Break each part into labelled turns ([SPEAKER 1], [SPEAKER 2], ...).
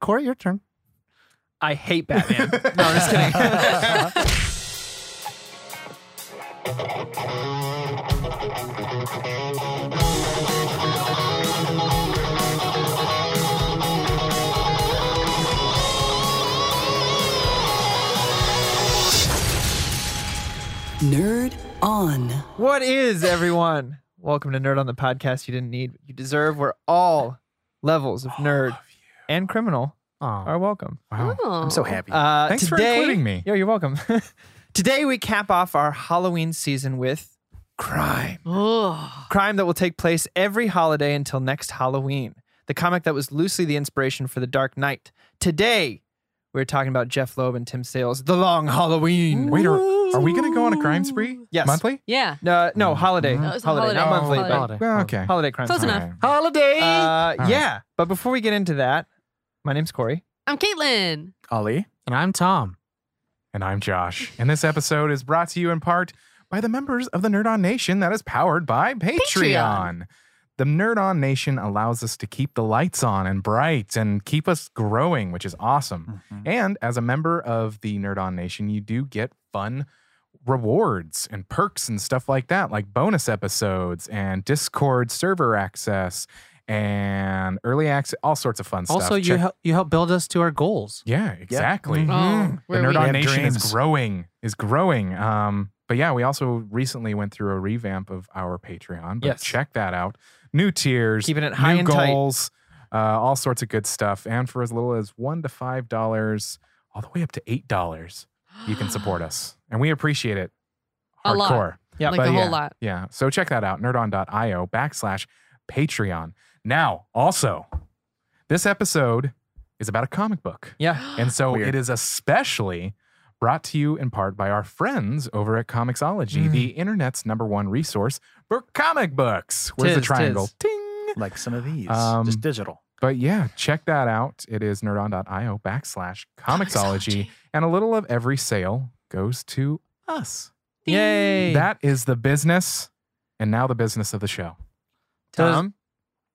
[SPEAKER 1] Corey, your turn.
[SPEAKER 2] I hate Batman. no, I'm just kidding.
[SPEAKER 3] Nerd on.
[SPEAKER 2] what is everyone? Welcome to Nerd on the podcast you didn't need, but you deserve. Where all levels of nerd and criminal
[SPEAKER 1] Oh,
[SPEAKER 2] are welcome.
[SPEAKER 1] wow.
[SPEAKER 4] Oh.
[SPEAKER 5] I'm so happy.
[SPEAKER 2] Uh,
[SPEAKER 1] Thanks for
[SPEAKER 2] today-
[SPEAKER 1] including me.
[SPEAKER 2] Yeah, you're welcome. today we cap off our Halloween season with crime.
[SPEAKER 4] Ugh.
[SPEAKER 2] crime that will take place every holiday until next Halloween. The comic that was loosely the inspiration for The Dark Knight. Today, we're talking about Jeff Loeb and Tim Sales, The Long Halloween.
[SPEAKER 1] Wait, are, are we going to go on a crime spree?
[SPEAKER 2] Yes.
[SPEAKER 1] Monthly?
[SPEAKER 4] Yeah.
[SPEAKER 2] No,
[SPEAKER 1] Mm-hmm.
[SPEAKER 2] no, holiday.
[SPEAKER 4] No, Oh, it's a
[SPEAKER 2] holiday, not
[SPEAKER 4] holiday.
[SPEAKER 2] monthly,
[SPEAKER 4] Holiday.
[SPEAKER 2] but
[SPEAKER 4] Holiday.
[SPEAKER 1] Well, okay.
[SPEAKER 2] holiday crime.
[SPEAKER 4] Close
[SPEAKER 2] spree.
[SPEAKER 4] enough.
[SPEAKER 5] Holiday.
[SPEAKER 2] Uh,
[SPEAKER 1] right.
[SPEAKER 2] Yeah, but before we get into that, my name's Corey.
[SPEAKER 4] I'm Caitlin.
[SPEAKER 5] Ollie.
[SPEAKER 6] And I'm Tom.
[SPEAKER 1] And I'm Josh. And this episode is brought to you in part by the members of the Nerd On Nation that is powered by Patreon.
[SPEAKER 4] Patreon.
[SPEAKER 1] The Nerd On Nation allows us to keep the lights on and bright and keep us growing, which is awesome.
[SPEAKER 6] Mm-hmm.
[SPEAKER 1] And as a member of the Nerd On Nation, you do get fun rewards and perks and stuff like that, like bonus episodes and Discord server access and early access, all sorts of fun stuff.
[SPEAKER 6] Also, you
[SPEAKER 1] Check-
[SPEAKER 6] help you help build us to our goals.
[SPEAKER 1] yeah, exactly. Mm-hmm.
[SPEAKER 4] Oh,
[SPEAKER 6] Mhm.
[SPEAKER 1] The
[SPEAKER 4] where we-
[SPEAKER 1] Nerd On
[SPEAKER 5] have
[SPEAKER 1] Nation is
[SPEAKER 5] dreams.
[SPEAKER 1] growing, is growing. Um, but yeah, we also recently went through a revamp of our Patreon. But
[SPEAKER 2] Yes.
[SPEAKER 1] check that out. New tiers,
[SPEAKER 2] Keeping it high
[SPEAKER 1] new
[SPEAKER 2] and tight.
[SPEAKER 1] goals, uh, all sorts of good stuff. And for as little as one to five dollars, all the way up to eight dollars, you can support us, and we appreciate it.
[SPEAKER 4] A lot.
[SPEAKER 1] Hardcore.
[SPEAKER 2] Yeah,
[SPEAKER 4] like
[SPEAKER 1] But
[SPEAKER 4] a whole
[SPEAKER 1] yeah,
[SPEAKER 4] lot.
[SPEAKER 1] Yeah. So check that out, nerdon.io backslash Patreon. Now, also, this episode is about a comic book.
[SPEAKER 2] Yeah.
[SPEAKER 1] And so
[SPEAKER 5] Weird.
[SPEAKER 1] it is especially brought to you in part by our friends over at Comixology, the internet's number one resource for comic books. Where's the
[SPEAKER 2] Tis,
[SPEAKER 1] triangle?
[SPEAKER 2] tis.
[SPEAKER 1] Ting.
[SPEAKER 5] Like some of these.
[SPEAKER 1] Um,
[SPEAKER 5] just digital.
[SPEAKER 1] But yeah, check that out. It is nerdon.io backslash Comixology. And a little of every sale goes to us.
[SPEAKER 2] Yay.
[SPEAKER 1] That is the business. And now the business of the show.
[SPEAKER 2] Tom.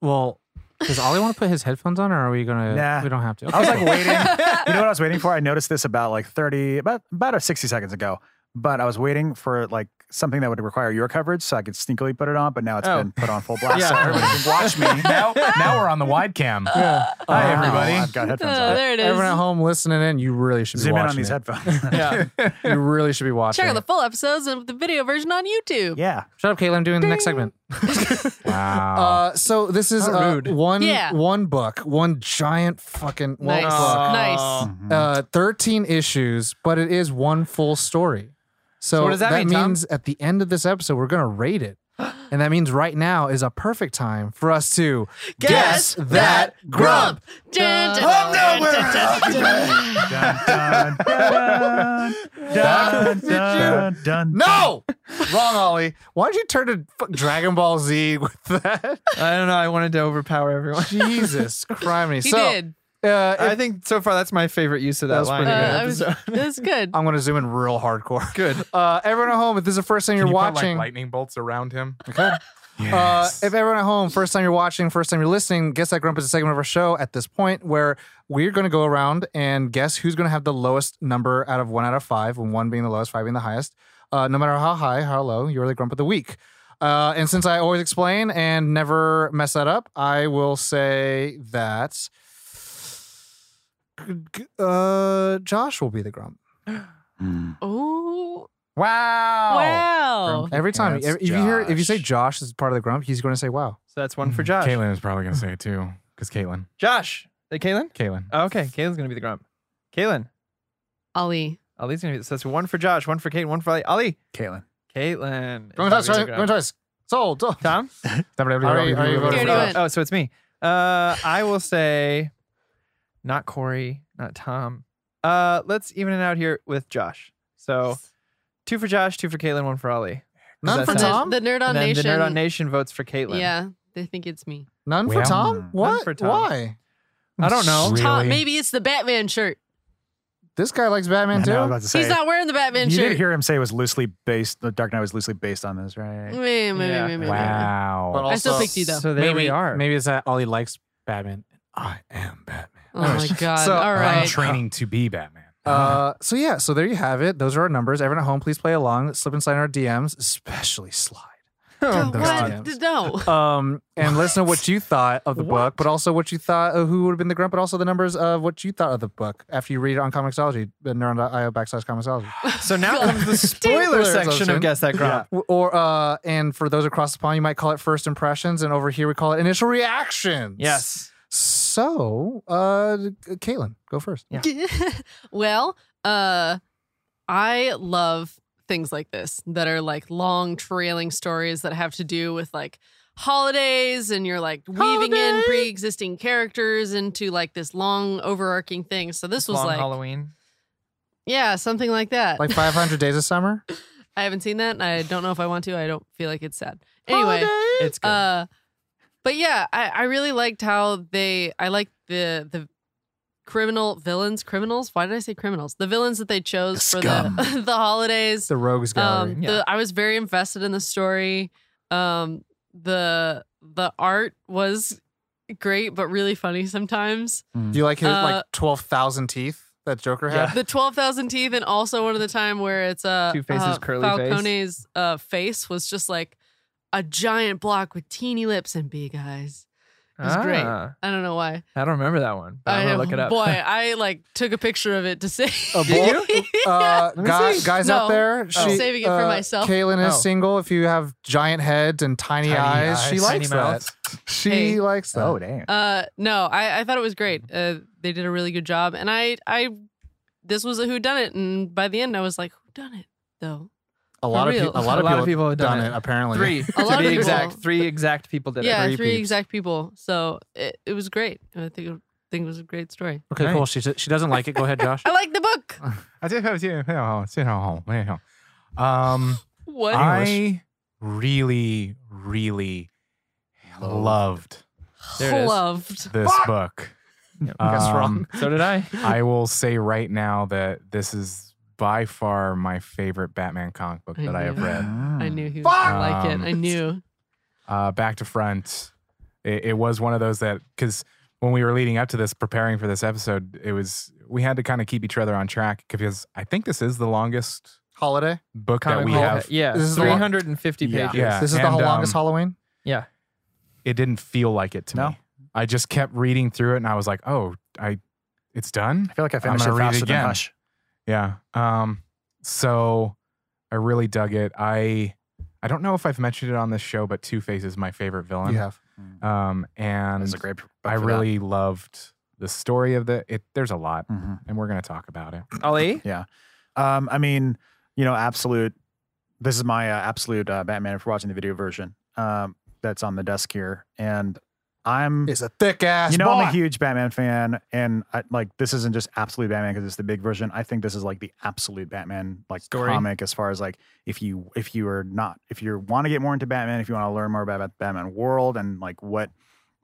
[SPEAKER 6] Well, does Ollie want to put his headphones on, or are we gonna?
[SPEAKER 5] Nah.
[SPEAKER 6] We don't have to.
[SPEAKER 5] I was like waiting. you know
[SPEAKER 4] That's
[SPEAKER 5] what I was waiting for? I noticed this about like 30, about about 60 seconds ago. But I was waiting for like something that would require your coverage so I could sneakily put it on. But now it's
[SPEAKER 2] Oh.
[SPEAKER 5] been put on full blast.
[SPEAKER 2] Yeah.
[SPEAKER 5] So everybody can watch me.
[SPEAKER 1] now, now we're on the wide cam. Hi,
[SPEAKER 5] Wow,
[SPEAKER 1] everybody.
[SPEAKER 5] I've got headphones
[SPEAKER 4] Oh,
[SPEAKER 5] on.
[SPEAKER 4] there it is.
[SPEAKER 6] Everyone at home listening in, you really should be
[SPEAKER 5] Zoom in
[SPEAKER 6] watching
[SPEAKER 5] on these
[SPEAKER 6] it.
[SPEAKER 5] headphones.
[SPEAKER 2] Yeah.
[SPEAKER 6] You really should be watching.
[SPEAKER 4] Check out the
[SPEAKER 6] it.
[SPEAKER 4] full episodes of the video version on YouTube.
[SPEAKER 5] yeah.
[SPEAKER 6] Shut up, Caitlin. I'm doing the next segment.
[SPEAKER 5] Oh.
[SPEAKER 1] Wow.
[SPEAKER 6] Uh, so this is
[SPEAKER 2] How
[SPEAKER 6] uh,
[SPEAKER 2] rude.
[SPEAKER 6] one
[SPEAKER 4] Yeah.
[SPEAKER 6] one book, one giant fucking well,
[SPEAKER 4] Nice.
[SPEAKER 6] book.
[SPEAKER 4] nice.
[SPEAKER 5] Mhm.
[SPEAKER 6] uh, 13 issues, but it is one full story. So,
[SPEAKER 2] So what does that mean, Tom?
[SPEAKER 6] means at the end of this episode, we're going to rate it. And that means right now is a perfect time for us to
[SPEAKER 4] Guess that grump. Dun, dun, dun, dun, dun, dun, dun.
[SPEAKER 5] dun, dun, dun, dun, dun, dun.
[SPEAKER 6] No! Wrong, Ollie. Why don't you turn to fuck Dragon Ball Z with that?
[SPEAKER 2] I don't know. I wanted to overpower everyone.
[SPEAKER 6] Jesus criminy.
[SPEAKER 4] He
[SPEAKER 6] so,
[SPEAKER 4] did.
[SPEAKER 6] Uh, if-
[SPEAKER 2] I think so far that's my favorite use of that,
[SPEAKER 6] That was
[SPEAKER 2] line.
[SPEAKER 4] Uh,
[SPEAKER 6] pretty
[SPEAKER 2] in the
[SPEAKER 4] I was,
[SPEAKER 2] episode.
[SPEAKER 4] that's good.
[SPEAKER 6] I'm going to zoom in real hardcore.
[SPEAKER 2] Good.
[SPEAKER 6] Uh, everyone at home, if this is the first time
[SPEAKER 1] Can
[SPEAKER 6] you're
[SPEAKER 1] you put, like,
[SPEAKER 6] watching,
[SPEAKER 1] lightning bolts around him.
[SPEAKER 6] Okay. Uh, if everyone at home, first time you're watching, first time you're listening, guess that grump is a segment of our show at this point where we're going to go around and guess who's going to have the lowest number out of one out of five, and one being the lowest, five being the highest. Uh, no matter how high, how low, you're the grump of the week. Uh, and since I always explain and never mess that up, I will say that uh, Josh will be the grump
[SPEAKER 5] Mm.
[SPEAKER 4] Oh,
[SPEAKER 1] Wow.
[SPEAKER 4] wow.
[SPEAKER 6] every time.
[SPEAKER 5] Yes,
[SPEAKER 6] if you hear, if you say
[SPEAKER 5] Josh.
[SPEAKER 6] Josh is part of the grump, he's going to say wow.
[SPEAKER 2] So that's one for Josh.
[SPEAKER 1] Mm. Caitlin is probably gonna say it too, because Caitlin,
[SPEAKER 2] Josh. Hey, Caitlin?
[SPEAKER 1] Caitlin.
[SPEAKER 2] Oh, okay. Caitlin's going to be the grump. Caitlin.
[SPEAKER 4] Ollie.
[SPEAKER 2] Ali's gonna be so that's one for Josh, one for Kate, one for Ali. Ali,
[SPEAKER 5] Caitlin.
[SPEAKER 2] Caitlin. is gonna
[SPEAKER 6] Going twice,
[SPEAKER 2] be the
[SPEAKER 6] going
[SPEAKER 2] grump.
[SPEAKER 6] twice. Sold. sold.
[SPEAKER 2] Tom.
[SPEAKER 6] Already- already voted
[SPEAKER 4] for Josh.
[SPEAKER 2] Oh, so it's me. Uh, I will say, not Corey, not Tom. Uh, let's even it out here with Josh. So, two for Josh, two for Caitlin, one for Ali.
[SPEAKER 6] None
[SPEAKER 2] That's
[SPEAKER 6] for
[SPEAKER 2] it.
[SPEAKER 6] Tom.
[SPEAKER 4] The, the Nerd
[SPEAKER 2] And
[SPEAKER 4] on
[SPEAKER 2] then
[SPEAKER 4] Nation.
[SPEAKER 2] the Nerd on Nation votes for Caitlin.
[SPEAKER 4] Yeah, they think it's me.
[SPEAKER 6] None for
[SPEAKER 1] Well,
[SPEAKER 6] Tom.
[SPEAKER 5] none
[SPEAKER 6] What?
[SPEAKER 2] for Tom.
[SPEAKER 6] Why?
[SPEAKER 2] I don't know.
[SPEAKER 1] Really?
[SPEAKER 4] Tom, maybe it's the Batman shirt.
[SPEAKER 6] This guy likes Batman
[SPEAKER 5] I know, I was
[SPEAKER 6] too.
[SPEAKER 5] about to say,
[SPEAKER 4] He's not wearing the Batman
[SPEAKER 5] you
[SPEAKER 4] shirt.
[SPEAKER 5] did hear him say it was loosely based. The Dark Knight was loosely based on this, right?
[SPEAKER 4] Wait, wait,
[SPEAKER 2] Yeah.
[SPEAKER 4] wait, wait, wait, wait.
[SPEAKER 1] Wow.
[SPEAKER 4] I still picked you though.
[SPEAKER 2] So there
[SPEAKER 6] maybe,
[SPEAKER 2] we are.
[SPEAKER 6] Maybe it's that Ollie likes Batman. I am Batman.
[SPEAKER 4] Oh my god!
[SPEAKER 2] uh,
[SPEAKER 6] So,
[SPEAKER 4] All
[SPEAKER 6] um,
[SPEAKER 1] I'm
[SPEAKER 4] right.
[SPEAKER 1] training to be Batman.
[SPEAKER 6] Uh, so yeah, so there you have it. Those are our numbers. Everyone at home, please play along. Slip and slide in our DMs, especially slide.
[SPEAKER 4] Dude,
[SPEAKER 6] those
[SPEAKER 4] what?
[SPEAKER 6] DMs.
[SPEAKER 4] No.
[SPEAKER 6] Um, and let us know what you thought of the book, but also what you thought of who would have been the grump, but also the numbers of what you thought of the book after you read it on Comixology, uh, neuron.io backslash Comixology.
[SPEAKER 2] So now comes the spoiler
[SPEAKER 6] Spoiler
[SPEAKER 2] section
[SPEAKER 6] section.
[SPEAKER 2] of Guess That Grump.
[SPEAKER 6] W- Or uh, and for those across the pond, you might call it first impressions, and over here we call it initial reactions.
[SPEAKER 2] Yes.
[SPEAKER 6] So, uh, Caitlin, go first.
[SPEAKER 2] Yeah.
[SPEAKER 4] well, uh, I love things like this that are like long trailing stories that have to do with like holidays and you're like weaving in
[SPEAKER 2] Holiday.
[SPEAKER 4] pre-existing characters into like this long overarching thing. So this was
[SPEAKER 2] Long
[SPEAKER 4] like
[SPEAKER 2] Halloween.
[SPEAKER 4] yeah, something like that.
[SPEAKER 6] Like 500 days of summer.
[SPEAKER 4] I haven't seen that and I don't know if I want to. I don't feel like it's sad.
[SPEAKER 2] Oh,
[SPEAKER 4] Anyway,
[SPEAKER 2] It's good.
[SPEAKER 4] Uh, but yeah, I, I really liked how they. I liked the the criminal villains, criminals. Why did I say criminals? The villains that they chose for
[SPEAKER 5] The scum.
[SPEAKER 4] the the holidays.
[SPEAKER 6] The Rogues Gallery.
[SPEAKER 4] um,
[SPEAKER 2] yeah.
[SPEAKER 4] the, I was very invested in the story. Um, the the art was great, but really funny sometimes.
[SPEAKER 6] Do you like his
[SPEAKER 4] uh,
[SPEAKER 6] like 12,000 teeth that Joker had?
[SPEAKER 4] The twelve thousand teeth, and also one of the time where it's uh,
[SPEAKER 2] Two faces,
[SPEAKER 4] uh,
[SPEAKER 2] curly face.
[SPEAKER 4] Falcone's uh face was just like a giant block with teeny lips and big eyes. it was great.
[SPEAKER 2] Ah,
[SPEAKER 4] I don't know why.
[SPEAKER 2] I don't remember that one, but I'm
[SPEAKER 4] I-
[SPEAKER 2] going to look it up.
[SPEAKER 4] Boy, I like took a picture of it to say.
[SPEAKER 6] A boy? Uh, guys, guys
[SPEAKER 4] No.
[SPEAKER 6] out there, she,
[SPEAKER 4] saving it for
[SPEAKER 6] uh,
[SPEAKER 4] myself.
[SPEAKER 6] Kaylin is
[SPEAKER 2] Oh.
[SPEAKER 6] single. If you have giant heads and tiny,
[SPEAKER 5] Tiny
[SPEAKER 6] eyes,
[SPEAKER 5] eyes,
[SPEAKER 6] she
[SPEAKER 5] tiny
[SPEAKER 6] likes
[SPEAKER 2] mouth.
[SPEAKER 6] that. She
[SPEAKER 4] Hey.
[SPEAKER 6] likes that.
[SPEAKER 5] Oh, damn.
[SPEAKER 4] uh, no, I, I thought it was great. Uh, they did a really good job, and I I this was a who done it, and by the end I was like, who done it though?
[SPEAKER 6] a lot
[SPEAKER 4] for
[SPEAKER 6] of
[SPEAKER 4] real.
[SPEAKER 6] people. A lot of people,
[SPEAKER 2] have
[SPEAKER 6] done,
[SPEAKER 2] done
[SPEAKER 6] it.
[SPEAKER 2] it.
[SPEAKER 6] Apparently,
[SPEAKER 2] Three.
[SPEAKER 4] A
[SPEAKER 2] to
[SPEAKER 4] lot of
[SPEAKER 2] be
[SPEAKER 4] people-
[SPEAKER 2] exact, three exact people did
[SPEAKER 4] yeah,
[SPEAKER 2] it.
[SPEAKER 4] three,
[SPEAKER 6] peeps.
[SPEAKER 4] exact people. So it, it was great. I think it, think it was a great story.
[SPEAKER 6] Okay, cool. She she doesn't like it. Go ahead, Josh.
[SPEAKER 4] I like the book.
[SPEAKER 1] I did have to. Um,
[SPEAKER 4] What?
[SPEAKER 1] I really, really loved
[SPEAKER 2] There it is.
[SPEAKER 4] loved.
[SPEAKER 1] this book.
[SPEAKER 2] Yep.
[SPEAKER 6] Guess
[SPEAKER 1] Um,
[SPEAKER 6] wrong.
[SPEAKER 2] So did I.
[SPEAKER 1] I will say right now that this is by far my favorite Batman comic book
[SPEAKER 4] I
[SPEAKER 1] that I have
[SPEAKER 4] knew.
[SPEAKER 1] read.
[SPEAKER 4] I knew he was
[SPEAKER 1] Fuck!
[SPEAKER 4] gonna like it. I
[SPEAKER 1] Um,
[SPEAKER 4] knew.
[SPEAKER 1] Uh, back to front, it, it was one of those that because when we were leading up to this, preparing for this episode, it was we had to kind of keep each other on track because I think this is the longest
[SPEAKER 6] Holiday.
[SPEAKER 1] book that
[SPEAKER 2] Comic
[SPEAKER 1] we
[SPEAKER 2] book.
[SPEAKER 1] have.
[SPEAKER 2] Yeah.
[SPEAKER 6] This is the-
[SPEAKER 2] 350
[SPEAKER 5] Yeah.
[SPEAKER 2] pages.
[SPEAKER 1] Yeah.
[SPEAKER 6] This is
[SPEAKER 1] and,
[SPEAKER 6] the longest
[SPEAKER 1] um,
[SPEAKER 6] Halloween.
[SPEAKER 2] Yeah.
[SPEAKER 1] It didn't feel like it to
[SPEAKER 5] No.
[SPEAKER 1] me. I just kept reading through it, and I was like, "Oh, I, it's done."
[SPEAKER 5] I feel like I
[SPEAKER 1] I'm
[SPEAKER 5] finished it
[SPEAKER 1] gonna read it
[SPEAKER 5] faster than
[SPEAKER 1] again.
[SPEAKER 5] Hush.
[SPEAKER 1] Yeah. Um, so I really dug it. I I don't know if I've mentioned it on this show, but Two Face is my favorite villain.
[SPEAKER 6] You have.
[SPEAKER 1] Um, and
[SPEAKER 5] It's a great. book
[SPEAKER 1] I
[SPEAKER 5] for that.
[SPEAKER 1] really loved the story of the. It there's a lot,
[SPEAKER 5] Mhm.
[SPEAKER 1] and we're gonna talk about it.
[SPEAKER 2] Ali?
[SPEAKER 5] Um, I mean, you know, absolute. This is my uh, absolute uh, Batman. If you're watching the video version, um, that's on the desk here, and I'm.
[SPEAKER 6] It's a thick ass.
[SPEAKER 5] you know, I'm a
[SPEAKER 6] boy.
[SPEAKER 5] huge Batman fan, and I, like this isn't just absolute Batman because it's the big version. I think this is like the absolute Batman like
[SPEAKER 2] Story.
[SPEAKER 5] comic as far as like if you if you are not if you want to get more into Batman, if you want to learn more about the Batman world and like what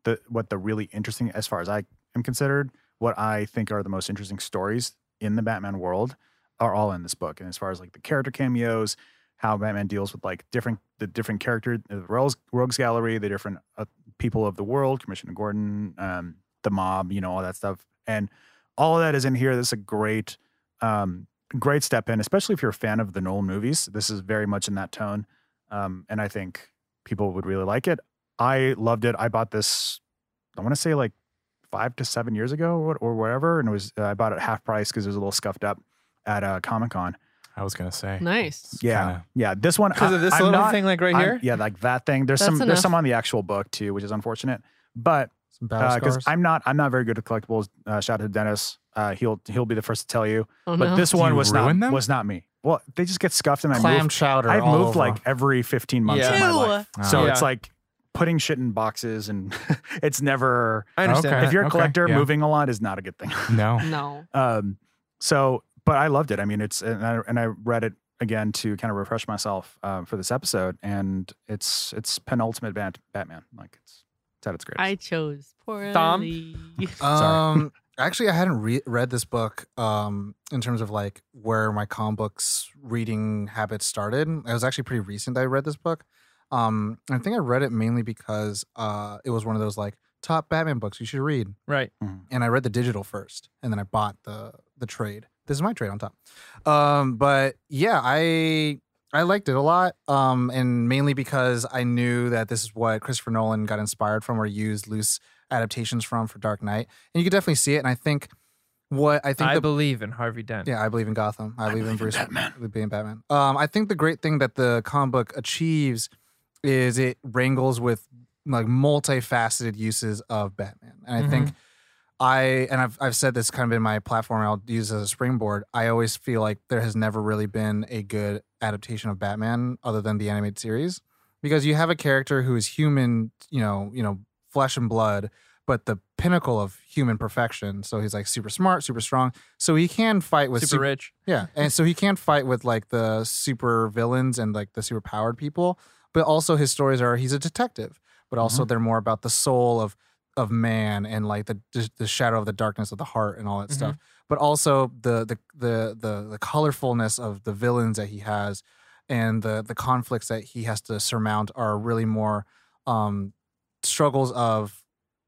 [SPEAKER 5] the what the really interesting as far as I am considered, what I think are the most interesting stories in the Batman world are all in this book. And as far as like the character cameos, how Batman deals with like different the different character the Rogues, Rogues Gallery, the different uh, people of the world, Commissioner Gordon, um, the mob, you know, all that stuff. And all of that is in here. This is a great, um, great step in, especially if you're a fan of the Nolan movies. This is very much in that tone. Um, and I think people would really like it. I loved it. I bought this, I want to say like five to seven years ago or, or wherever. And it was, uh, I bought it half price because it was a little scuffed up at uh, Comic Con.
[SPEAKER 1] I was gonna say.
[SPEAKER 4] Nice.
[SPEAKER 1] It's
[SPEAKER 5] Yeah.
[SPEAKER 1] kinda-
[SPEAKER 5] Yeah. This one,
[SPEAKER 2] Because
[SPEAKER 5] I-
[SPEAKER 2] of this
[SPEAKER 5] I'm
[SPEAKER 2] little
[SPEAKER 5] not-
[SPEAKER 2] thing, like right
[SPEAKER 5] I'm-
[SPEAKER 2] here?
[SPEAKER 5] Yeah. Like that thing. There's
[SPEAKER 4] That's
[SPEAKER 5] some,
[SPEAKER 4] enough.
[SPEAKER 5] there's some on the actual book too, which is unfortunate. But
[SPEAKER 6] Some battle
[SPEAKER 5] because
[SPEAKER 6] scars.
[SPEAKER 5] Uh, I'm not I'm not very good at collectibles. Uh, shout out to Dennis. Uh, he'll he'll be the first to tell you.
[SPEAKER 4] Oh
[SPEAKER 5] but
[SPEAKER 4] no.
[SPEAKER 5] this
[SPEAKER 1] Do
[SPEAKER 5] one
[SPEAKER 1] you
[SPEAKER 5] was
[SPEAKER 1] ruin
[SPEAKER 5] not
[SPEAKER 1] them?
[SPEAKER 5] was not me. Well, they just get scuffed and I
[SPEAKER 6] clam
[SPEAKER 5] moved.
[SPEAKER 6] chowder.
[SPEAKER 5] I've
[SPEAKER 6] all
[SPEAKER 5] moved
[SPEAKER 6] over.
[SPEAKER 5] like every 15 months.
[SPEAKER 2] Yeah.
[SPEAKER 5] of my
[SPEAKER 4] Ew.
[SPEAKER 5] life.
[SPEAKER 1] Uh,
[SPEAKER 5] So
[SPEAKER 2] Yeah.
[SPEAKER 5] it's like putting shit in boxes and it's never.
[SPEAKER 2] I understand.
[SPEAKER 1] Okay.
[SPEAKER 2] that.
[SPEAKER 5] If you're a
[SPEAKER 1] Uh, okay,
[SPEAKER 5] collector,
[SPEAKER 1] yeah.
[SPEAKER 5] moving a lot is not a good thing.
[SPEAKER 1] no.
[SPEAKER 4] no.
[SPEAKER 5] Um, so, but I loved it. I mean, it's and I, and I read it again to kind of refresh myself uh, for this episode, and it's it's penultimate Bat- Batman. Like it's it's at its greatest.
[SPEAKER 4] I chose poor
[SPEAKER 2] Thumb? uh,
[SPEAKER 4] Ellie.
[SPEAKER 1] Sorry.
[SPEAKER 6] Um, actually, I hadn't re- read this book. Um, in terms of like where my comic books reading habits started, it was actually pretty recent. that I read this book. Um, I think I read it mainly because uh, it was one of those like top Batman books you should read.
[SPEAKER 2] Right.
[SPEAKER 6] and I read the digital first, and then I bought the the trade. This is my trade on top. Um, but yeah, I I liked it a lot, um, and mainly because I knew that this is what Christopher Nolan got inspired from or used loose adaptations from for Dark Knight, and you could definitely see it. And I think what I think
[SPEAKER 2] I
[SPEAKER 6] the
[SPEAKER 2] believe in Harvey Dent.
[SPEAKER 6] yeah, I believe in Gotham. I, believe, in
[SPEAKER 5] believe in
[SPEAKER 6] Bruce
[SPEAKER 5] Batman.
[SPEAKER 6] with being Batman. Um, I think the great thing that the comic book achieves is it wrangles with like multifaceted uses of Batman, and I think I and I've I've said this kind of in my platform. I'll use as a springboard. I always feel like there has never really been a good adaptation of Batman other than the animated series because you have a character who is human, you know, you know, flesh and blood, but the pinnacle of human perfection. So he's like super smart, super strong. So he can fight with
[SPEAKER 2] Super
[SPEAKER 6] super,
[SPEAKER 2] rich.
[SPEAKER 6] yeah, and so he can't fight with like the super villains and like the super powered people, but also his stories are he's a detective, but also they're more about the soul of of man and like the just the shadow of the darkness of the heart and all that stuff, but also the the the the the colorfulness of the villains that he has and the the conflicts that he has to surmount are really more um struggles of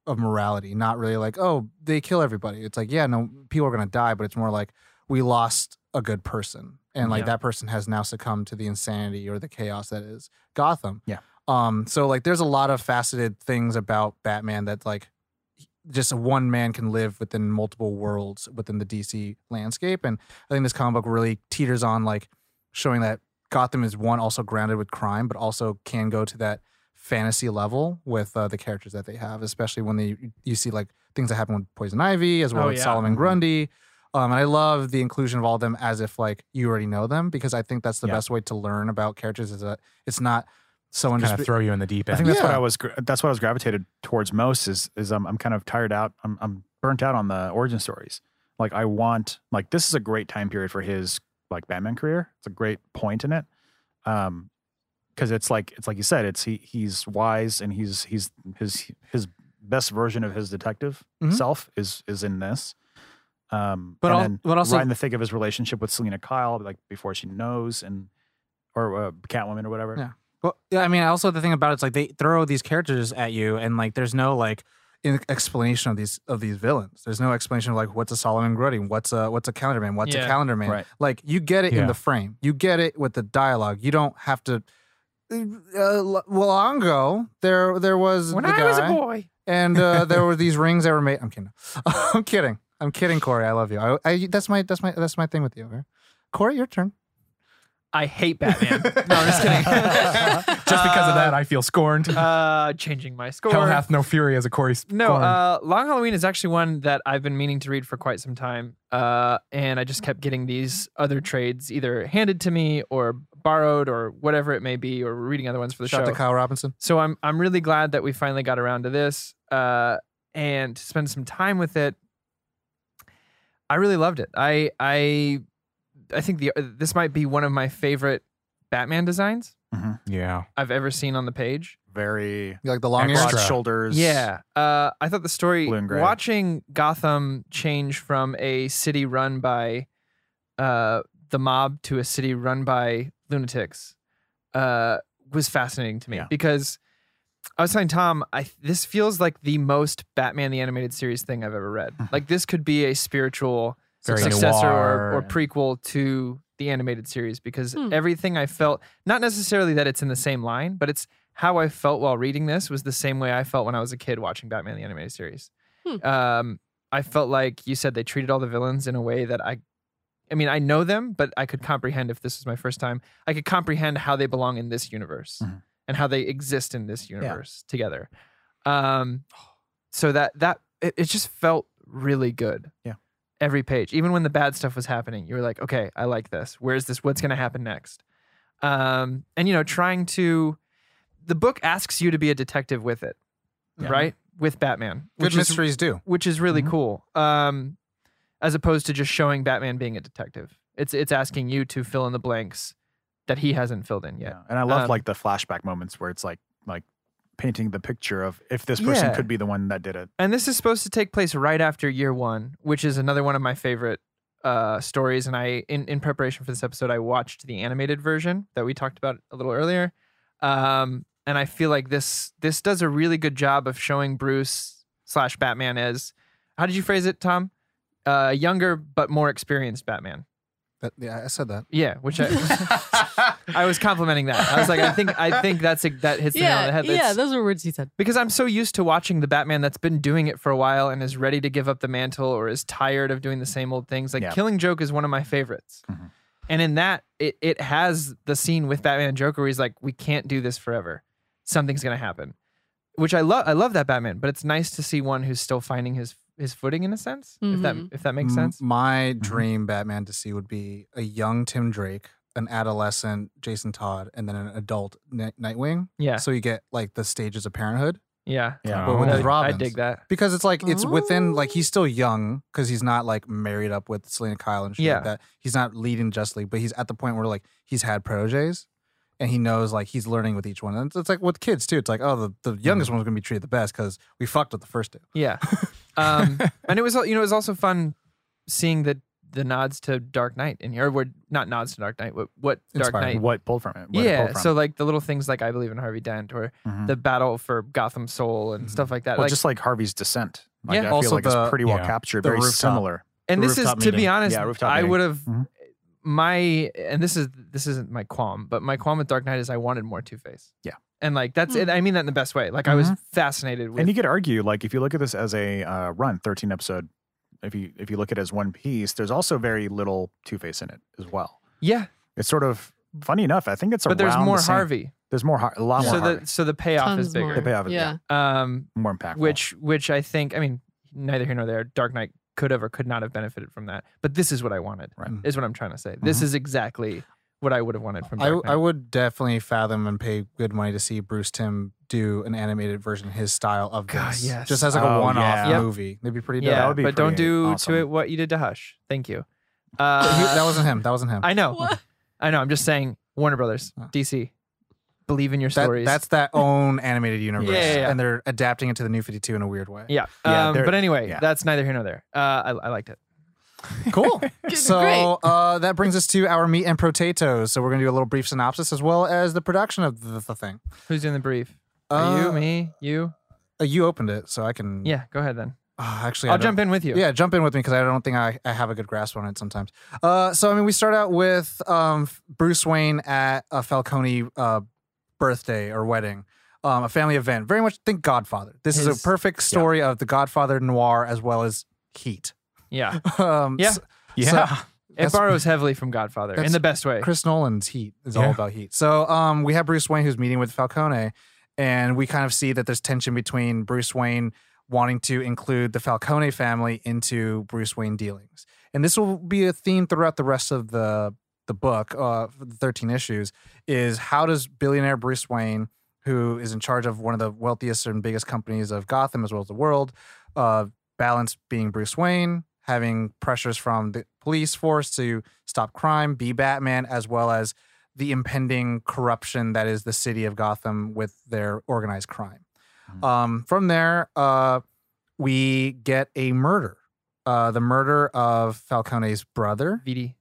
[SPEAKER 6] of morality, not really like oh they kill everybody. It's like yeah, no people are gonna die, but it's more like we lost a good person and like
[SPEAKER 2] Yeah.
[SPEAKER 6] that person has now succumbed to the insanity or the chaos that is gotham
[SPEAKER 5] Yeah.
[SPEAKER 6] um so like there's a lot of faceted things about batman that like just one man can live within multiple worlds within the dc landscape and i think this comic book really teeters on like showing that gotham is one also grounded with crime but also can go to that fantasy level with uh, the characters that they have especially when they you see like things that happen with poison ivy as well
[SPEAKER 2] Oh,
[SPEAKER 6] as
[SPEAKER 2] yeah.
[SPEAKER 6] solomon
[SPEAKER 5] Mhm.
[SPEAKER 6] grundy um, and I love the inclusion of all of them as if like you already know them because I think that's the
[SPEAKER 5] Yeah.
[SPEAKER 6] best way to learn about characters is that it's not someone
[SPEAKER 1] Kind
[SPEAKER 6] just
[SPEAKER 1] of throw you in the deep
[SPEAKER 5] I
[SPEAKER 1] end.
[SPEAKER 5] think that's what
[SPEAKER 6] Yeah.
[SPEAKER 5] I was. gr- That's what I was gravitated towards most. Is is I'm I'm kind of tired out. I'm I'm burnt out on the origin stories. Like I want like this is a great time period for his like Batman career. It's a great point in it. Um, because it's like it's like you said. It's he he's wise and he's he's his his best version of his detective
[SPEAKER 6] Mhm.
[SPEAKER 5] self is is in this. Um,
[SPEAKER 6] But
[SPEAKER 5] and
[SPEAKER 6] al-
[SPEAKER 5] then
[SPEAKER 6] but also-
[SPEAKER 5] right in the thick of his relationship with Selena Kyle, like before she knows and or uh, Catwoman or whatever.
[SPEAKER 6] Yeah. Well, yeah, I mean, also the thing about it's like they throw these characters at you, and like there's no like in- explanation of these of these villains. There's no explanation of like what's a Solomon Grundy, what's a what's a calendar man, what's
[SPEAKER 2] Yeah.
[SPEAKER 6] a calendar man.
[SPEAKER 5] Right.
[SPEAKER 6] Like you get it
[SPEAKER 1] Yeah.
[SPEAKER 6] in the frame, you get it with the dialogue. You don't have to. Uh, well, long ago there there was
[SPEAKER 2] When
[SPEAKER 6] the
[SPEAKER 2] I was a
[SPEAKER 6] guy-
[SPEAKER 2] boy.
[SPEAKER 6] and uh, there were these rings that were made. I'm kidding. I'm kidding. I'm kidding, Corey. I love you. I, I that's my that's my that's my thing with you. Okay? Corey, your turn.
[SPEAKER 2] I hate Batman. no, I'm just kidding.
[SPEAKER 1] Just because of that, I feel scorned.
[SPEAKER 2] Uh, changing my score.
[SPEAKER 1] Hell hath no fury as a Corey.
[SPEAKER 2] No, uh, Long Halloween is actually one that I've been meaning to read for quite some time. Uh, and I just kept getting these other trades either handed to me or borrowed or whatever it may be, or reading other ones for the
[SPEAKER 6] Shout out
[SPEAKER 2] show.
[SPEAKER 6] to Kyle Robinson.
[SPEAKER 2] so I'm I'm really glad that we finally got around to this uh, and to spend some time with it. I really loved it. I I I think the this might be one of my favorite Batman designs
[SPEAKER 1] yeah.
[SPEAKER 2] I've ever seen on the page.
[SPEAKER 5] Very
[SPEAKER 6] You like the long ears?
[SPEAKER 1] Extra.
[SPEAKER 5] broad shoulders.
[SPEAKER 2] Yeah. Uh, I thought the story
[SPEAKER 5] Blue and gray.
[SPEAKER 2] watching Gotham change from a city run by uh, the mob to a city run by lunatics uh, was fascinating to me
[SPEAKER 5] Yeah.
[SPEAKER 2] because I was telling Tom, I this feels like the most Batman the Animated Series thing I've ever read.
[SPEAKER 5] Mm-hmm.
[SPEAKER 2] like this could be a spiritual
[SPEAKER 1] Very
[SPEAKER 2] successor
[SPEAKER 1] noir
[SPEAKER 2] or, or
[SPEAKER 1] and-
[SPEAKER 2] prequel to the animated series because
[SPEAKER 4] Hmm.
[SPEAKER 2] everything I felt, not necessarily that it's in the same line, but it's how I felt while reading this was the same way I felt when I was a kid watching Batman the Animated Series.
[SPEAKER 4] Hmm.
[SPEAKER 2] Um, I felt like you said they treated all the villains in a way that I, I mean, I know them, but I could comprehend if this was my first time, I could comprehend how they belong in this universe
[SPEAKER 5] Mhm.
[SPEAKER 2] and how they exist in this universe together. Um, so that that it, it just felt really good every page, even when the bad stuff was happening. You were like, okay, I like this. Where's this? What's going to happen next? Um, and you know, trying to, the book asks you to be a detective with it,
[SPEAKER 5] Yeah.
[SPEAKER 2] right? With Batman,
[SPEAKER 6] Good
[SPEAKER 2] which is
[SPEAKER 6] mysteries do.
[SPEAKER 2] which is really cool. Um, as opposed to just showing Batman being a detective, it's it's asking you to fill in the blanks that he hasn't filled in yet.
[SPEAKER 5] Yeah. And I love
[SPEAKER 2] Um,
[SPEAKER 5] like the flashback moments where it's like like painting the picture of if this person
[SPEAKER 2] Yeah.
[SPEAKER 5] could be the one that did it.
[SPEAKER 2] And this is supposed to take place right after year one, which is another one of my favorite uh, stories. And I, in, in preparation for this episode, I watched the animated version that we talked about a little earlier. Um, and I feel like this this does a really good job of showing Bruce slash Batman is. How did you phrase it, Tom? Uh, younger but more experienced Batman.
[SPEAKER 6] But, yeah, I said that.
[SPEAKER 2] Yeah, which I, I was complimenting that. I was like, I think I think that's a, that hits the nail on the
[SPEAKER 4] Yeah,
[SPEAKER 2] head.
[SPEAKER 4] yeah,
[SPEAKER 2] That's-
[SPEAKER 4] those were words he said.
[SPEAKER 2] because I'm so used to watching the Batman that's been doing it for a while and is ready to give up the mantle or is tired of doing the same old things. Like
[SPEAKER 5] Yeah.
[SPEAKER 2] Killing Joke is one of my favorites.
[SPEAKER 6] Mm-hmm.
[SPEAKER 5] Mhm.
[SPEAKER 2] And in that, it it has the scene with Batman and Joker where he's like, We can't do this forever. Something's gonna happen. Which I love I love that Batman, but it's nice to see one who's still finding his his footing in a sense, if that
[SPEAKER 4] Mhm.
[SPEAKER 2] if that makes
[SPEAKER 6] M-
[SPEAKER 2] sense. Mm-hmm.
[SPEAKER 6] My dream Batman to see would be a young Tim Drake, an adolescent Jason Todd, and then an adult Ni- Nightwing.
[SPEAKER 2] Yeah.
[SPEAKER 6] So you get like the stages of parenthood
[SPEAKER 2] Yeah.
[SPEAKER 5] Yeah.
[SPEAKER 1] Oh.
[SPEAKER 6] But with
[SPEAKER 2] I-
[SPEAKER 1] That-
[SPEAKER 6] his Robins.
[SPEAKER 2] I dig that.
[SPEAKER 6] Because it's like it's within like he's still young because he's not like married up with Selena Kyle and shit
[SPEAKER 2] Yeah.
[SPEAKER 6] like that. He's not leading Just League, but he's at the point where like he's had proteges and he knows like he's learning with each one. And it's, it's like with kids too. It's like, oh, the, the youngest
[SPEAKER 2] Mm-hmm.
[SPEAKER 6] one's gonna be treated the best because we fucked with the first two.
[SPEAKER 2] Yeah. Um, and it was, al- you know, it was also fun seeing the the nods to Dark Knight in here, or what- not nods to Dark Knight, what, what Dark
[SPEAKER 6] Inspired.
[SPEAKER 2] Knight.
[SPEAKER 5] What pulled from it? What it
[SPEAKER 2] yeah.
[SPEAKER 5] pulled from.
[SPEAKER 2] So like the little things like I believe in Harvey Dent or
[SPEAKER 5] Mhm.
[SPEAKER 2] the battle for Gotham Soul and stuff like that.
[SPEAKER 5] Mm-hmm. well,
[SPEAKER 2] like,
[SPEAKER 5] just like Harvey's descent. Like,
[SPEAKER 2] Yeah.
[SPEAKER 5] I feel
[SPEAKER 6] Also
[SPEAKER 5] like it's
[SPEAKER 6] the-
[SPEAKER 5] pretty well
[SPEAKER 1] yeah.
[SPEAKER 5] captured.
[SPEAKER 6] The
[SPEAKER 5] Very
[SPEAKER 6] rooftop.
[SPEAKER 5] similar.
[SPEAKER 2] and this is
[SPEAKER 7] rooftop
[SPEAKER 2] to be
[SPEAKER 7] meeting.
[SPEAKER 2] honest,
[SPEAKER 5] Yeah, rooftop
[SPEAKER 2] I
[SPEAKER 5] meeting.
[SPEAKER 2] would have
[SPEAKER 5] Mhm.
[SPEAKER 2] my and this is this isn't my qualm, but my qualm with Dark Knight is I wanted more Two Face.
[SPEAKER 5] Yeah. Mm-hmm.
[SPEAKER 2] And like that's
[SPEAKER 4] Hmm.
[SPEAKER 2] it. I mean that in the best way. Like I was fascinated with
[SPEAKER 5] And you could argue, like, if you look at this as a uh, run, thirteen episode, if you if you look at it as one piece, there's also very little Two Face in it as well.
[SPEAKER 2] yeah,
[SPEAKER 5] It's sort of funny enough. I think it's
[SPEAKER 2] but there's
[SPEAKER 5] around the
[SPEAKER 2] more
[SPEAKER 5] same-
[SPEAKER 2] Harvey.
[SPEAKER 5] There's more Har- a lot more
[SPEAKER 2] So
[SPEAKER 5] Harvey,
[SPEAKER 2] the so the payoff
[SPEAKER 4] Tons
[SPEAKER 2] is bigger.
[SPEAKER 4] more.
[SPEAKER 5] The payoff is-
[SPEAKER 4] yeah.
[SPEAKER 2] Um,
[SPEAKER 5] more impactful.
[SPEAKER 2] which which I think I mean neither here nor there. Dark Knight could have or could not have benefited from that, but this is what I wanted.
[SPEAKER 5] Right.
[SPEAKER 2] Is what I'm trying to say. This is exactly what I would have wanted from
[SPEAKER 6] Mm-hmm. I,
[SPEAKER 2] Dark Knight.
[SPEAKER 6] I would definitely fathom and pay good money to see Bruce Tim do an animated version of his style of
[SPEAKER 2] God,
[SPEAKER 6] this.
[SPEAKER 2] yes.
[SPEAKER 6] Just as like a
[SPEAKER 5] Oh,
[SPEAKER 6] one-off
[SPEAKER 5] yeah. Yep.
[SPEAKER 6] movie. That'd be pretty dope.
[SPEAKER 2] yeah,
[SPEAKER 5] would be
[SPEAKER 2] but don't
[SPEAKER 5] pretty
[SPEAKER 2] do
[SPEAKER 5] awesome.
[SPEAKER 2] to it what you did to Hush. Thank you.
[SPEAKER 6] He-
[SPEAKER 2] Uh,
[SPEAKER 6] that wasn't him. That wasn't him.
[SPEAKER 2] I know.
[SPEAKER 4] What?
[SPEAKER 2] I know. I'm just saying. Warner Brothers, DC, believe in your
[SPEAKER 6] That-
[SPEAKER 2] stories.
[SPEAKER 6] that's that own animated universe.
[SPEAKER 2] Yeah, yeah, yeah.
[SPEAKER 6] And they're adapting it to the new 52 in a weird way.
[SPEAKER 2] yeah.
[SPEAKER 5] Yeah,
[SPEAKER 2] um,
[SPEAKER 5] they're-
[SPEAKER 2] but anyway,
[SPEAKER 5] yeah.
[SPEAKER 2] that's neither here nor there. Uh, I, I liked it.
[SPEAKER 6] Cool.
[SPEAKER 4] Great.
[SPEAKER 6] so uh, that brings us to our meat and potatoes. So we're going to do a little brief synopsis as well as the production of the, the thing.
[SPEAKER 2] Who's doing the brief? Are
[SPEAKER 6] Uh,
[SPEAKER 2] you, me, you?
[SPEAKER 6] Uh, you opened it, so I can.
[SPEAKER 2] Yeah, go ahead then.
[SPEAKER 6] Uh, actually, I
[SPEAKER 2] I'll
[SPEAKER 6] don't-
[SPEAKER 2] jump in with you.
[SPEAKER 6] Yeah, jump in with me because I don't think I, I have a good grasp on it sometimes. Uh, so I mean, we start out with um, F- Bruce Wayne at a Falcone uh, birthday or wedding, um, a family event. Very much think Godfather. This is
[SPEAKER 2] His-
[SPEAKER 6] a perfect story of the Godfather noir as well as Heat.
[SPEAKER 2] Yeah.
[SPEAKER 6] Um,
[SPEAKER 2] Yeah.
[SPEAKER 6] so-
[SPEAKER 1] Yeah.
[SPEAKER 6] so-
[SPEAKER 2] It
[SPEAKER 6] That's-
[SPEAKER 2] borrows heavily from Godfather in
[SPEAKER 6] that's-
[SPEAKER 2] the best way.
[SPEAKER 6] Chris Nolan's Heat is
[SPEAKER 1] Yeah.
[SPEAKER 6] all about Heat. So um, we have Bruce Wayne who's meeting with Falcone, and we kind of see that there's tension between Bruce Wayne wanting to include the Falcone family into Bruce Wayne dealings, and this will be a theme throughout the rest of the the book, uh, the 13 issues, is how does billionaire Bruce Wayne, who is in charge of one of the wealthiest and biggest companies of Gotham as well as the world, uh, balance being Bruce Wayne, having pressures from the police force to stop crime, be Batman, as well as the impending corruption that is the city of Gotham with their organized crime. Um, from there, uh, we get a murder. Uh, the murder of Falcone's brother,
[SPEAKER 2] VD.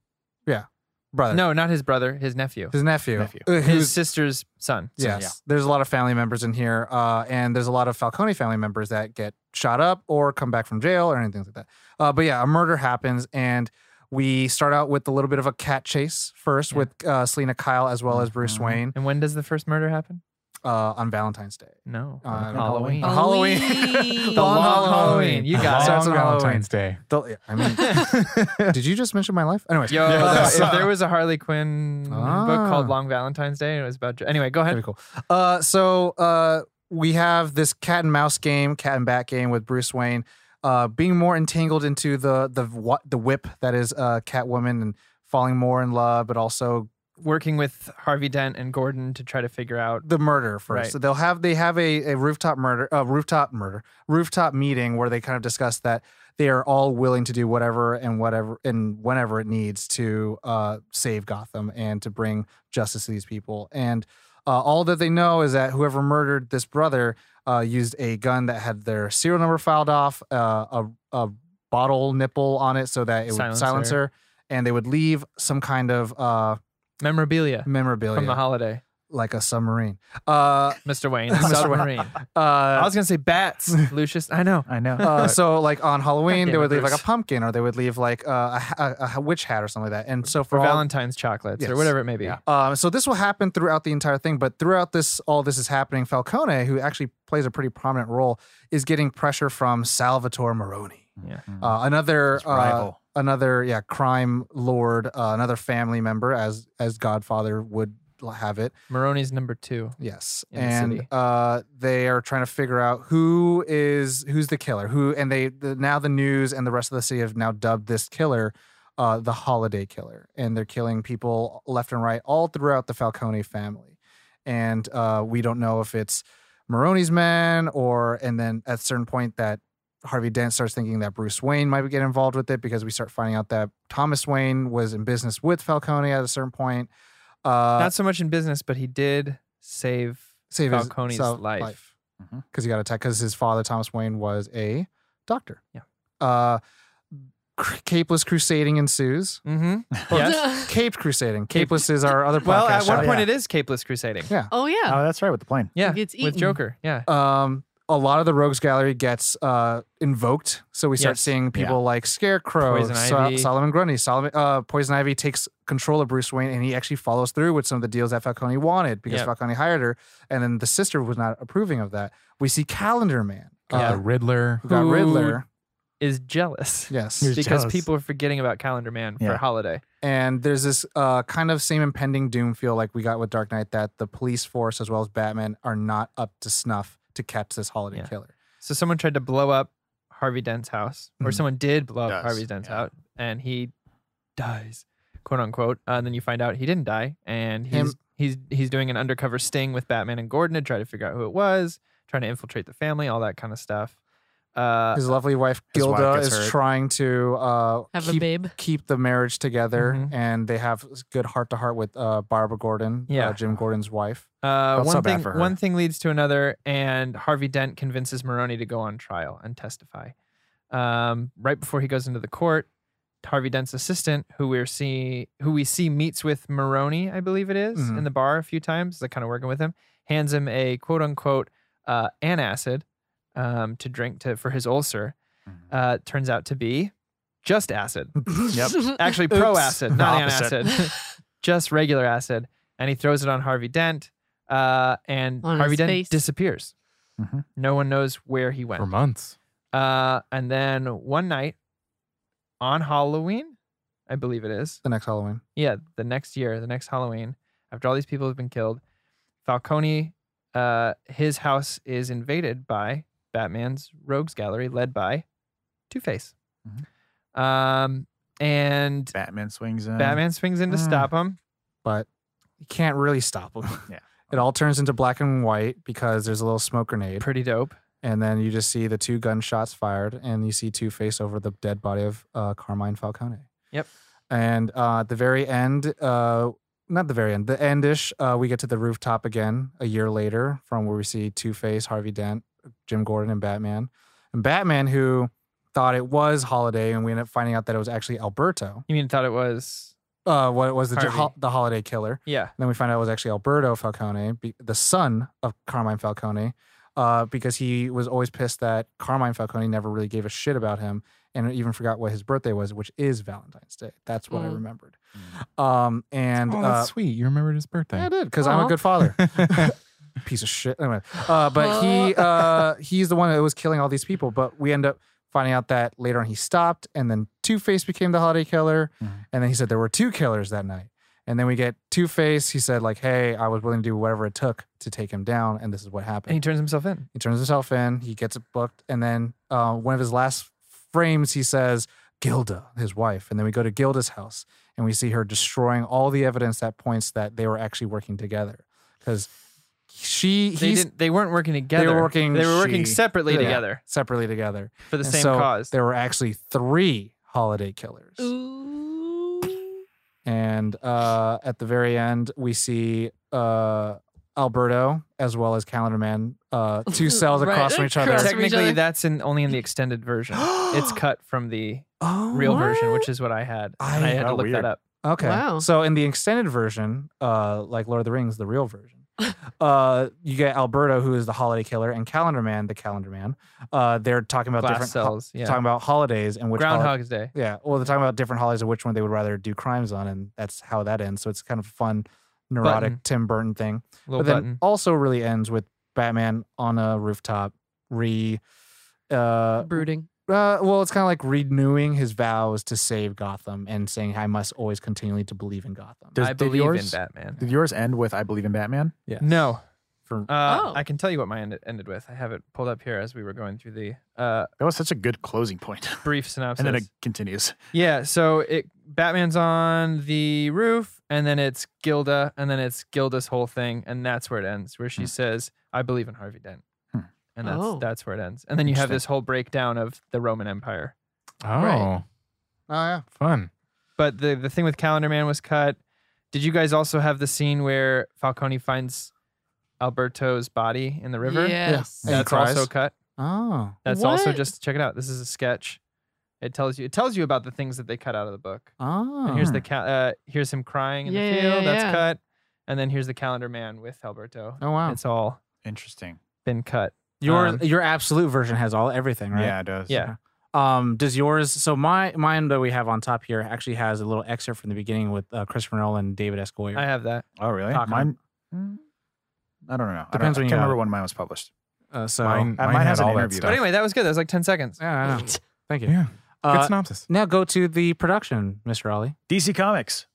[SPEAKER 6] brother,
[SPEAKER 2] No, not his brother, his nephew.
[SPEAKER 6] Uh, his nephew,
[SPEAKER 5] Nephew.
[SPEAKER 6] uh,
[SPEAKER 2] His
[SPEAKER 6] who's-
[SPEAKER 2] sister's son.
[SPEAKER 6] Yes. There's a lot of family members in here. Uh, and there's a lot of Falcone family members that get shot up or come back from jail or anything like that. Uh, but yeah, a murder happens. And we start out with a little bit of a cat chase first
[SPEAKER 2] Yeah.
[SPEAKER 6] with uh, Selena Kyle as well as Bruce
[SPEAKER 5] Mhm.
[SPEAKER 6] Wayne
[SPEAKER 2] And when does the first murder happen?
[SPEAKER 6] uh, on Valentine's Day.
[SPEAKER 2] No.
[SPEAKER 6] Uh,
[SPEAKER 2] on
[SPEAKER 6] on
[SPEAKER 2] Halloween.
[SPEAKER 6] Halloween. Halloween.
[SPEAKER 4] Halloween.
[SPEAKER 2] The Oh, long
[SPEAKER 6] Long
[SPEAKER 2] Halloween.
[SPEAKER 6] Halloween.
[SPEAKER 2] You got
[SPEAKER 6] So
[SPEAKER 2] it.
[SPEAKER 6] Long- it's on
[SPEAKER 1] Valentine's Day.
[SPEAKER 6] The- yeah, I mean, did you just mention my life? Anyways,
[SPEAKER 2] Yo,
[SPEAKER 6] uh,
[SPEAKER 2] the-
[SPEAKER 6] so-
[SPEAKER 2] if there was a Harley Quinn book
[SPEAKER 6] Ah.
[SPEAKER 2] called Long Valentine's Day, and it was about. Anyway, go ahead.
[SPEAKER 6] That'd be cool. Uh, so uh, we have this cat and mouse game, cat and bat game with Bruce Wayne, uh, being more entangled into the the wh- the whip that is uh, Catwoman and falling more in love, but also
[SPEAKER 2] Working with Harvey Dent and Gordon to try to figure out.
[SPEAKER 6] the murder first.
[SPEAKER 2] Right.
[SPEAKER 6] So they'll have they have a, a rooftop murder, uh, rooftop murder, rooftop meeting where they kind of discuss that they are all willing to do whatever and whatever and whenever it needs to uh, save Gotham and to bring justice to these people. And uh, all that they know is that whoever murdered this brother uh, used a gun that had their serial number filed off, uh, a a bottle nipple on it, so that it would
[SPEAKER 2] Silencer.
[SPEAKER 6] silence her, and they would leave some kind of uh,
[SPEAKER 2] Memorabilia
[SPEAKER 6] memorabilia
[SPEAKER 2] from the holiday.
[SPEAKER 6] like a submarine. Uh,
[SPEAKER 2] Mr. Wayne,
[SPEAKER 6] Mr. Wayne.
[SPEAKER 2] submarine. I
[SPEAKER 6] uh,
[SPEAKER 2] was gonna say bats, Lucius. I know.
[SPEAKER 5] I know.
[SPEAKER 6] uh, so like on Halloween,
[SPEAKER 2] Goddamn
[SPEAKER 6] they would
[SPEAKER 2] it,
[SPEAKER 6] leave like a
[SPEAKER 2] Bruce.
[SPEAKER 6] pumpkin, or they would leave like uh, a, a, a witch hat or something like that. And so for
[SPEAKER 2] For
[SPEAKER 6] all,
[SPEAKER 2] Valentine's chocolates or
[SPEAKER 6] Yes.
[SPEAKER 2] whatever it may be. Yeah.
[SPEAKER 6] Um, so this will happen throughout the entire thing, but throughout this, all this is happening. Falcone, who actually plays a pretty prominent role, is getting pressure from Salvatore Maroni, uh, another
[SPEAKER 5] His
[SPEAKER 6] uh,
[SPEAKER 5] rival.
[SPEAKER 6] another yeah crime lord, uh, another family member, as as Godfather would l- have it.
[SPEAKER 2] Maroni's number two.
[SPEAKER 6] Yes,
[SPEAKER 2] In the
[SPEAKER 6] and
[SPEAKER 2] city.
[SPEAKER 6] uh, they are trying to figure out who is who's the killer. Who and they the, now the news and the rest of the city have now dubbed this killer uh, the Holiday Killer, and they're killing people left and right all throughout the Falcone family. And uh, we don't know if it's Maroni's men or and then at a certain point that Harvey Dent starts thinking that Bruce Wayne might get involved with it because we start finding out that Thomas Wayne was in business with Falcone at a certain point. Uh,
[SPEAKER 2] Not so much in business, but he did save
[SPEAKER 6] save his-
[SPEAKER 2] Falcone's
[SPEAKER 6] so-
[SPEAKER 2] life.
[SPEAKER 5] Mhm.
[SPEAKER 6] because he got attacked because his father Thomas Wayne was a doctor.
[SPEAKER 2] Yeah.
[SPEAKER 6] Uh, cr- capeless crusading ensues.
[SPEAKER 2] Mm-hmm. Yes.
[SPEAKER 6] Caped crusading. Capeless is our other podcast.
[SPEAKER 2] well, at one
[SPEAKER 6] shout-out.
[SPEAKER 2] point
[SPEAKER 5] yeah.
[SPEAKER 2] it is capeless crusading.
[SPEAKER 6] Yeah.
[SPEAKER 4] oh yeah.
[SPEAKER 5] Oh, that's right with the plane.
[SPEAKER 2] Yeah.
[SPEAKER 4] He gets
[SPEAKER 2] with
[SPEAKER 4] eaten.
[SPEAKER 2] Joker. Yeah.
[SPEAKER 6] um, a lot of the Rogues Gallery gets uh, invoked, so we start
[SPEAKER 2] Yes.
[SPEAKER 6] seeing people like Scarecrow,
[SPEAKER 2] Poison
[SPEAKER 6] Sol-
[SPEAKER 2] Ivy.
[SPEAKER 6] Solomon Grundy, Solomon uh, Poison Ivy takes control of Bruce Wayne, and he actually follows through with some of the deals that Falcone wanted because
[SPEAKER 2] Yep.
[SPEAKER 6] Falcone hired her, and then the sister was not approving of that. We see Calendar Man,
[SPEAKER 1] The
[SPEAKER 6] uh,
[SPEAKER 1] Riddler.
[SPEAKER 6] who got
[SPEAKER 2] Who-
[SPEAKER 6] Riddler,
[SPEAKER 2] Is jealous.
[SPEAKER 6] yes,
[SPEAKER 5] Here's
[SPEAKER 2] Because
[SPEAKER 5] jealous.
[SPEAKER 2] people are forgetting about Calendar Man
[SPEAKER 5] Yeah.
[SPEAKER 2] for holiday.
[SPEAKER 6] and there's this uh, kind of same impending doom feel like we got with Dark Knight that the police force as well as Batman are not up to snuff to catch this holiday
[SPEAKER 2] Yeah.
[SPEAKER 6] killer.
[SPEAKER 2] So someone tried to blow up Harvey Dent's house, or
[SPEAKER 6] Mhm.
[SPEAKER 2] someone did blow up
[SPEAKER 5] Mm-hmm. Does,
[SPEAKER 2] Harvey Dent's
[SPEAKER 5] yeah.
[SPEAKER 2] house, and he dies, quote unquote. Uh, and then you find out he didn't die, and he's
[SPEAKER 6] Him-
[SPEAKER 2] he's he's doing an undercover sting with Batman and Gordon to try to figure out who it was, trying to infiltrate the family, all that kind of stuff. Uh,
[SPEAKER 6] His lovely wife
[SPEAKER 5] His wife
[SPEAKER 6] Gilda
[SPEAKER 5] gets
[SPEAKER 6] is
[SPEAKER 5] hurt.
[SPEAKER 6] trying to uh,
[SPEAKER 4] Have a
[SPEAKER 6] keep,
[SPEAKER 4] babe.
[SPEAKER 6] keep the marriage together,
[SPEAKER 5] Mm-hmm.
[SPEAKER 2] Mhm.
[SPEAKER 6] and they have s- good heart to heart with uh, Barbara Gordon,
[SPEAKER 2] Yeah.
[SPEAKER 6] uh, Jim Gordon's wife.
[SPEAKER 2] uh,
[SPEAKER 5] Felt
[SPEAKER 2] one
[SPEAKER 5] so bad
[SPEAKER 2] thing
[SPEAKER 5] for her.
[SPEAKER 2] one thing leads to another, and Harvey Dent convinces Maroni to go on trial and testify. Um, right before he goes into the court, Harvey Dent's assistant, who we're see who we see meets with Maroni, I believe it is,
[SPEAKER 5] Mm-hmm.
[SPEAKER 6] Mhm.
[SPEAKER 2] in the bar a few times, like kind of working with him, hands him a quote unquote uh, antacid um, to drink to for his ulcer. Uh, turns out to be just acid,
[SPEAKER 5] Yep.
[SPEAKER 2] actually
[SPEAKER 6] Oops.
[SPEAKER 2] pro acid, not
[SPEAKER 5] Opposite.
[SPEAKER 2] antacid, just regular acid, and he throws it on Harvey Dent, uh, and
[SPEAKER 4] On
[SPEAKER 2] Harvey
[SPEAKER 4] his
[SPEAKER 2] Dent
[SPEAKER 4] face.
[SPEAKER 2] disappears.
[SPEAKER 5] Mhm.
[SPEAKER 2] No one knows where he went.
[SPEAKER 1] For months.
[SPEAKER 2] Uh, and then one night on Halloween, I believe it is.
[SPEAKER 6] The next Halloween,
[SPEAKER 2] Yeah, the next year, the next Halloween, after all these people have been killed, Falcone, uh, his house is invaded by Batman's rogues gallery led by Two Face. Um, and
[SPEAKER 5] Batman swings in.
[SPEAKER 2] Batman swings in to
[SPEAKER 5] Mm.
[SPEAKER 2] stop him.
[SPEAKER 6] but you can't really stop him.
[SPEAKER 5] Yeah.
[SPEAKER 6] It all turns into black and white because there's a little smoke grenade,
[SPEAKER 2] Pretty dope.
[SPEAKER 6] and then you just see the two gunshots fired, and you see Two Face over the dead body of uh, Carmine Falcone.
[SPEAKER 2] Yep.
[SPEAKER 6] And uh, at the very end, uh, not the very end, the endish, uh, we get to the rooftop again a year later from where we see Two Face, Harvey Dent, Jim Gordon, and Batman. And Batman, who thought it was Holiday, and we end up finding out that it was actually Alberto.
[SPEAKER 2] You mean thought it was
[SPEAKER 6] Uh, what was the
[SPEAKER 2] Harvey.
[SPEAKER 6] the Holiday Killer?
[SPEAKER 2] yeah.
[SPEAKER 6] And then we find out it was actually Alberto Falcone, be- the son of Carmine Falcone, uh, because he was always pissed that Carmine Falcone never really gave a shit about him and even forgot what his birthday was, which is Valentine's Day. That's what I
[SPEAKER 4] Mm.
[SPEAKER 6] remembered. Um, and
[SPEAKER 1] oh,
[SPEAKER 6] uh,
[SPEAKER 1] that's sweet. You remembered his
[SPEAKER 6] yeah, I
[SPEAKER 1] birthday.
[SPEAKER 6] did because I'm
[SPEAKER 4] Aw.
[SPEAKER 6] a good father. Piece of shit. Anyway, uh, but he uh, he's the one that was killing all these people. But we end up finding out that later on he stopped, and then Two Face became the holiday killer,
[SPEAKER 2] Mm-hmm.
[SPEAKER 5] Mhm.
[SPEAKER 6] and then he said there were two killers that night. And then we get Two Face. He said like, "Hey, I was willing to do whatever it took to take him down," and this is what happened.
[SPEAKER 2] And he turns himself in.
[SPEAKER 6] He turns himself in. He gets it booked, and then uh, one of his last frames, he says Gilda, his wife, and then we go to Gilda's house, and we see her destroying all the evidence that points that they were actually working together, because she
[SPEAKER 2] They
[SPEAKER 6] he's
[SPEAKER 2] didn't they weren't working together.
[SPEAKER 6] working-
[SPEAKER 2] they were working
[SPEAKER 5] she-
[SPEAKER 2] separately
[SPEAKER 6] Yeah.
[SPEAKER 2] together
[SPEAKER 6] separately together
[SPEAKER 2] for the
[SPEAKER 6] And
[SPEAKER 2] same
[SPEAKER 6] so
[SPEAKER 2] cause.
[SPEAKER 6] There were actually three holiday killers.
[SPEAKER 4] Ooh.
[SPEAKER 6] And uh, at the very end, we see uh, Alberto as well as Calendar Man, uh, two cells
[SPEAKER 4] Right.
[SPEAKER 6] across from each other.
[SPEAKER 4] Across from each
[SPEAKER 2] Technically
[SPEAKER 4] other.
[SPEAKER 2] that's in only in the extended version. it's cut from the
[SPEAKER 6] Oh,
[SPEAKER 2] real version,
[SPEAKER 6] what?
[SPEAKER 2] which is what I had.
[SPEAKER 6] I-
[SPEAKER 2] and I had to
[SPEAKER 5] Oh,
[SPEAKER 2] look
[SPEAKER 5] weird.
[SPEAKER 2] that up.
[SPEAKER 6] Okay.
[SPEAKER 4] Wow.
[SPEAKER 6] So in the extended version, uh, like Lord of the Rings, the real version, Uh, you get Alberto, who is the holiday killer, and Calendar Man, the Calendar Man. Uh, they're talking about
[SPEAKER 2] Glass
[SPEAKER 6] different ho-
[SPEAKER 2] cells. Yeah.
[SPEAKER 6] talking about holidays and which holi-
[SPEAKER 2] Groundhog's Day.
[SPEAKER 6] yeah, well, they're talking about different holidays and which one they would rather do crimes on, and that's how that ends. So it's kind of a fun, neurotic
[SPEAKER 2] Button.
[SPEAKER 6] Tim Burton thing.
[SPEAKER 2] Little
[SPEAKER 6] but then
[SPEAKER 2] button.
[SPEAKER 6] also really ends with Batman on a rooftop, re. Uh,
[SPEAKER 4] brooding.
[SPEAKER 6] uh, well, it's kind of like renewing his vows to save Gotham and saying, "I must always continually to believe in Gotham."
[SPEAKER 5] Does-
[SPEAKER 2] I
[SPEAKER 5] did
[SPEAKER 2] believe
[SPEAKER 5] yours-
[SPEAKER 2] in Batman.
[SPEAKER 5] Did yours end with "I believe in Batman"?
[SPEAKER 1] Yes.
[SPEAKER 2] No.
[SPEAKER 6] For-
[SPEAKER 2] Uh,
[SPEAKER 4] Oh.
[SPEAKER 2] I can tell you what mine ended, ended with. I have it pulled up here as we were going through the uh,
[SPEAKER 5] That was such a good closing point.
[SPEAKER 2] brief synopsis.
[SPEAKER 5] and then it continues.
[SPEAKER 2] yeah, so it Batman's on the roof, and then it's Gilda, and then it's Gilda's whole thing, and that's where it ends, where she
[SPEAKER 5] Hmm.
[SPEAKER 2] says, "I believe in Harvey Dent,"
[SPEAKER 5] Hmm.
[SPEAKER 2] and that's
[SPEAKER 4] Oh.
[SPEAKER 2] that's where it ends. And then you have
[SPEAKER 5] Interesting.
[SPEAKER 2] this whole breakdown of the Roman Empire.
[SPEAKER 1] Oh,
[SPEAKER 2] Right.
[SPEAKER 6] oh yeah,
[SPEAKER 1] fun.
[SPEAKER 2] But the the thing with Calendar Man was cut. Did you guys also have the scene where Falcone finds Alberto's body in the river?
[SPEAKER 4] Yes.
[SPEAKER 6] Yeah. And he
[SPEAKER 2] That's
[SPEAKER 6] cries.
[SPEAKER 2] also cut.
[SPEAKER 6] oh
[SPEAKER 2] That's also
[SPEAKER 4] What?
[SPEAKER 2] just check it out. This is a sketch. It tells you it tells you about the things that they cut out of the book.
[SPEAKER 6] oh.
[SPEAKER 2] And here's the ca- uh, here's him crying in
[SPEAKER 4] Yeah,
[SPEAKER 2] the
[SPEAKER 4] yeah,
[SPEAKER 2] field.
[SPEAKER 4] yeah,
[SPEAKER 2] that's
[SPEAKER 4] yeah.
[SPEAKER 2] cut. And then here's the Calendar Man with Alberto.
[SPEAKER 6] oh wow,
[SPEAKER 2] It's all
[SPEAKER 5] Interesting.
[SPEAKER 2] been cut.
[SPEAKER 6] your
[SPEAKER 2] um,
[SPEAKER 6] your absolute version has all everything, right?
[SPEAKER 5] Yeah, it does.
[SPEAKER 2] Yeah.
[SPEAKER 6] Um, does yours? So my mine that we have on top here actually has a little excerpt from the beginning with uh, Christopher Nolan and David S. Goyer.
[SPEAKER 2] I have that.
[SPEAKER 5] Oh, really?
[SPEAKER 6] Talking
[SPEAKER 5] Mine. Mm, I don't know. I, don't,
[SPEAKER 6] Depends
[SPEAKER 5] I
[SPEAKER 6] when you
[SPEAKER 5] can't
[SPEAKER 6] got
[SPEAKER 5] remember
[SPEAKER 6] it.
[SPEAKER 5] when mine was published.
[SPEAKER 6] uh, so
[SPEAKER 1] mine,
[SPEAKER 5] uh,
[SPEAKER 1] mine
[SPEAKER 5] mine
[SPEAKER 1] had
[SPEAKER 5] has an
[SPEAKER 1] all that
[SPEAKER 5] interview,
[SPEAKER 1] stuff.
[SPEAKER 5] though.
[SPEAKER 2] But anyway, that was good. That was like 10 seconds.
[SPEAKER 6] yeah, I know. thank you.
[SPEAKER 1] Yeah. Good
[SPEAKER 6] Uh,
[SPEAKER 1] synopsis.
[SPEAKER 6] now go to the production, Mr. Ollie.
[SPEAKER 5] DC Comics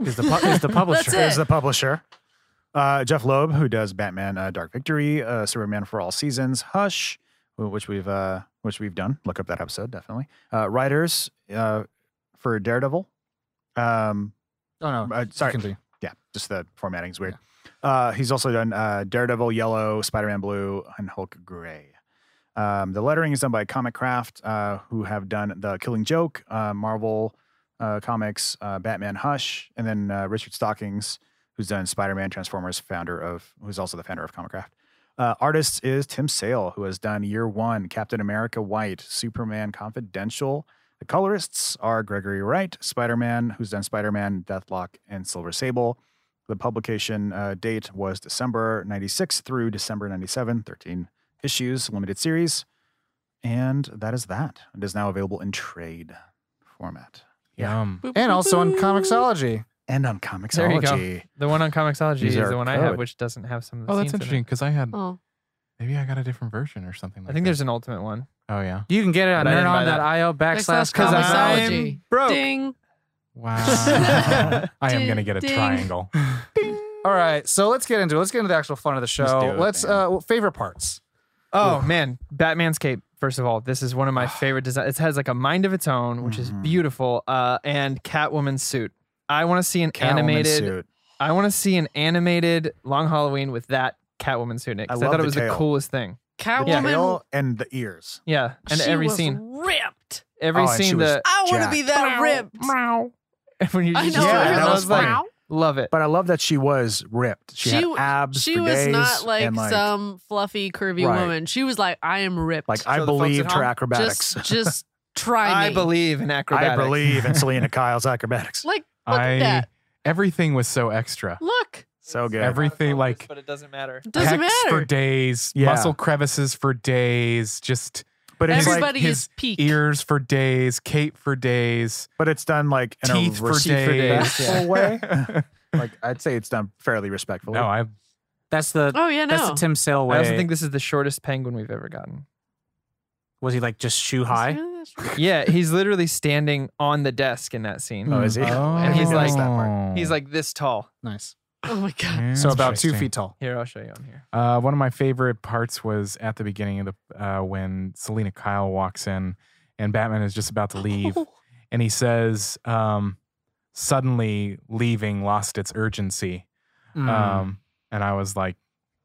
[SPEAKER 6] Is the pu- is the publisher?
[SPEAKER 4] That's
[SPEAKER 5] is
[SPEAKER 4] it.
[SPEAKER 5] the publisher. Uh, Jeff Loeb, who does Batman: uh, Dark Victory, uh, Superman for All Seasons, Hush, wh- which we've uh, which we've done. Look up that episode definitely. Uh, writers uh, for Daredevil. Um,
[SPEAKER 6] Oh no,
[SPEAKER 5] uh, sorry,
[SPEAKER 6] Continue.
[SPEAKER 5] yeah, just the formatting's weird. Uh, he's also done uh, Daredevil Yellow, Spider Man Blue, and Hulk Gray. Um, the lettering is done by Comic Craft, uh, who have done The Killing Joke, uh, Marvel uh, Comics, uh, Batman Hush, and then uh, Richard Stockings, who's done Spider Man Transformers, founder of, who's also the founder of Comic Craft. Uh, artists is Tim Sale, who has done Year One, Captain America White, Superman Confidential. The colorists are Gregory Wright, Spider Man, who's done Spider Man, Deathlock, and Silver Sable. The publication uh, date was December 96 through December 97, 13 issues, limited series. And that is that. It is now available in trade format yeah.
[SPEAKER 1] Yum.
[SPEAKER 4] Boop,
[SPEAKER 6] and
[SPEAKER 4] boop,
[SPEAKER 6] also on
[SPEAKER 4] boop.
[SPEAKER 6] Comixology.
[SPEAKER 5] and on
[SPEAKER 2] There you go.
[SPEAKER 5] Comixology.
[SPEAKER 2] The one on Comixology
[SPEAKER 5] Use
[SPEAKER 2] is
[SPEAKER 5] our
[SPEAKER 2] the one I have,
[SPEAKER 5] code.
[SPEAKER 2] which doesn't have some of the
[SPEAKER 1] Oh, that's
[SPEAKER 2] scenes in it.
[SPEAKER 1] interesting because I had
[SPEAKER 4] Oh,
[SPEAKER 1] maybe I got a different version or something. Like
[SPEAKER 2] I think
[SPEAKER 1] that.
[SPEAKER 2] there's an ultimate one.
[SPEAKER 1] Oh yeah.
[SPEAKER 6] You can get it on
[SPEAKER 2] But I didn't buy that.
[SPEAKER 6] nerdon.io backslash
[SPEAKER 4] Backslash
[SPEAKER 2] Because
[SPEAKER 6] Comixology.
[SPEAKER 2] I'm
[SPEAKER 4] Comixology.
[SPEAKER 2] broke.
[SPEAKER 4] ding.
[SPEAKER 1] Wow.
[SPEAKER 5] Ding.
[SPEAKER 1] I am gonna get a
[SPEAKER 4] Ding.
[SPEAKER 1] triangle.
[SPEAKER 6] All right, so let's get into it. Let's get into the actual fun of the
[SPEAKER 5] do
[SPEAKER 6] show.
[SPEAKER 5] it,
[SPEAKER 6] Let's,
[SPEAKER 5] man.
[SPEAKER 6] uh, well, favorite parts.
[SPEAKER 2] Oh man, Batman's cape. First of all, this is one of my favorite designs. It has like a mind of its own, which is
[SPEAKER 5] Mhm.
[SPEAKER 2] beautiful. Uh, and Catwoman's suit. I want to see an
[SPEAKER 5] Catwoman
[SPEAKER 2] animated.
[SPEAKER 5] suit.
[SPEAKER 2] I want to see an animated Long Halloween with that Catwoman suit in it. 'cause
[SPEAKER 5] I
[SPEAKER 2] I,
[SPEAKER 5] love
[SPEAKER 2] thought
[SPEAKER 5] the
[SPEAKER 2] it was
[SPEAKER 5] tail.
[SPEAKER 2] the coolest thing.
[SPEAKER 5] The
[SPEAKER 4] Catwoman.
[SPEAKER 5] tail and the ears.
[SPEAKER 2] Yeah, and
[SPEAKER 4] she
[SPEAKER 2] every
[SPEAKER 4] was
[SPEAKER 2] scene,
[SPEAKER 4] ripped.
[SPEAKER 2] every
[SPEAKER 5] Oh, and she
[SPEAKER 2] scene
[SPEAKER 5] was
[SPEAKER 2] that
[SPEAKER 4] I want to be that ripped.
[SPEAKER 2] when you
[SPEAKER 4] I
[SPEAKER 2] just
[SPEAKER 4] know.
[SPEAKER 5] Yeah,
[SPEAKER 2] said
[SPEAKER 5] that
[SPEAKER 2] it, I
[SPEAKER 5] was
[SPEAKER 2] was like,
[SPEAKER 5] fun.
[SPEAKER 2] love it.
[SPEAKER 5] But I love that she was ripped. She,
[SPEAKER 4] She
[SPEAKER 5] had
[SPEAKER 4] w-
[SPEAKER 5] abs.
[SPEAKER 4] She
[SPEAKER 5] for
[SPEAKER 4] was
[SPEAKER 5] days
[SPEAKER 4] not like,
[SPEAKER 5] and,
[SPEAKER 4] some fluffy, curvy
[SPEAKER 5] Right.
[SPEAKER 4] woman. She was like, I am ripped.
[SPEAKER 5] Like I
[SPEAKER 2] Show the folks at
[SPEAKER 5] believed her
[SPEAKER 2] home.
[SPEAKER 5] acrobatics.
[SPEAKER 4] just, just try
[SPEAKER 2] I
[SPEAKER 4] me.
[SPEAKER 2] believe in
[SPEAKER 5] I
[SPEAKER 2] acrobatics.
[SPEAKER 5] believe in Selena Kyle's acrobatics.
[SPEAKER 4] Like, look at
[SPEAKER 1] I
[SPEAKER 4] that.
[SPEAKER 1] everything was so extra.
[SPEAKER 4] Look,
[SPEAKER 5] So good.
[SPEAKER 1] Everything, like-
[SPEAKER 2] but it doesn't matter.
[SPEAKER 4] doesn't
[SPEAKER 1] Pecs for
[SPEAKER 4] matter.
[SPEAKER 1] days,
[SPEAKER 5] Yeah.
[SPEAKER 1] muscle crevices for days, just
[SPEAKER 5] but it's like,
[SPEAKER 4] Everybody
[SPEAKER 1] his
[SPEAKER 4] is peak.
[SPEAKER 1] ears for days, cape for days,
[SPEAKER 5] but it's done like in
[SPEAKER 1] teeth
[SPEAKER 5] a
[SPEAKER 1] for
[SPEAKER 5] res-
[SPEAKER 1] days.
[SPEAKER 5] respectful way. like I'd say it's done fairly respectfully.
[SPEAKER 1] no, I
[SPEAKER 6] That's the
[SPEAKER 4] Oh yeah, no.
[SPEAKER 6] that's the Tim Sale way.
[SPEAKER 2] I also think this is the shortest penguin we've ever gotten.
[SPEAKER 6] was he like just shoe high?
[SPEAKER 2] Yeah, he's literally standing on the desk in that scene.
[SPEAKER 5] Oh, is he?
[SPEAKER 2] And he's like-
[SPEAKER 5] that
[SPEAKER 1] oh.
[SPEAKER 2] He's like this tall.
[SPEAKER 6] Nice.
[SPEAKER 4] Oh my god.
[SPEAKER 1] Yeah,
[SPEAKER 6] so about two
[SPEAKER 1] interesting.
[SPEAKER 6] feet tall.
[SPEAKER 2] Here, I'll show you on here.
[SPEAKER 1] Uh, one of my favorite parts was at the beginning of the uh, when Selena Kyle walks in and Batman is just about to leave, and he says, um, "Suddenly, leaving lost its urgency."
[SPEAKER 6] Hmm.
[SPEAKER 5] Hmm.
[SPEAKER 1] Um, and I was like,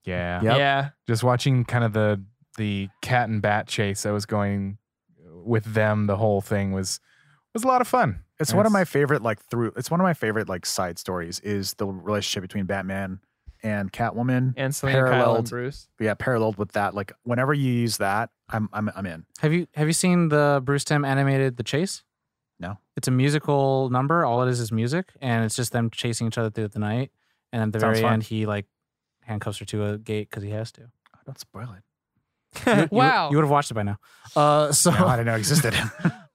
[SPEAKER 1] "Yeah,
[SPEAKER 5] Yep.
[SPEAKER 2] Yeah.
[SPEAKER 1] just watching kind of the the cat and bat chase that was going with them the whole thing was was a lot of fun
[SPEAKER 5] It's one of my favorite like through it's one of my favorite like side stories is the relationship between Batman and Catwoman.
[SPEAKER 2] And Selena Kyle and
[SPEAKER 5] Paralleled.
[SPEAKER 2] Bruce.
[SPEAKER 5] yeah, paralleled with that. Like whenever you use that, I'm I'm I'm in.
[SPEAKER 6] Have you have you seen the Bruce Tim animated The Chase?
[SPEAKER 5] No.
[SPEAKER 6] It's a musical number. All it is is music, and it's just them chasing each other through the night. And at the
[SPEAKER 5] Sounds
[SPEAKER 6] very
[SPEAKER 5] fun.
[SPEAKER 6] end, he like
[SPEAKER 7] handcuffs her to a gate because he has to.
[SPEAKER 5] Don't spoil it.
[SPEAKER 7] You- you-
[SPEAKER 4] Wow.
[SPEAKER 7] You, would have watched it by now.
[SPEAKER 6] Uh, so
[SPEAKER 5] No, I didn't know it existed.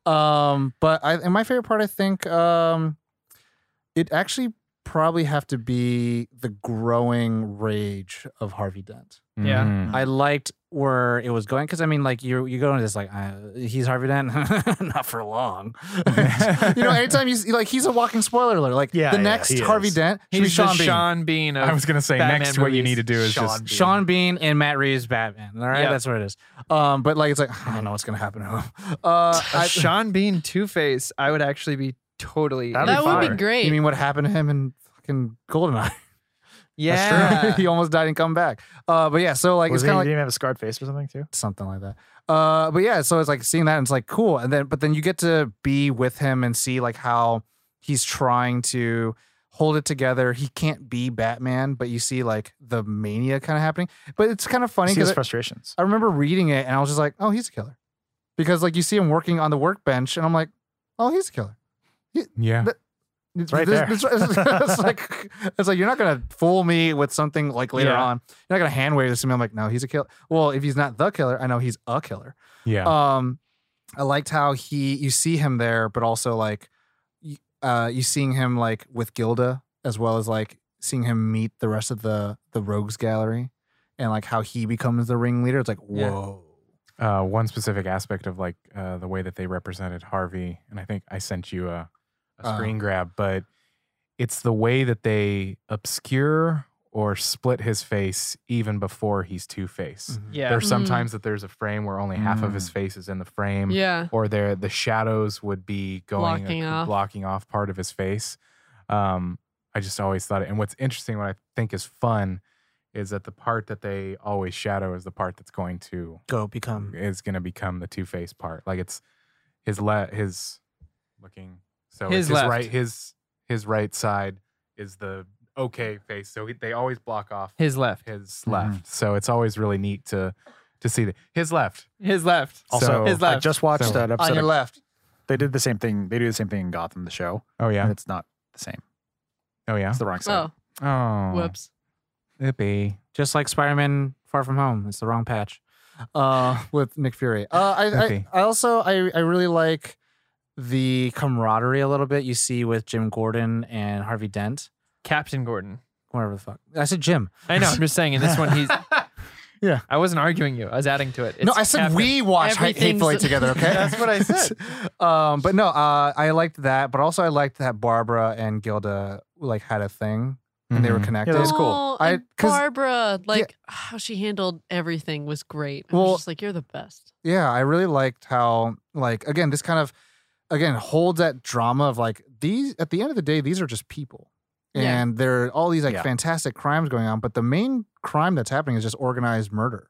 [SPEAKER 6] Um, but I and my favorite part, I think, um, it actually probably have to be the growing rage of Harvey Dent.
[SPEAKER 2] Yeah.
[SPEAKER 1] Mhm.
[SPEAKER 7] I liked where it was going because I mean, like you you go into this like uh, he's Harvey Dent, not for long.
[SPEAKER 6] you know, anytime you see- like he's a walking spoiler alert. Like
[SPEAKER 5] Yeah,
[SPEAKER 6] the
[SPEAKER 5] yeah,
[SPEAKER 6] next
[SPEAKER 5] he
[SPEAKER 6] Harvey
[SPEAKER 5] is.
[SPEAKER 6] Dent should be
[SPEAKER 2] He's
[SPEAKER 6] Sean
[SPEAKER 2] the
[SPEAKER 6] Bean.
[SPEAKER 2] Sean Bean of
[SPEAKER 1] I was gonna say
[SPEAKER 2] Batman
[SPEAKER 1] next, what you
[SPEAKER 2] movies.
[SPEAKER 1] need to do is just
[SPEAKER 7] Sean Bean and Matt Reeves Batman. All right,
[SPEAKER 2] Yeah.
[SPEAKER 7] that's what it is.
[SPEAKER 6] Um, but like it's like I don't know what's gonna happen to him. Uh,
[SPEAKER 2] a
[SPEAKER 6] I,
[SPEAKER 2] Sean Bean Two Face, I would actually be totally.
[SPEAKER 5] That'd
[SPEAKER 2] in
[SPEAKER 4] that would
[SPEAKER 2] favor.
[SPEAKER 4] be great.
[SPEAKER 6] you mean what happened to him in fucking Goldeneye?
[SPEAKER 2] yeah.
[SPEAKER 6] he almost died and come back. Uh, but yeah, so like
[SPEAKER 5] was
[SPEAKER 6] it's
[SPEAKER 5] he,
[SPEAKER 6] kind of like
[SPEAKER 5] did he have a scarred face or something too?
[SPEAKER 6] something like that. Uh, but yeah, so it's like seeing that, and it's like cool, and then but then you get to be with him and see like how he's trying to hold it together. He can't be Batman, but you see like the mania kind of happening. But it's kind of funny
[SPEAKER 5] See his
[SPEAKER 6] because
[SPEAKER 5] frustrations.
[SPEAKER 6] I, I remember reading it and I was just like, oh, he's a killer, because like you see him working on the workbench, and I'm like, oh, he's a killer.
[SPEAKER 1] yeah.
[SPEAKER 6] It's
[SPEAKER 5] right there.
[SPEAKER 6] it's like it's like you're not gonna fool me with something like later
[SPEAKER 2] Yeah.
[SPEAKER 6] on. You're not gonna hand wave this to me. I'm like, no, he's a killer. Well, if he's not the killer, I know he's a killer.
[SPEAKER 1] Yeah.
[SPEAKER 5] uh,
[SPEAKER 6] Um, I liked how he you see him there, but also like, y- uh, you seeing him like with Gilda as well as like seeing him meet the rest of the the Rogues Gallery, and like how he becomes the ringleader. It's like
[SPEAKER 2] Yeah.
[SPEAKER 6] whoa,
[SPEAKER 1] uh, one specific aspect of like uh, the way that they represented Harvey, and I think I sent you a, a
[SPEAKER 6] Uh-huh.
[SPEAKER 1] screen grab, but it's the way that they obscure or split his face even before he's Two Face.
[SPEAKER 6] Mm-hmm.
[SPEAKER 2] yeah.
[SPEAKER 1] There's
[SPEAKER 4] Mm.
[SPEAKER 1] sometimes that there's a frame where only half of his
[SPEAKER 5] Mm.
[SPEAKER 1] face is in the frame,
[SPEAKER 4] yeah.
[SPEAKER 1] or there the shadows would be going
[SPEAKER 4] Blocking
[SPEAKER 1] ac-
[SPEAKER 4] off.
[SPEAKER 1] blocking off part of his face. Um, I just always thought it. And what's interesting, what I think is fun, is that the part that they always shadow is the part that's going to
[SPEAKER 7] Go
[SPEAKER 6] Um.
[SPEAKER 7] become.
[SPEAKER 1] is going to become the Two Face part. Like it's his left, his looking. So
[SPEAKER 2] His
[SPEAKER 1] it's his
[SPEAKER 2] left.
[SPEAKER 1] right, his his right side is the okay face. So he, they always block off
[SPEAKER 2] His left.
[SPEAKER 1] his left. So it's always really neat to to see that his left.
[SPEAKER 2] His left.
[SPEAKER 1] Also-
[SPEAKER 5] So,
[SPEAKER 2] his
[SPEAKER 5] I
[SPEAKER 2] left.
[SPEAKER 5] just watched
[SPEAKER 1] So-
[SPEAKER 5] that
[SPEAKER 6] on
[SPEAKER 5] episode.
[SPEAKER 6] your
[SPEAKER 5] of-
[SPEAKER 6] left.
[SPEAKER 5] they did the same thing. They do the same thing in Gotham, the show,
[SPEAKER 1] Oh
[SPEAKER 5] and
[SPEAKER 1] yeah.
[SPEAKER 5] it's not the same.
[SPEAKER 1] Oh yeah.
[SPEAKER 5] It's the wrong side.
[SPEAKER 2] uh,
[SPEAKER 4] Oh,
[SPEAKER 1] Oh.
[SPEAKER 4] whoops.
[SPEAKER 1] Ippy.
[SPEAKER 7] Just like Spider Man Far From Home, it's the wrong patch.
[SPEAKER 6] uh, with Nick Fury. Uh, I,
[SPEAKER 1] Okay.
[SPEAKER 6] I I also
[SPEAKER 7] I, I really like the camaraderie a little bit you see with Jim Gordon and Harvey Dent,
[SPEAKER 2] Captain Gordon.
[SPEAKER 7] whatever the fuck. I said Jim.
[SPEAKER 2] I know. I'm just saying. In this one, he's.
[SPEAKER 6] Yeah.
[SPEAKER 2] I wasn't arguing you. I was adding to it.
[SPEAKER 6] no,
[SPEAKER 2] It's
[SPEAKER 6] I said
[SPEAKER 2] Captain.
[SPEAKER 6] we watched Hate-
[SPEAKER 4] Everything's-
[SPEAKER 6] Hateful Eight together. Okay,
[SPEAKER 2] That's what I said.
[SPEAKER 6] um, but no, uh, I liked that. But also, I liked that Barbara and Gilda like had a thing and they were
[SPEAKER 1] Mhm.
[SPEAKER 2] Mm-hmm.
[SPEAKER 6] connected.
[SPEAKER 5] that was cool.
[SPEAKER 4] Oh,
[SPEAKER 6] I-
[SPEAKER 4] and
[SPEAKER 6] 'cause-
[SPEAKER 4] Barbara, like how she handled everything was great. I
[SPEAKER 6] Well-
[SPEAKER 4] was just like, you're the best.
[SPEAKER 6] yeah i really liked how like again this kind of again holds that drama of like these at the end of the day these are just people
[SPEAKER 4] Yeah.
[SPEAKER 6] and there are all these like
[SPEAKER 5] Yeah.
[SPEAKER 6] fantastic crimes going on but the main crime that's happening is just organized murder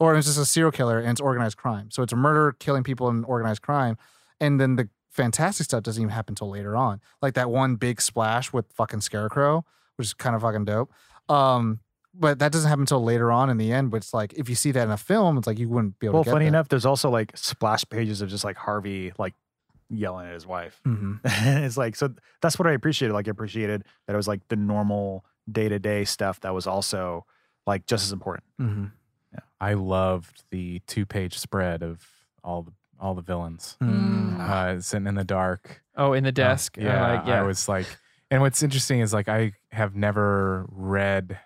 [SPEAKER 6] or it's just a serial killer and it's organized crime so it's a murder killing people and organized crime and then the fantastic stuff doesn't even happen until later on like that one big splash with fucking scarecrow which is kind of fucking dope um but that doesn't happen until later on in the end which like if you see that in a film it's like you wouldn't be able
[SPEAKER 5] Well,
[SPEAKER 6] to get
[SPEAKER 5] funny
[SPEAKER 6] that.
[SPEAKER 5] enough, there's also like splash pages of just like Harvey like yelling at his wife.
[SPEAKER 7] Mm-hmm.
[SPEAKER 5] it's like so that's what I appreciated. Like I appreciated that it was like the normal day to day stuff that was also like just as important.
[SPEAKER 7] Mm-hmm.
[SPEAKER 1] I loved the two page spread of all the all the villains.
[SPEAKER 6] Mm.
[SPEAKER 1] Uh, sitting in the dark.
[SPEAKER 2] Oh, in the
[SPEAKER 1] Uh,
[SPEAKER 2] desk. I'm
[SPEAKER 1] yeah,
[SPEAKER 2] like, yeah.
[SPEAKER 1] I was like, and what's interesting is like I have never read,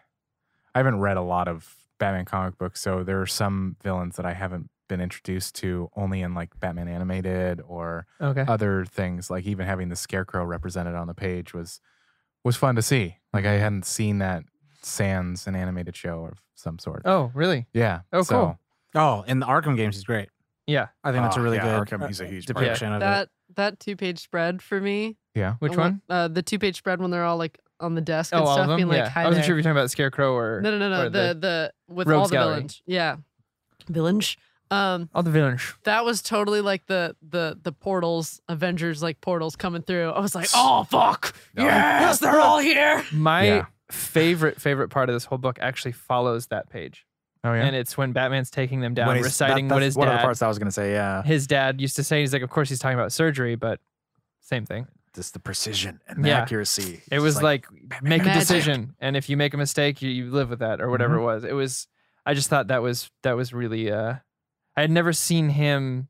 [SPEAKER 1] I haven't read a lot of Batman comic books, so there are some villains that I haven't been introduced to only in like Batman animated or
[SPEAKER 2] okay.
[SPEAKER 1] other things. Like even having the Scarecrow represented on the page was was fun to see. Like I hadn't seen that sans an animated show of some sort.
[SPEAKER 2] oh, really?
[SPEAKER 1] Yeah.
[SPEAKER 2] Oh,
[SPEAKER 1] so,
[SPEAKER 2] cool.
[SPEAKER 7] Oh, in the Arkham games, he's great.
[SPEAKER 2] Yeah.
[SPEAKER 7] I think that's a
[SPEAKER 5] Oh,
[SPEAKER 7] really
[SPEAKER 5] yeah,
[SPEAKER 7] good
[SPEAKER 5] Arkham,
[SPEAKER 7] uh,
[SPEAKER 5] he's a huge part of it.
[SPEAKER 7] depiction of it.
[SPEAKER 4] That that two page spread for me.
[SPEAKER 1] Yeah.
[SPEAKER 2] Which
[SPEAKER 4] I want-
[SPEAKER 2] one?
[SPEAKER 4] Uh, the two page spread when they're all like on the desk
[SPEAKER 2] Oh,
[SPEAKER 4] and
[SPEAKER 2] all
[SPEAKER 4] stuff,
[SPEAKER 2] of them.
[SPEAKER 4] being like,
[SPEAKER 2] yeah.
[SPEAKER 4] hi
[SPEAKER 2] I wasn't
[SPEAKER 4] there.
[SPEAKER 2] sure if you're talking about Scarecrow or
[SPEAKER 4] no, no, no,
[SPEAKER 2] or
[SPEAKER 4] no.
[SPEAKER 2] the-
[SPEAKER 4] The, the with all
[SPEAKER 2] Rogues
[SPEAKER 4] the
[SPEAKER 2] Gallery.
[SPEAKER 4] villains. Yeah, villains. Um,
[SPEAKER 2] all the villains.
[SPEAKER 4] that was totally like the the the portals, Avengers like portals coming through. I was like, oh fuck, yes, they're all here.
[SPEAKER 2] My
[SPEAKER 1] Yeah.
[SPEAKER 2] favorite favorite part of this whole book actually follows that page,
[SPEAKER 1] Oh yeah.
[SPEAKER 2] and it's when Batman's taking them down,
[SPEAKER 5] When he's- that-
[SPEAKER 2] reciting what
[SPEAKER 5] that's
[SPEAKER 2] his
[SPEAKER 5] one
[SPEAKER 2] dad
[SPEAKER 5] of the parts I was gonna say. Yeah,
[SPEAKER 2] his dad used to say. He's like, of course he's talking about surgery, but same thing.
[SPEAKER 5] this the precision and the
[SPEAKER 2] Yeah.
[SPEAKER 5] accuracy.
[SPEAKER 2] It was like, make a
[SPEAKER 4] Magic.
[SPEAKER 2] decision, and if you make a mistake, you, you live with that or
[SPEAKER 6] Mm-hmm.
[SPEAKER 2] whatever it was. It was. I just thought that was that was really. Uh, I had never seen him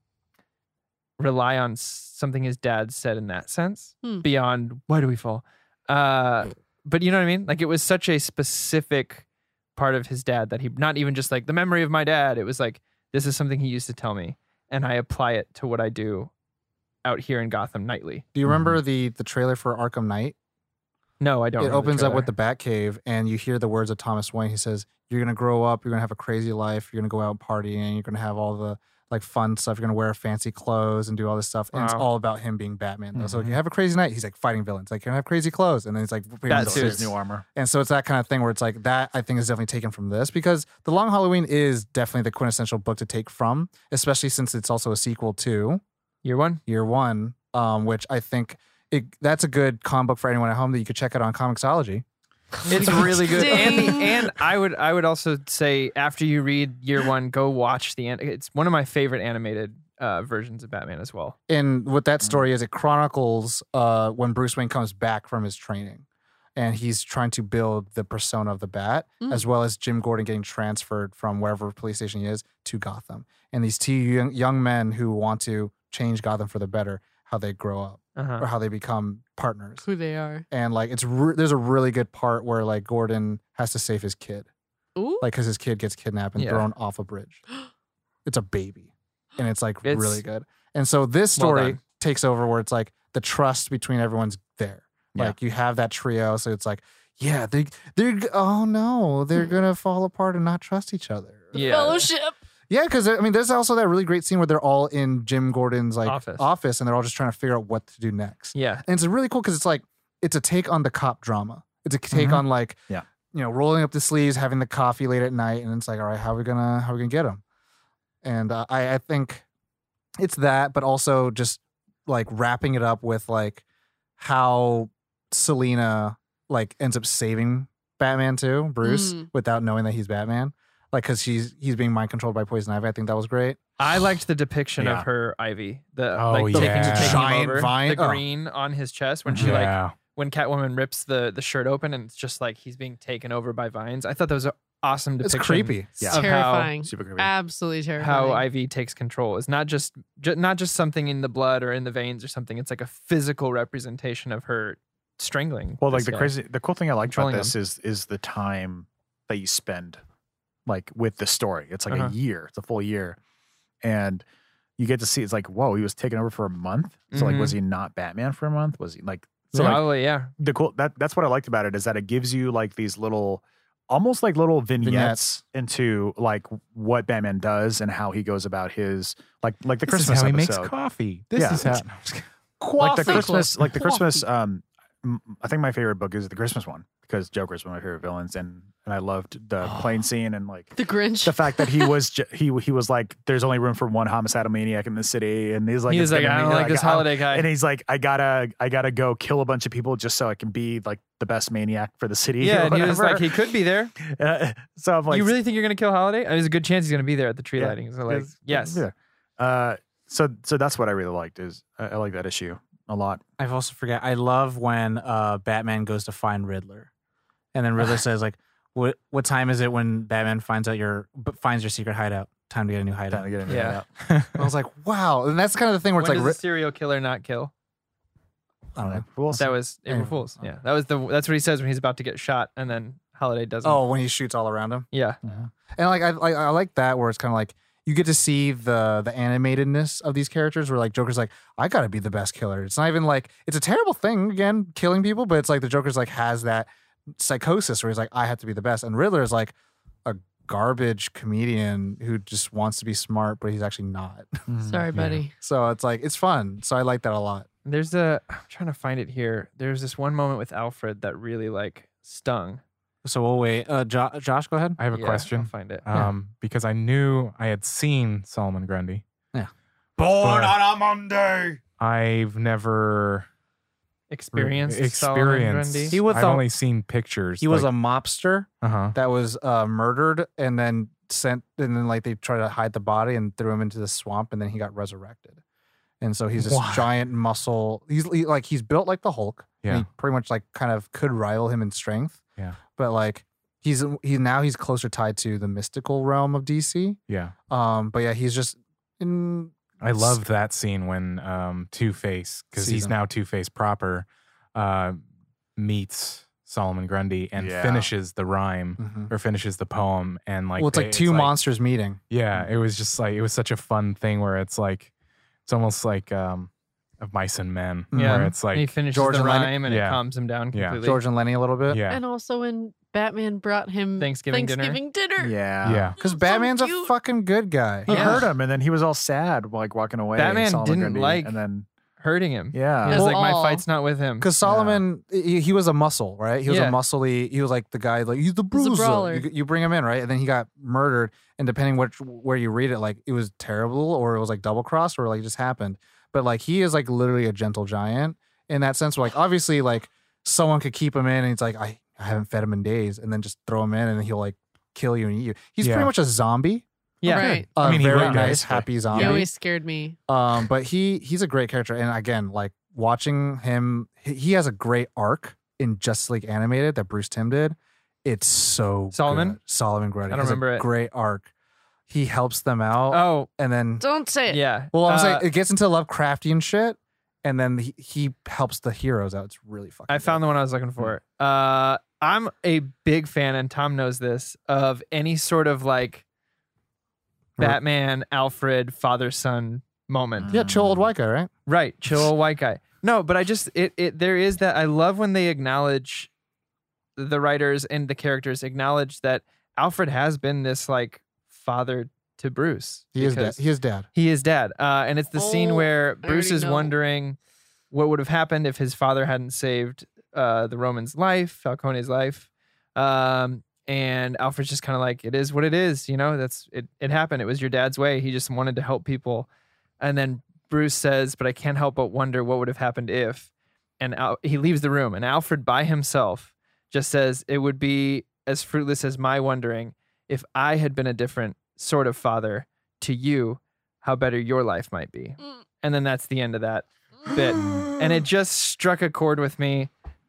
[SPEAKER 2] rely on s- something his dad said in that sense
[SPEAKER 4] Hmm.
[SPEAKER 2] beyond why do we fall. Uh, but you know what I mean? Like it was such a specific part of his dad that he not even just like the memory of my dad. It was like this is something he used to tell me, and I apply it to what I do out here in Gotham nightly.
[SPEAKER 6] Do you remember the the trailer for Arkham Knight?
[SPEAKER 2] No, I don't.
[SPEAKER 6] it
[SPEAKER 2] remember
[SPEAKER 6] opens up
[SPEAKER 2] trailer.
[SPEAKER 6] with the Batcave, and you hear the words of Thomas Wayne. He says, "You're gonna grow up. You're gonna have a crazy life. You're gonna go out partying. You're gonna have all the like fun stuff. You're gonna wear fancy clothes and do all this stuff." And it's
[SPEAKER 2] Wow.
[SPEAKER 6] all about him being Batman. though. So if you have a crazy night, he's like fighting villains. Like you have crazy clothes, and then he's like
[SPEAKER 2] Bat
[SPEAKER 6] those
[SPEAKER 2] suits.
[SPEAKER 6] suits.
[SPEAKER 5] new armor.
[SPEAKER 6] And so it's that kind of thing where it's like that I think is definitely taken from this because The Long Halloween is definitely the quintessential book to take from, especially since it's also a sequel to
[SPEAKER 2] year one.
[SPEAKER 6] Year One, um, which I think it, that's a good comic book for anyone at home that you could check out on Comixology.
[SPEAKER 2] It's really good. And, the,
[SPEAKER 4] Ding.
[SPEAKER 2] and I would I would also say after you read year one, go watch the an- it's one of my favorite animated uh, versions of Batman as well.
[SPEAKER 6] And what that story is, it chronicles uh, when Bruce Wayne comes back from his training. And he's trying to build the persona of the bat,
[SPEAKER 4] Mm.
[SPEAKER 6] as well as Jim Gordon getting transferred from wherever police station he is to Gotham. And these two young, young men who want to change Gotham for the better, how they grow up
[SPEAKER 2] Uh-huh.
[SPEAKER 6] or how they become partners.
[SPEAKER 4] Who they are?
[SPEAKER 6] And like, it's re- there's a really good part where like Gordon has to save his kid.
[SPEAKER 4] Ooh,
[SPEAKER 6] like because his kid gets kidnapped and
[SPEAKER 2] Yeah.
[SPEAKER 6] thrown off a bridge. It's a baby, and it's like
[SPEAKER 2] It's-
[SPEAKER 6] really good. And so this
[SPEAKER 2] Well
[SPEAKER 6] story
[SPEAKER 2] done.
[SPEAKER 6] takes over where it's like the trust between everyone's there.
[SPEAKER 5] Yeah.
[SPEAKER 6] Like you have that trio, so it's like, yeah, they they're g- oh no, they're gonna fall apart and not trust each other.
[SPEAKER 2] Mm. Yeah.
[SPEAKER 4] fellowship.
[SPEAKER 6] Yeah, because I mean, there's also that really great scene where they're all in Jim Gordon's like
[SPEAKER 2] Office.
[SPEAKER 6] and they're all just trying to figure out what to do next.
[SPEAKER 2] Yeah.
[SPEAKER 6] And it's really cool because it's like it's a take on the cop drama. It's a take
[SPEAKER 5] Mhm.
[SPEAKER 6] on like
[SPEAKER 5] Yeah.
[SPEAKER 6] you know, rolling up the sleeves, having the coffee late at night, and it's like, all right, how are we gonna how are we gonna get him? And uh, I I think it's that, but also just like wrapping it up with like how Selena like ends up saving Batman too, Bruce,
[SPEAKER 4] Mm.
[SPEAKER 6] without knowing that he's Batman, like because she's he's being mind controlled by poison ivy. I think that was great.
[SPEAKER 2] I liked the depiction
[SPEAKER 5] Yeah.
[SPEAKER 2] of her Ivy. The
[SPEAKER 1] Oh,
[SPEAKER 2] like taking,
[SPEAKER 1] yeah.
[SPEAKER 2] taking him
[SPEAKER 6] Giant
[SPEAKER 2] over,
[SPEAKER 6] vine-
[SPEAKER 2] the
[SPEAKER 6] oh.
[SPEAKER 2] green on his chest when she like
[SPEAKER 1] yeah.
[SPEAKER 2] when Catwoman rips the the shirt open and it's just like he's being taken over by vines. I thought that was an awesome
[SPEAKER 6] It's
[SPEAKER 2] depiction.
[SPEAKER 6] creepy.
[SPEAKER 5] Yeah.
[SPEAKER 2] Of how-
[SPEAKER 4] terrifying.
[SPEAKER 5] Super creepy.
[SPEAKER 4] Absolutely terrifying.
[SPEAKER 2] how IV takes control. It's not just ju- not just something in the blood or in the veins or something. It's like a physical representation of her strangling.
[SPEAKER 5] Well, like
[SPEAKER 2] this
[SPEAKER 5] the
[SPEAKER 2] guy.
[SPEAKER 5] crazy, the cool thing I liked about
[SPEAKER 2] Controlling
[SPEAKER 5] this is is the time that you spend, like with the story. It's like
[SPEAKER 2] Uh-huh.
[SPEAKER 5] a year, it's a full year, and you get to see. It's like, whoa, he was taken over for a month. So like,
[SPEAKER 1] Mm-hmm.
[SPEAKER 5] was he not Batman for a month? Was he like? So like,
[SPEAKER 2] Probably, yeah.
[SPEAKER 5] the cool that that's what I liked about it is that it gives you like these little almost like little vignettes, into like what Batman does and how he goes about his like like the
[SPEAKER 1] This
[SPEAKER 5] Christmas
[SPEAKER 1] is how he
[SPEAKER 5] episode.
[SPEAKER 1] makes coffee. This
[SPEAKER 5] Yeah.
[SPEAKER 1] is how.
[SPEAKER 5] like the
[SPEAKER 4] Coffee.
[SPEAKER 5] Christmas like the Christmas um m- I think my favorite book is the Christmas one because Joker's one of my favorite villains and and I loved the
[SPEAKER 2] Oh.
[SPEAKER 5] plane scene and like
[SPEAKER 4] the Grinch.
[SPEAKER 5] the fact that he was ju- he he was like there's only room for one homicidal maniac in the city and he's like
[SPEAKER 2] he was
[SPEAKER 5] "It's
[SPEAKER 2] like,
[SPEAKER 5] gonna
[SPEAKER 2] I
[SPEAKER 5] be-
[SPEAKER 2] don't like this
[SPEAKER 5] I'm-
[SPEAKER 2] holiday guy.
[SPEAKER 5] and he's like I gotta I gotta go kill a bunch of people just so I can be like the best maniac for the city or
[SPEAKER 2] yeah, and he was like,
[SPEAKER 5] whatever.
[SPEAKER 2] he could be there.
[SPEAKER 5] Uh, so I'm like
[SPEAKER 2] you really think you're gonna kill Holiday? Uh, There's a good chance he's gonna be there at the tree
[SPEAKER 5] Yeah.
[SPEAKER 2] lighting. So like, yes,
[SPEAKER 5] yeah. uh so so that's what I really liked is I, I like that issue a lot
[SPEAKER 7] I've also forgot. I love when uh, Batman goes to find Riddler, and then Riddler says like, "What what time is it when Batman finds out your b- finds your secret hideout? Time to get a new
[SPEAKER 5] Time to
[SPEAKER 7] hideout."
[SPEAKER 5] get into
[SPEAKER 2] Yeah.
[SPEAKER 5] that.
[SPEAKER 6] I was like, wow, and that's kind of the thing where
[SPEAKER 2] When
[SPEAKER 6] it's
[SPEAKER 2] does
[SPEAKER 6] like,
[SPEAKER 2] a
[SPEAKER 6] ri-
[SPEAKER 2] serial killer not kill?
[SPEAKER 6] I don't know.
[SPEAKER 5] We'll
[SPEAKER 2] That was April
[SPEAKER 6] Anyway.
[SPEAKER 2] Fool's. Yeah, that was the. That's what he says when he's about to get shot, and then Holiday doesn't.
[SPEAKER 6] Oh, when he shoots all around him.
[SPEAKER 2] yeah,
[SPEAKER 6] And like I like I like that where it's kind of like you get to see the the animatedness of these characters where like Joker's like I got to be the best killer. It's not even like it's a terrible thing again killing people, but it's like the Joker's like has that psychosis where he's like I have to be the best. And Riddler is like a garbage comedian who just wants to be smart but he's actually not.
[SPEAKER 7] Hmm.
[SPEAKER 4] Sorry, buddy.
[SPEAKER 6] so it's like it's fun. So I like that a lot.
[SPEAKER 2] There's a I'm trying to find it here. There's this one moment with Alfred that really like stung.
[SPEAKER 7] So we'll wait. Uh, jo- Josh, go ahead.
[SPEAKER 1] I have a
[SPEAKER 2] Yeah, I'll
[SPEAKER 1] question.
[SPEAKER 2] find it.
[SPEAKER 1] Um, because I knew I had seen Solomon Grundy.
[SPEAKER 7] Yeah.
[SPEAKER 1] Born on a Monday. I've never re-
[SPEAKER 2] Experienced.
[SPEAKER 1] experienced.
[SPEAKER 2] Solomon
[SPEAKER 7] He
[SPEAKER 2] Grundy.
[SPEAKER 7] was
[SPEAKER 1] I've
[SPEAKER 7] a-
[SPEAKER 1] only seen pictures.
[SPEAKER 7] He was
[SPEAKER 1] like,
[SPEAKER 7] a mobster
[SPEAKER 1] a. Uh huh.
[SPEAKER 6] That was uh, murdered and then sent and then like they tried to hide the body and threw him into the swamp and then he got resurrected. and so he's this
[SPEAKER 1] Why?
[SPEAKER 6] giant muscle. He's he- like he's built like the Hulk. and
[SPEAKER 1] Yeah.
[SPEAKER 6] he pretty much like kind of could rival him in strength.
[SPEAKER 1] Yeah.
[SPEAKER 6] but like he's he now he's closer tied to the mystical realm of DC.
[SPEAKER 1] Yeah.
[SPEAKER 6] Um, but yeah, he's just in
[SPEAKER 1] I love that scene when um, Two Face, because he's
[SPEAKER 6] Season.
[SPEAKER 1] now Two Face proper, uh, meets Solomon Grundy and
[SPEAKER 5] Yeah.
[SPEAKER 1] finishes the rhyme or finishes the poem. And like,
[SPEAKER 6] well, it's
[SPEAKER 1] they-
[SPEAKER 6] like two monsters meeting.
[SPEAKER 1] Yeah, it was just like it was such a fun thing where it's like it's almost like um of mice and men
[SPEAKER 6] Mm-hmm.
[SPEAKER 2] Yeah.
[SPEAKER 1] where it's
[SPEAKER 2] And he
[SPEAKER 1] like
[SPEAKER 2] finishes
[SPEAKER 6] George
[SPEAKER 2] the
[SPEAKER 6] and Lenny-
[SPEAKER 2] rhyme and
[SPEAKER 1] Yeah.
[SPEAKER 2] it calms him down
[SPEAKER 1] Yeah.
[SPEAKER 2] completely.
[SPEAKER 6] George and Lenny a little bit.
[SPEAKER 1] yeah
[SPEAKER 4] And also when Batman brought him
[SPEAKER 2] Thanksgiving dinner.
[SPEAKER 4] Thanksgiving dinner.
[SPEAKER 6] uh,
[SPEAKER 5] Yeah.
[SPEAKER 1] yeah
[SPEAKER 6] Because
[SPEAKER 4] So
[SPEAKER 6] Batman's a
[SPEAKER 4] cute.
[SPEAKER 6] fucking good guy.
[SPEAKER 5] He
[SPEAKER 2] Yeah.
[SPEAKER 5] hurt him, and then he was all sad, like walking away.
[SPEAKER 2] Batman
[SPEAKER 5] Solomon
[SPEAKER 2] didn't
[SPEAKER 5] Grundy,
[SPEAKER 2] like-
[SPEAKER 5] and then
[SPEAKER 2] Hurting him.
[SPEAKER 5] yeah,
[SPEAKER 2] He was
[SPEAKER 4] Well-
[SPEAKER 2] like, my
[SPEAKER 4] Aw.
[SPEAKER 2] fight's not with him.
[SPEAKER 6] Because Solomon, he, he was a muscle, right? He was
[SPEAKER 2] Yeah.
[SPEAKER 6] a muscly. He was like the guy, like he's the
[SPEAKER 4] He's a
[SPEAKER 6] bruiser.
[SPEAKER 4] brawler.
[SPEAKER 6] You, you bring him in, right? And then he got murdered. And depending which where you read it, like it was terrible, or it was like double crossed, or like it just happened. But like he is like literally a gentle giant in that sense. Where like obviously, like someone could keep him in, and he's like, I, I haven't fed him in days, and then just throw him in, and he'll like kill you and eat you. He's
[SPEAKER 1] Yeah.
[SPEAKER 6] pretty much a zombie.
[SPEAKER 2] Yeah.
[SPEAKER 4] Right.
[SPEAKER 6] A
[SPEAKER 1] I mean, he
[SPEAKER 6] very
[SPEAKER 1] wrote that,
[SPEAKER 6] nice,
[SPEAKER 1] but-
[SPEAKER 6] happy zombie.
[SPEAKER 4] He always scared me.
[SPEAKER 6] Um, but he he's a great character, and again, like watching him, he- he has a great arc in Justice League Animated that Bruce Tim did. It's so
[SPEAKER 2] Solomon?
[SPEAKER 6] good. Solomon Grundy.
[SPEAKER 2] I don't
[SPEAKER 6] He has a
[SPEAKER 2] remember it.
[SPEAKER 6] Great arc. He helps them out,
[SPEAKER 2] Oh,
[SPEAKER 6] and then
[SPEAKER 4] Don't say it.
[SPEAKER 2] yeah.
[SPEAKER 6] well, I'm
[SPEAKER 2] Uh,
[SPEAKER 6] saying it gets into Lovecraftian shit, and then he, he helps the heroes out. It's really fucking.
[SPEAKER 2] I found the one I was looking for. Uh, I'm a big fan, and Tom knows this, of any sort of like
[SPEAKER 6] Re-
[SPEAKER 2] Batman, Alfred, father son moment.
[SPEAKER 6] yeah, chill old white guy, right?
[SPEAKER 2] Right, chill white guy. No, but I just it it there is that I love when they acknowledge the writers and the characters acknowledge that Alfred has been this like father to Bruce.
[SPEAKER 6] He is dad.
[SPEAKER 2] because-
[SPEAKER 6] He is dad.
[SPEAKER 2] he is dad. Uh, and it's the scene
[SPEAKER 4] Oh,
[SPEAKER 2] where
[SPEAKER 4] I
[SPEAKER 2] Bruce
[SPEAKER 4] already
[SPEAKER 2] is
[SPEAKER 4] know.
[SPEAKER 2] wondering what would have happened if his father hadn't saved uh, the Roman's life, Falcone's life. Um, and Alfred's just kind of like, it is what it is. You know, that's it, it happened. It was your dad's way. He just wanted to help people. And then Bruce says, but I can't help but wonder what would have happened if. And Al- he leaves the room. And Alfred by himself just says, it would be as fruitless as my wondering if I had been a different sort of father to you how better your life might be.
[SPEAKER 4] Mm.
[SPEAKER 2] And then that's the end of that bit. and
[SPEAKER 6] Mm.
[SPEAKER 2] it just struck a chord with me.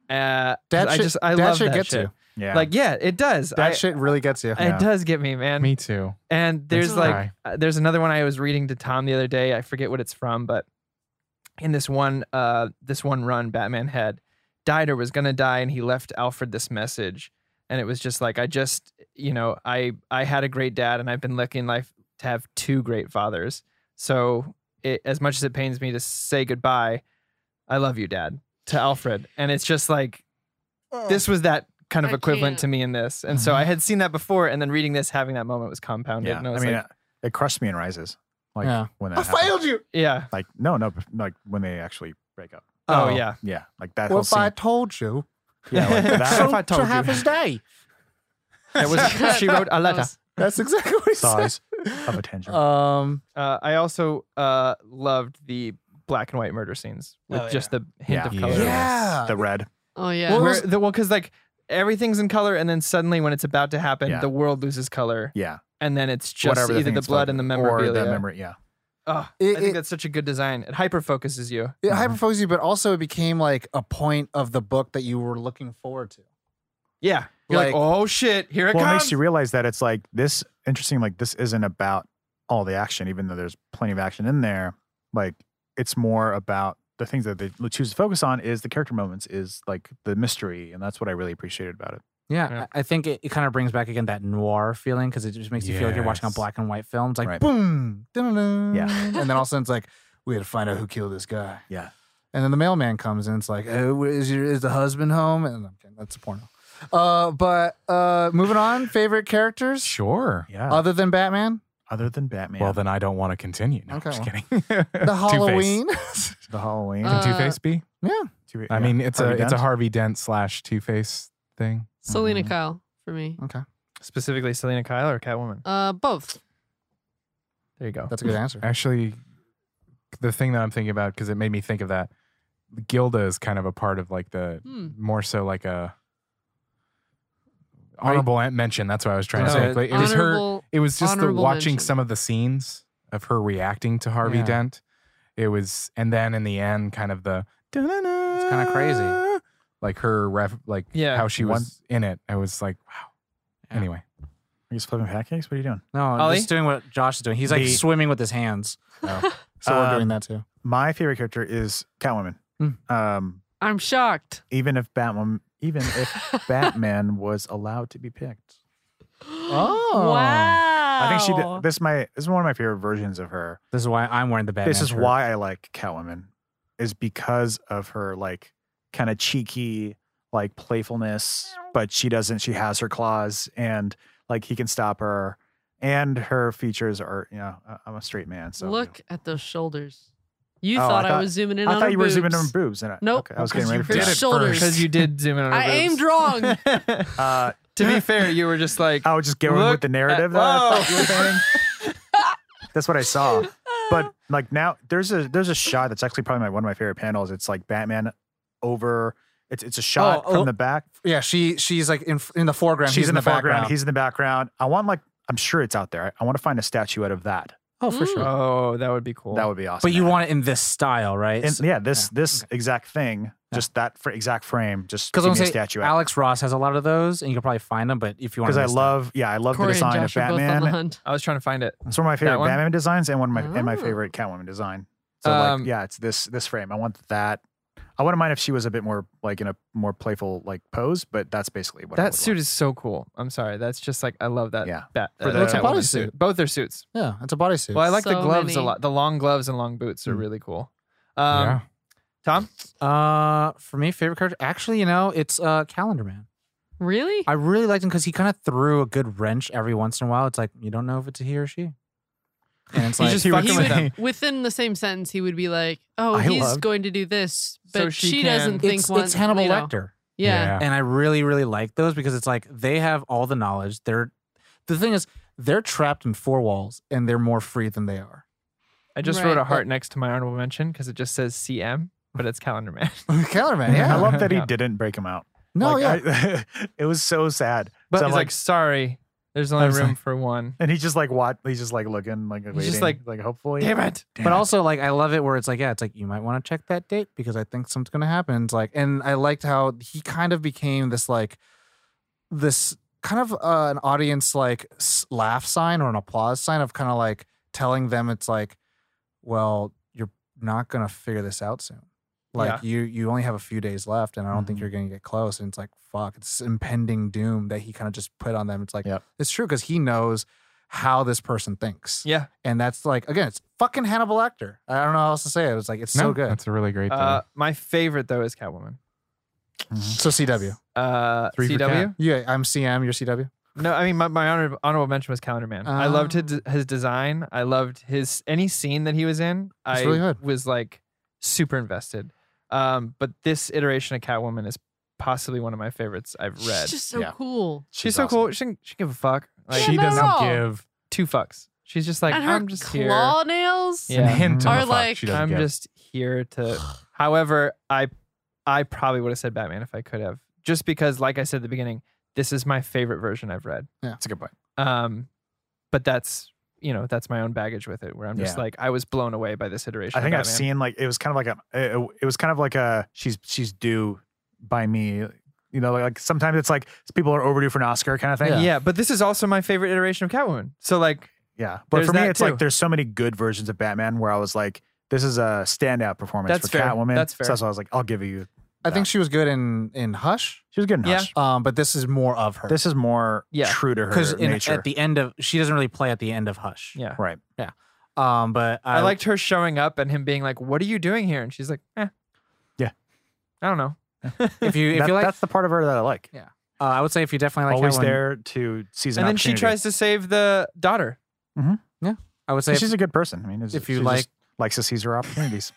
[SPEAKER 2] Uh,
[SPEAKER 6] Dad
[SPEAKER 2] I
[SPEAKER 6] shit-
[SPEAKER 2] just I
[SPEAKER 6] dad
[SPEAKER 2] love
[SPEAKER 6] shit
[SPEAKER 2] that
[SPEAKER 6] gets
[SPEAKER 2] shit.
[SPEAKER 6] you.
[SPEAKER 5] yeah.
[SPEAKER 2] Like yeah, it does.
[SPEAKER 6] That
[SPEAKER 2] I-
[SPEAKER 6] shit really gets you.
[SPEAKER 2] It does get me, man.
[SPEAKER 1] me too
[SPEAKER 2] And there's
[SPEAKER 1] Makes me
[SPEAKER 2] like
[SPEAKER 1] cry.
[SPEAKER 2] uh, there's another one I was reading to Tom the other day. I forget what it's from, but in this one uh this one run Batman had died or was going to die and he left Alfred this message and it was just like I just, you know, I I had a great dad and I've been lucky in life to have two great fathers. So it, as much as it pains me to say goodbye, I love you, dad, to Alfred. And it's just like this was that kind of
[SPEAKER 4] Oh. I
[SPEAKER 2] equivalent
[SPEAKER 4] can't.
[SPEAKER 2] to me in this. And so I had seen that before and then reading this having that moment was compounded.
[SPEAKER 5] Mm-hmm.
[SPEAKER 2] And
[SPEAKER 5] yeah. I,
[SPEAKER 2] I was
[SPEAKER 5] mean,
[SPEAKER 2] like,
[SPEAKER 5] it, it crushed me in Rises. Like
[SPEAKER 6] Oh. Yeah.
[SPEAKER 5] when that happened.
[SPEAKER 6] you.
[SPEAKER 2] yeah.
[SPEAKER 5] Like no, no, but, like when they actually break up.
[SPEAKER 2] Oh,
[SPEAKER 6] Oh.
[SPEAKER 2] yeah.
[SPEAKER 5] Yeah, like that
[SPEAKER 6] What
[SPEAKER 5] whole
[SPEAKER 6] if I
[SPEAKER 5] scene.
[SPEAKER 6] told you?
[SPEAKER 5] Yeah, like that.
[SPEAKER 2] So- If I told you.
[SPEAKER 6] half his day.
[SPEAKER 2] That was she wrote a letter.
[SPEAKER 6] That's exactly what he said.
[SPEAKER 5] size of attention.
[SPEAKER 6] Um,
[SPEAKER 2] Uh, I also uh, loved the black and white murder scenes with
[SPEAKER 7] Oh,
[SPEAKER 2] just the hint
[SPEAKER 5] Yeah.
[SPEAKER 2] of
[SPEAKER 1] Yeah.
[SPEAKER 2] color. Uh,
[SPEAKER 6] yeah.
[SPEAKER 5] the red.
[SPEAKER 4] Oh yeah.
[SPEAKER 2] Where-
[SPEAKER 6] was-
[SPEAKER 2] the- well, because like everything's in color, and then suddenly when it's about to happen,
[SPEAKER 5] Yeah.
[SPEAKER 2] the world loses color,
[SPEAKER 5] Yeah.
[SPEAKER 2] and then it's just
[SPEAKER 5] Whatever
[SPEAKER 2] either
[SPEAKER 5] thing
[SPEAKER 2] the
[SPEAKER 5] it's
[SPEAKER 2] blood
[SPEAKER 5] called,
[SPEAKER 2] and the
[SPEAKER 5] Or
[SPEAKER 2] memorabilia.
[SPEAKER 5] the memory. Yeah.
[SPEAKER 2] Oh,
[SPEAKER 6] It-
[SPEAKER 2] I think
[SPEAKER 6] it-
[SPEAKER 2] that's such a good design. It hyper focuses you.
[SPEAKER 6] It hyperfocuses you, but also it became like a point of the book that you were looking forward to.
[SPEAKER 2] Yeah, you're like,
[SPEAKER 6] Like-
[SPEAKER 2] oh shit, here it
[SPEAKER 5] well, it
[SPEAKER 2] comes.
[SPEAKER 5] makes you realize that it's like this interesting. Like this isn't about all the action, even though there's plenty of action in there. Like it's more about the things that they choose to focus on is the character moments, is like the mystery, and that's what I really appreciated about it.
[SPEAKER 7] Yeah,
[SPEAKER 2] Yeah.
[SPEAKER 7] I I think it, it kind of brings back again that noir feeling because it just makes you feel like you're watching a
[SPEAKER 1] Yes.
[SPEAKER 7] black and white film. It's like
[SPEAKER 5] Right.
[SPEAKER 6] Boom. Dun-dun-dun.
[SPEAKER 5] Yeah.
[SPEAKER 6] And then all of a sudden it's like, we had to find out who killed this guy.
[SPEAKER 5] Yeah.
[SPEAKER 6] And then the mailman comes and it's like, oh, is, your, is the husband home? And I'm kidding, that's a porno. Uh, but uh, moving on, favorite characters
[SPEAKER 1] sure
[SPEAKER 5] Yeah.
[SPEAKER 6] other than Batman?
[SPEAKER 5] Other than Batman,
[SPEAKER 1] Uh, well then I don't want to continue no
[SPEAKER 6] Okay,
[SPEAKER 1] I'm just
[SPEAKER 6] well.
[SPEAKER 1] kidding
[SPEAKER 6] The Halloween.
[SPEAKER 5] the Halloween.
[SPEAKER 4] Uh,
[SPEAKER 1] Two Face be
[SPEAKER 5] Two-
[SPEAKER 1] I
[SPEAKER 5] yeah.
[SPEAKER 1] mean it's
[SPEAKER 5] Harvey
[SPEAKER 1] a it's a
[SPEAKER 5] Dent.
[SPEAKER 1] Harvey Dent slash Two Face thing
[SPEAKER 4] Selena
[SPEAKER 5] Mhm.
[SPEAKER 4] Kyle for me.
[SPEAKER 6] okay.
[SPEAKER 2] Specifically, Selena Kyle or Catwoman.
[SPEAKER 4] Uh, both.
[SPEAKER 2] There you go.
[SPEAKER 6] That's a good answer.
[SPEAKER 1] actually the thing that I'm thinking about because it made me think of that Gilda is kind of a part of like the
[SPEAKER 4] Hmm.
[SPEAKER 1] more so like a honorable ant mention that's what I was trying to
[SPEAKER 2] Oh,
[SPEAKER 1] say Like, it was her
[SPEAKER 4] Honorable.
[SPEAKER 1] It was just the
[SPEAKER 4] Honorable
[SPEAKER 1] watching
[SPEAKER 4] mention.
[SPEAKER 1] some of the scenes of her reacting to Harvey
[SPEAKER 6] Yeah.
[SPEAKER 1] Dent It was, and then in the end, kind of the it's
[SPEAKER 6] kinda crazy.
[SPEAKER 1] Like her ref, like
[SPEAKER 2] Yeah.
[SPEAKER 1] how she
[SPEAKER 5] One-
[SPEAKER 1] was in it. I was like, wow.
[SPEAKER 6] Yeah.
[SPEAKER 1] Anyway,
[SPEAKER 5] Are you just flipping pancakes? What are you doing?
[SPEAKER 6] No, I'm
[SPEAKER 2] Ollie?
[SPEAKER 6] just doing what Josh is doing. He's like
[SPEAKER 5] The- Uh,
[SPEAKER 6] swimming with his hands. Oh. So we're doing that too.
[SPEAKER 5] My favorite character is Catwoman.
[SPEAKER 6] Hmm.
[SPEAKER 5] Um,
[SPEAKER 4] I'm shocked.
[SPEAKER 5] even if Batwoman, even if Batman was allowed to be picked,
[SPEAKER 6] Oh.
[SPEAKER 4] wow.
[SPEAKER 5] I think she
[SPEAKER 4] Oh.
[SPEAKER 5] did. This is my this is one of my favorite versions of her.
[SPEAKER 6] This is why I'm wearing the Batman.
[SPEAKER 5] this is
[SPEAKER 6] shirt.
[SPEAKER 5] why I like Catwoman, is because of her like kind of cheeky like playfulness, but she doesn't. She has her claws, and like he can stop her. And her features are, you know, I- I'm a straight man, so
[SPEAKER 4] Look at those shoulders. You
[SPEAKER 5] Oh, I
[SPEAKER 4] thought I,
[SPEAKER 5] thought-
[SPEAKER 4] was zooming in
[SPEAKER 5] I
[SPEAKER 4] on
[SPEAKER 5] thought
[SPEAKER 4] her
[SPEAKER 5] you were zooming in on
[SPEAKER 4] boobs.
[SPEAKER 5] boobs, and I,
[SPEAKER 4] Nope,
[SPEAKER 5] okay, I was
[SPEAKER 1] because
[SPEAKER 5] getting
[SPEAKER 1] you
[SPEAKER 5] ready for
[SPEAKER 1] did
[SPEAKER 5] that.
[SPEAKER 1] it
[SPEAKER 4] shoulders.
[SPEAKER 2] because you did zoom in on. her
[SPEAKER 4] I aimed
[SPEAKER 2] boobs.
[SPEAKER 4] wrong.
[SPEAKER 5] Uh,
[SPEAKER 2] to be fair, you were just like,
[SPEAKER 5] I was just going
[SPEAKER 2] Look
[SPEAKER 5] with the narrative
[SPEAKER 2] at-
[SPEAKER 5] that I thought you
[SPEAKER 2] Whoa.
[SPEAKER 5] were painting. That's what I saw. But like now there's a there's a shot that's actually probably my, one of my favorite panels. It's like Batman over it's it's a shot
[SPEAKER 8] Oh, oh.
[SPEAKER 5] from the back.
[SPEAKER 8] Yeah, she she's like in in the foreground.
[SPEAKER 5] She's
[SPEAKER 8] he's
[SPEAKER 5] in the, foreground,
[SPEAKER 8] background.
[SPEAKER 5] he's in the background. I want like I'm sure it's out there. I, I want to find a statuette of that.
[SPEAKER 6] Oh, for sure.
[SPEAKER 2] "Oh, that would be cool."
[SPEAKER 5] That would be awesome.
[SPEAKER 6] But you
[SPEAKER 5] man.
[SPEAKER 6] want it in this style, right?
[SPEAKER 5] and
[SPEAKER 6] So-
[SPEAKER 5] yeah, this this
[SPEAKER 6] okay.
[SPEAKER 5] exact thing, just that for exact frame, just
[SPEAKER 6] Because
[SPEAKER 5] give
[SPEAKER 6] I'm
[SPEAKER 5] me a
[SPEAKER 6] saying
[SPEAKER 5] statuette.
[SPEAKER 6] Alex Ross has a lot of those, and you can probably find them. But if you want,
[SPEAKER 5] because I love, yeah, I love
[SPEAKER 4] Corey
[SPEAKER 5] the
[SPEAKER 4] and
[SPEAKER 5] design of
[SPEAKER 4] Josh are both on the
[SPEAKER 5] Batman.
[SPEAKER 4] hunt.
[SPEAKER 2] I was trying to find it.
[SPEAKER 5] It's one of my favorite
[SPEAKER 2] one?
[SPEAKER 5] Batman designs and one of my and my
[SPEAKER 4] Oh.
[SPEAKER 5] favorite Catwoman design. So
[SPEAKER 2] Um,
[SPEAKER 5] like, yeah, it's this this frame. I want that. I wouldn't mind if she was a bit more like in a more playful like pose, but that's basically what I would
[SPEAKER 2] That suit
[SPEAKER 5] want.
[SPEAKER 2] is so cool. I'm sorry. That's just like I love that.
[SPEAKER 5] Yeah.
[SPEAKER 2] Bat,
[SPEAKER 5] For
[SPEAKER 2] uh,
[SPEAKER 5] the- It's a
[SPEAKER 2] Catwoman
[SPEAKER 6] bodysuit.
[SPEAKER 2] suit. Both their suits.
[SPEAKER 6] Yeah, it's a bodysuit.
[SPEAKER 2] Well, I like the
[SPEAKER 4] So
[SPEAKER 2] gloves a
[SPEAKER 4] many.
[SPEAKER 2] lot. The long gloves and long boots are
[SPEAKER 6] Mm.
[SPEAKER 2] really cool. Um,
[SPEAKER 1] Yeah.
[SPEAKER 2] Tom,
[SPEAKER 6] Uh, for me, favorite character, actually, you know, it's uh Calendar Man.
[SPEAKER 4] Really?
[SPEAKER 6] I really liked him because he kind of threw a good wrench every once in a while. It's like you don't know if it's a he or she, and
[SPEAKER 2] He's
[SPEAKER 6] it's like
[SPEAKER 2] just
[SPEAKER 6] he
[SPEAKER 2] fucking
[SPEAKER 4] He
[SPEAKER 2] with them.
[SPEAKER 4] would, within the same sentence, he would be like, "Oh,
[SPEAKER 5] I
[SPEAKER 4] he's
[SPEAKER 5] love-
[SPEAKER 4] going to do this, but
[SPEAKER 2] So she
[SPEAKER 4] she,
[SPEAKER 2] can-
[SPEAKER 4] doesn't think
[SPEAKER 6] it's,
[SPEAKER 4] one."
[SPEAKER 6] it's Hannibal
[SPEAKER 4] you know.
[SPEAKER 6] Lecter,
[SPEAKER 4] Yeah.
[SPEAKER 6] and I really really like those because it's like they have all the knowledge. They're the thing is they're trapped in four walls and they're more free than they are.
[SPEAKER 2] I just wrote
[SPEAKER 4] Right.
[SPEAKER 2] a heart next to my honorable mention because it just says CM, but it's Calendar Man.
[SPEAKER 6] Calendar Man, yeah,
[SPEAKER 5] I love that he
[SPEAKER 2] Yeah.
[SPEAKER 5] didn't break him out.
[SPEAKER 6] no, yeah,
[SPEAKER 5] Like, I- it was so sad.
[SPEAKER 2] But
[SPEAKER 5] So I'm
[SPEAKER 2] it's like,
[SPEAKER 5] like-
[SPEAKER 2] sorry, there's only
[SPEAKER 6] was
[SPEAKER 2] room
[SPEAKER 6] like-
[SPEAKER 2] for one.
[SPEAKER 5] And he's just like what? He's just like looking like waiting,
[SPEAKER 2] just
[SPEAKER 5] like
[SPEAKER 2] like,
[SPEAKER 5] like hopefully.
[SPEAKER 2] Damn it!
[SPEAKER 6] but also like I love it where it's like yeah, it's like you might want to check that date because I think something's gonna happen. It's like, and I liked how he kind of became this like this kind of uh, an audience like s- laugh sign or an applause sign of kind of like telling them it's like, well, you're not gonna figure this out soon. Like you, you only have a few days left, and I don't think
[SPEAKER 5] Mhm.
[SPEAKER 6] you're gonna get close. And it's like, fuck, it's impending doom that he kind of just put on them. It's like,
[SPEAKER 5] Yep.
[SPEAKER 6] it's true because he knows how this person thinks.
[SPEAKER 2] Yeah.
[SPEAKER 6] And that's like again, it's fucking Hannibal Lecter. I don't know how else to say it. It's like it's so
[SPEAKER 1] no,
[SPEAKER 6] good.
[SPEAKER 1] That's a really great.
[SPEAKER 2] Uh,
[SPEAKER 1] uh,
[SPEAKER 2] my favorite though is Catwoman.
[SPEAKER 6] So CW.
[SPEAKER 2] Uh,
[SPEAKER 1] Three for
[SPEAKER 2] CW.
[SPEAKER 6] Yeah, I'm CM, you're CW.
[SPEAKER 2] No, I mean my, my honorable, honorable mention was Calendar Man. I loved his, his design. I loved his any scene that he was in. I
[SPEAKER 6] It's really good.
[SPEAKER 2] was like super invested. Um, but this iteration of Catwoman is possibly one of my favorites I've read.
[SPEAKER 4] She's just so
[SPEAKER 5] Yeah.
[SPEAKER 4] cool.
[SPEAKER 2] She's, so cool. She can, she can give a fuck. Like,
[SPEAKER 4] Yeah,
[SPEAKER 1] she
[SPEAKER 4] not at
[SPEAKER 1] doesn't
[SPEAKER 4] all.
[SPEAKER 1] give
[SPEAKER 2] two fucks. She's just like
[SPEAKER 4] and her
[SPEAKER 2] I'm just
[SPEAKER 4] claw nails.
[SPEAKER 2] Yeah.
[SPEAKER 1] an hint of
[SPEAKER 4] Or
[SPEAKER 1] a fuck
[SPEAKER 4] like-
[SPEAKER 1] she
[SPEAKER 2] here.
[SPEAKER 1] doesn't
[SPEAKER 2] I'm
[SPEAKER 1] give.
[SPEAKER 2] just here to. However, I I probably would have said Batman if I could have, just because, like I said at the beginning, this is my favorite version I've read.
[SPEAKER 5] That's a good point.
[SPEAKER 2] Um, but that's you know that's my own baggage with it, where I'm just
[SPEAKER 5] Yeah.
[SPEAKER 2] like I was blown away by this iteration.
[SPEAKER 5] I
[SPEAKER 2] of
[SPEAKER 5] think I've
[SPEAKER 2] Batman.
[SPEAKER 5] seen like it was kind of like a it, it was kind of like a she's she's due by me. You know, like, like sometimes it's like people are overdue for an Oscar kind of thing.
[SPEAKER 2] Yeah. but this is also my favorite iteration of Catwoman. So like,
[SPEAKER 5] Yeah. But
[SPEAKER 2] There's
[SPEAKER 5] for me,
[SPEAKER 2] that
[SPEAKER 5] it's
[SPEAKER 2] too.
[SPEAKER 5] like there's so many good versions of Batman where I was like, this is a standout performance
[SPEAKER 2] That's
[SPEAKER 5] for
[SPEAKER 2] fair.
[SPEAKER 5] Catwoman.
[SPEAKER 2] That's fair.
[SPEAKER 5] So that's why I was like, I'll give you.
[SPEAKER 6] I think she was good in in Hush.
[SPEAKER 5] She was good in
[SPEAKER 2] Yeah.
[SPEAKER 5] Hush.
[SPEAKER 6] Um, but this is more of her.
[SPEAKER 5] This is more
[SPEAKER 2] Yeah.
[SPEAKER 5] true to her
[SPEAKER 6] because
[SPEAKER 5] nature.
[SPEAKER 6] at the end of she doesn't really play at the end of Hush.
[SPEAKER 2] yeah,
[SPEAKER 5] right.
[SPEAKER 6] Um, but I,
[SPEAKER 2] I liked her showing up and him being like, "What are you doing here?" And she's like, "Eh,
[SPEAKER 5] Yeah.
[SPEAKER 2] I don't know."
[SPEAKER 6] if you if
[SPEAKER 5] That-
[SPEAKER 6] you like.
[SPEAKER 5] that's the part of her that I like.
[SPEAKER 6] Uh, I would say if you definitely like
[SPEAKER 5] Always
[SPEAKER 6] Catwoman,
[SPEAKER 5] there to seize an
[SPEAKER 2] and then she
[SPEAKER 5] opportunity.
[SPEAKER 2] tries to save the daughter.
[SPEAKER 6] I would say
[SPEAKER 5] And
[SPEAKER 6] if-
[SPEAKER 5] she's a good person. I mean, it's-
[SPEAKER 6] if you
[SPEAKER 5] she just
[SPEAKER 6] like-
[SPEAKER 5] likes to seize her opportunities.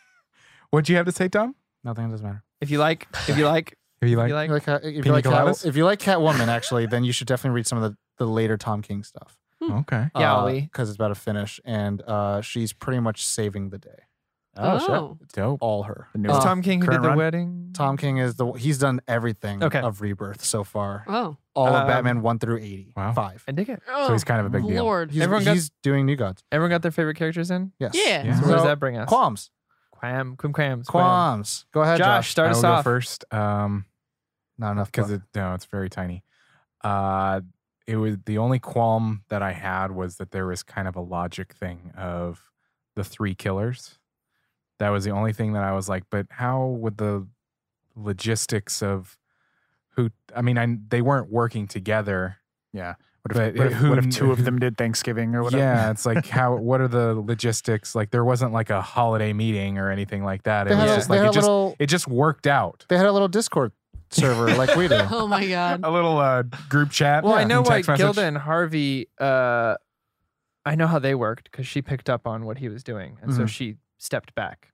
[SPEAKER 1] What'd you have to say, Tom?
[SPEAKER 6] nothing doesn't matter.
[SPEAKER 2] If you like, if you like,
[SPEAKER 1] Who you
[SPEAKER 2] if
[SPEAKER 1] like?
[SPEAKER 2] you like,
[SPEAKER 6] If you like, Cat- if, you
[SPEAKER 1] Pina
[SPEAKER 6] like Cat,
[SPEAKER 1] coladas?
[SPEAKER 6] if you like Catwoman, actually, then you should definitely read some of the, the later Tom King stuff.
[SPEAKER 1] Okay.
[SPEAKER 2] Yeah, Ollie.
[SPEAKER 6] because it's about to finish, and uh, she's pretty much saving the day.
[SPEAKER 4] Oh,
[SPEAKER 1] Dope.
[SPEAKER 6] All her.
[SPEAKER 5] The new
[SPEAKER 2] It was
[SPEAKER 5] Uh,
[SPEAKER 2] Tom King who did
[SPEAKER 5] current
[SPEAKER 2] the
[SPEAKER 5] run?
[SPEAKER 2] wedding.
[SPEAKER 6] Tom King is the he's done everything
[SPEAKER 2] Okay.
[SPEAKER 6] of Rebirth so far.
[SPEAKER 4] oh,
[SPEAKER 6] All of
[SPEAKER 2] Um,
[SPEAKER 6] Batman one through eighty
[SPEAKER 1] Wow.
[SPEAKER 6] five.
[SPEAKER 2] I dig it.
[SPEAKER 4] oh.
[SPEAKER 1] So he's kind of a big deal.
[SPEAKER 4] Lord.
[SPEAKER 6] He's,
[SPEAKER 2] Everyone got-
[SPEAKER 6] he's doing New Gods.
[SPEAKER 2] Everyone got their favorite characters in.
[SPEAKER 6] Yes.
[SPEAKER 4] Yeah.
[SPEAKER 1] Yeah.
[SPEAKER 2] So, where
[SPEAKER 6] So,
[SPEAKER 2] does that bring us?
[SPEAKER 6] Qualms.
[SPEAKER 2] Quam, quim, quams, quam.
[SPEAKER 6] Quams. Go ahead, Josh.
[SPEAKER 2] Josh, start
[SPEAKER 1] I will
[SPEAKER 2] us
[SPEAKER 1] go
[SPEAKER 2] off.
[SPEAKER 1] first. Um,
[SPEAKER 6] Not enough.
[SPEAKER 1] because it, no, it's very tiny. Uh, it was the only qualm that I had was that there was kind of a logic thing of the three killers. That was the only thing that I was like, but how would the logistics of who? I mean, I, they weren't working together.
[SPEAKER 5] What
[SPEAKER 1] But
[SPEAKER 5] if, what if, what if
[SPEAKER 1] who-
[SPEAKER 5] two of them did Thanksgiving or whatever?
[SPEAKER 1] Yeah, it's like how? What are the logistics? Like there wasn't like a holiday meeting or anything like that. It
[SPEAKER 6] They had,
[SPEAKER 1] was
[SPEAKER 6] a,
[SPEAKER 1] just
[SPEAKER 6] they
[SPEAKER 1] like
[SPEAKER 6] had
[SPEAKER 1] it
[SPEAKER 6] a
[SPEAKER 1] just
[SPEAKER 6] little.
[SPEAKER 1] it just worked out.
[SPEAKER 6] They had a little Discord server like we do.
[SPEAKER 4] Oh my god.
[SPEAKER 1] A little uh, group chat.
[SPEAKER 2] Well, I know
[SPEAKER 1] and
[SPEAKER 2] why
[SPEAKER 1] text message.
[SPEAKER 2] Gilda and Harvey. Uh, I know how they worked because she picked up on what he was doing, and so
[SPEAKER 6] Mhm.
[SPEAKER 2] she stepped back.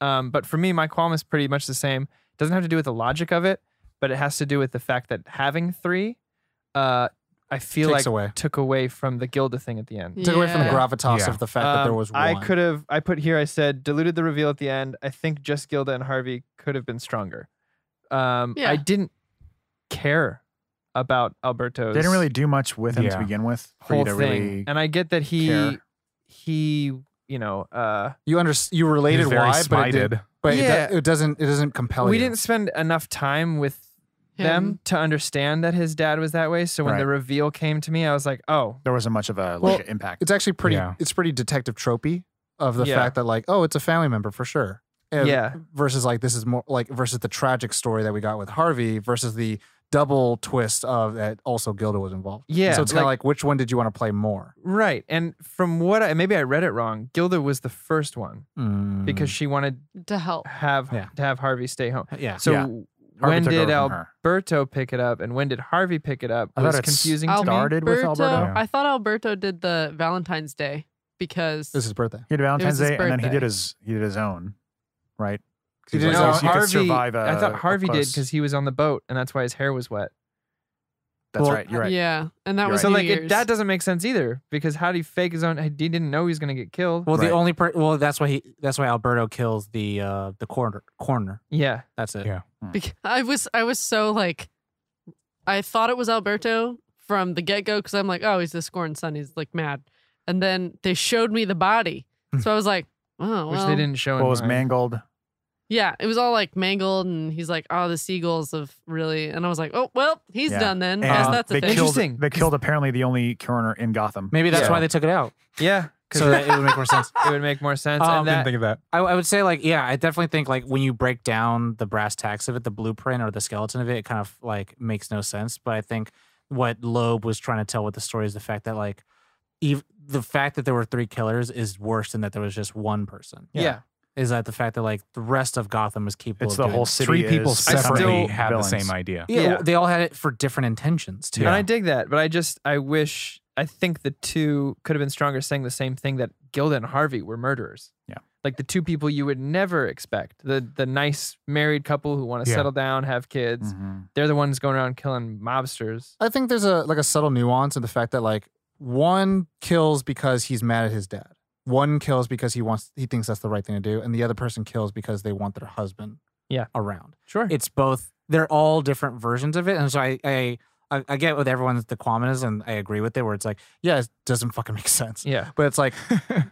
[SPEAKER 2] Um, but for me, my qualm is pretty much the same. It doesn't have to do with the logic of it, but it has to do with the fact that having three, uh, I feel
[SPEAKER 6] Takes
[SPEAKER 2] like
[SPEAKER 6] away.
[SPEAKER 2] took away from the Gilda thing at the end.
[SPEAKER 6] Took away from the
[SPEAKER 4] Yeah.
[SPEAKER 6] gravitas
[SPEAKER 1] Yeah.
[SPEAKER 6] of the fact that there
[SPEAKER 2] Um,
[SPEAKER 6] was one.
[SPEAKER 2] I could have. I put here. I said diluted the reveal at the end. I think just Gilda and Harvey could have been stronger. Um,
[SPEAKER 4] Yeah.
[SPEAKER 2] I didn't care about Alberto's.
[SPEAKER 5] They didn't really do much with him to
[SPEAKER 1] Yeah.
[SPEAKER 5] begin with. For
[SPEAKER 2] whole
[SPEAKER 5] you to
[SPEAKER 2] thing,
[SPEAKER 5] really
[SPEAKER 2] and I get that he
[SPEAKER 5] care.
[SPEAKER 2] he you know uh,
[SPEAKER 6] You under you
[SPEAKER 1] He's
[SPEAKER 6] related
[SPEAKER 1] very
[SPEAKER 6] why, but it,
[SPEAKER 1] smited.
[SPEAKER 6] didn't- but it do-
[SPEAKER 2] Yeah.
[SPEAKER 6] it doesn't it doesn't compel
[SPEAKER 2] we
[SPEAKER 6] you.
[SPEAKER 2] didn't spend enough time with them
[SPEAKER 4] Him.
[SPEAKER 2] to understand that his dad was that way. So when the
[SPEAKER 5] Right.
[SPEAKER 2] reveal came to me, I was like, oh,
[SPEAKER 5] there wasn't much of a like,
[SPEAKER 6] Well,
[SPEAKER 5] impact.
[SPEAKER 6] It's actually pretty.
[SPEAKER 1] Yeah.
[SPEAKER 6] It's pretty detective tropey of the
[SPEAKER 2] Yeah.
[SPEAKER 6] fact that like oh it's a family member for sure. And
[SPEAKER 2] Yeah.
[SPEAKER 6] Versus like this is more like versus the tragic story that we got with Harvey versus the double twist of that also Gilda was involved.
[SPEAKER 2] Yeah,
[SPEAKER 6] So it's kind of
[SPEAKER 2] like-
[SPEAKER 6] like which one did you want to play more?
[SPEAKER 2] right. And from what I maybe I read it wrong. Gilda was the first one because she wanted
[SPEAKER 4] to help.
[SPEAKER 2] have
[SPEAKER 6] Yeah.
[SPEAKER 2] to have Harvey stay home.
[SPEAKER 6] Mm. yeah.
[SPEAKER 2] So
[SPEAKER 5] Yeah. Harvey
[SPEAKER 2] when
[SPEAKER 5] took
[SPEAKER 2] did
[SPEAKER 5] over from her.
[SPEAKER 2] Alberto pick it up and when did Harvey pick it up
[SPEAKER 5] I thought
[SPEAKER 2] was
[SPEAKER 5] it's
[SPEAKER 2] confusing to me.
[SPEAKER 5] started with Alberto.
[SPEAKER 4] I thought Alberto did the Valentine's Day because
[SPEAKER 6] This is birthday.
[SPEAKER 5] He did Valentine's
[SPEAKER 4] his
[SPEAKER 5] Day, and then he
[SPEAKER 4] birthday.
[SPEAKER 5] did his he did his own, right? 'Cause
[SPEAKER 6] He
[SPEAKER 5] he's
[SPEAKER 6] did
[SPEAKER 5] like,
[SPEAKER 6] his
[SPEAKER 5] oh,
[SPEAKER 6] own.
[SPEAKER 5] so you could survive.
[SPEAKER 2] I
[SPEAKER 5] uh,
[SPEAKER 2] thought
[SPEAKER 5] up
[SPEAKER 2] Harvey did
[SPEAKER 5] close.
[SPEAKER 2] because he was on the boat and that's why his hair was wet.
[SPEAKER 5] that's
[SPEAKER 6] Well,
[SPEAKER 5] right. You're right.
[SPEAKER 4] yeah, and that
[SPEAKER 5] You're
[SPEAKER 4] was
[SPEAKER 2] So
[SPEAKER 4] New
[SPEAKER 2] like it,
[SPEAKER 4] Year's.
[SPEAKER 2] that doesn't make sense either because how do you fake his own? He didn't know he was gonna get killed.
[SPEAKER 6] Well,
[SPEAKER 5] Right.
[SPEAKER 6] the only per- well that's why he that's why Alberto kills the uh the corner corner.
[SPEAKER 2] yeah,
[SPEAKER 6] That's it.
[SPEAKER 1] Yeah.
[SPEAKER 4] Bec- I was I was so like I thought it was Alberto from the get go because I'm like, oh, he's this scorn son. He's like mad, and then they showed me the body, so I was like, oh,
[SPEAKER 2] which
[SPEAKER 4] well.
[SPEAKER 2] Hmm. they didn't show. in
[SPEAKER 5] What was
[SPEAKER 2] mine.
[SPEAKER 5] mangled?
[SPEAKER 4] Yeah, it was all like mangled, and he's like, oh, the seagulls have really, and I was like, oh, well, he's
[SPEAKER 5] Yeah.
[SPEAKER 4] done then.
[SPEAKER 5] And
[SPEAKER 4] Guess that's
[SPEAKER 5] they
[SPEAKER 4] a thing.
[SPEAKER 5] killed.
[SPEAKER 2] Interesting,
[SPEAKER 5] They
[SPEAKER 2] 'cause-
[SPEAKER 5] killed apparently the only coroner in Gotham.
[SPEAKER 6] Maybe that's
[SPEAKER 2] Yeah.
[SPEAKER 6] why they took it out.
[SPEAKER 2] Yeah, because
[SPEAKER 6] So that it would make more sense.
[SPEAKER 2] it would make more
[SPEAKER 5] Oh,
[SPEAKER 2] sense.
[SPEAKER 6] Um,
[SPEAKER 2] and
[SPEAKER 1] Didn't
[SPEAKER 2] that,
[SPEAKER 1] think of that.
[SPEAKER 6] I, I would say like yeah, I definitely think like when you break down the brass tacks of it, the blueprint or the skeleton of it, it kind of like makes no sense. But I think what Loeb was trying to tell with the story is the fact that like ev- the fact that there were three killers is worse than that there was just one person.
[SPEAKER 2] yeah.
[SPEAKER 6] Is that the fact that like the rest of Gotham was capable
[SPEAKER 5] It's
[SPEAKER 6] of
[SPEAKER 5] the
[SPEAKER 6] doing
[SPEAKER 5] whole
[SPEAKER 6] this.
[SPEAKER 5] city.
[SPEAKER 1] Three people
[SPEAKER 5] is
[SPEAKER 2] I
[SPEAKER 1] separately
[SPEAKER 2] still-
[SPEAKER 1] had
[SPEAKER 5] villains.
[SPEAKER 1] the same idea.
[SPEAKER 6] Yeah,
[SPEAKER 2] Yeah.
[SPEAKER 6] well, they all had it for different intentions too.
[SPEAKER 1] Yeah.
[SPEAKER 2] and I dig that, but I just I wish I think the two could have been stronger saying the same thing that Gilda and Harvey were murderers.
[SPEAKER 5] Yeah.
[SPEAKER 2] like the two people you would never expect the the nice married couple who want to
[SPEAKER 1] Yeah.
[SPEAKER 2] settle down, have kids.
[SPEAKER 5] Mhm.
[SPEAKER 2] They're the ones going around killing mobsters.
[SPEAKER 6] I think there's a like a subtle nuance in the fact that like one kills because he's mad at his dad. One kills because he wants he thinks that's the right thing to do, and the other person kills because they want their husband
[SPEAKER 2] Yeah.
[SPEAKER 6] around.
[SPEAKER 2] Sure,
[SPEAKER 6] It's both they're all different versions of it. And so I I I, I get what everyone's the qualm is and I agree with it where it's like, yeah, it doesn't fucking make sense.
[SPEAKER 2] yeah,
[SPEAKER 6] But it's like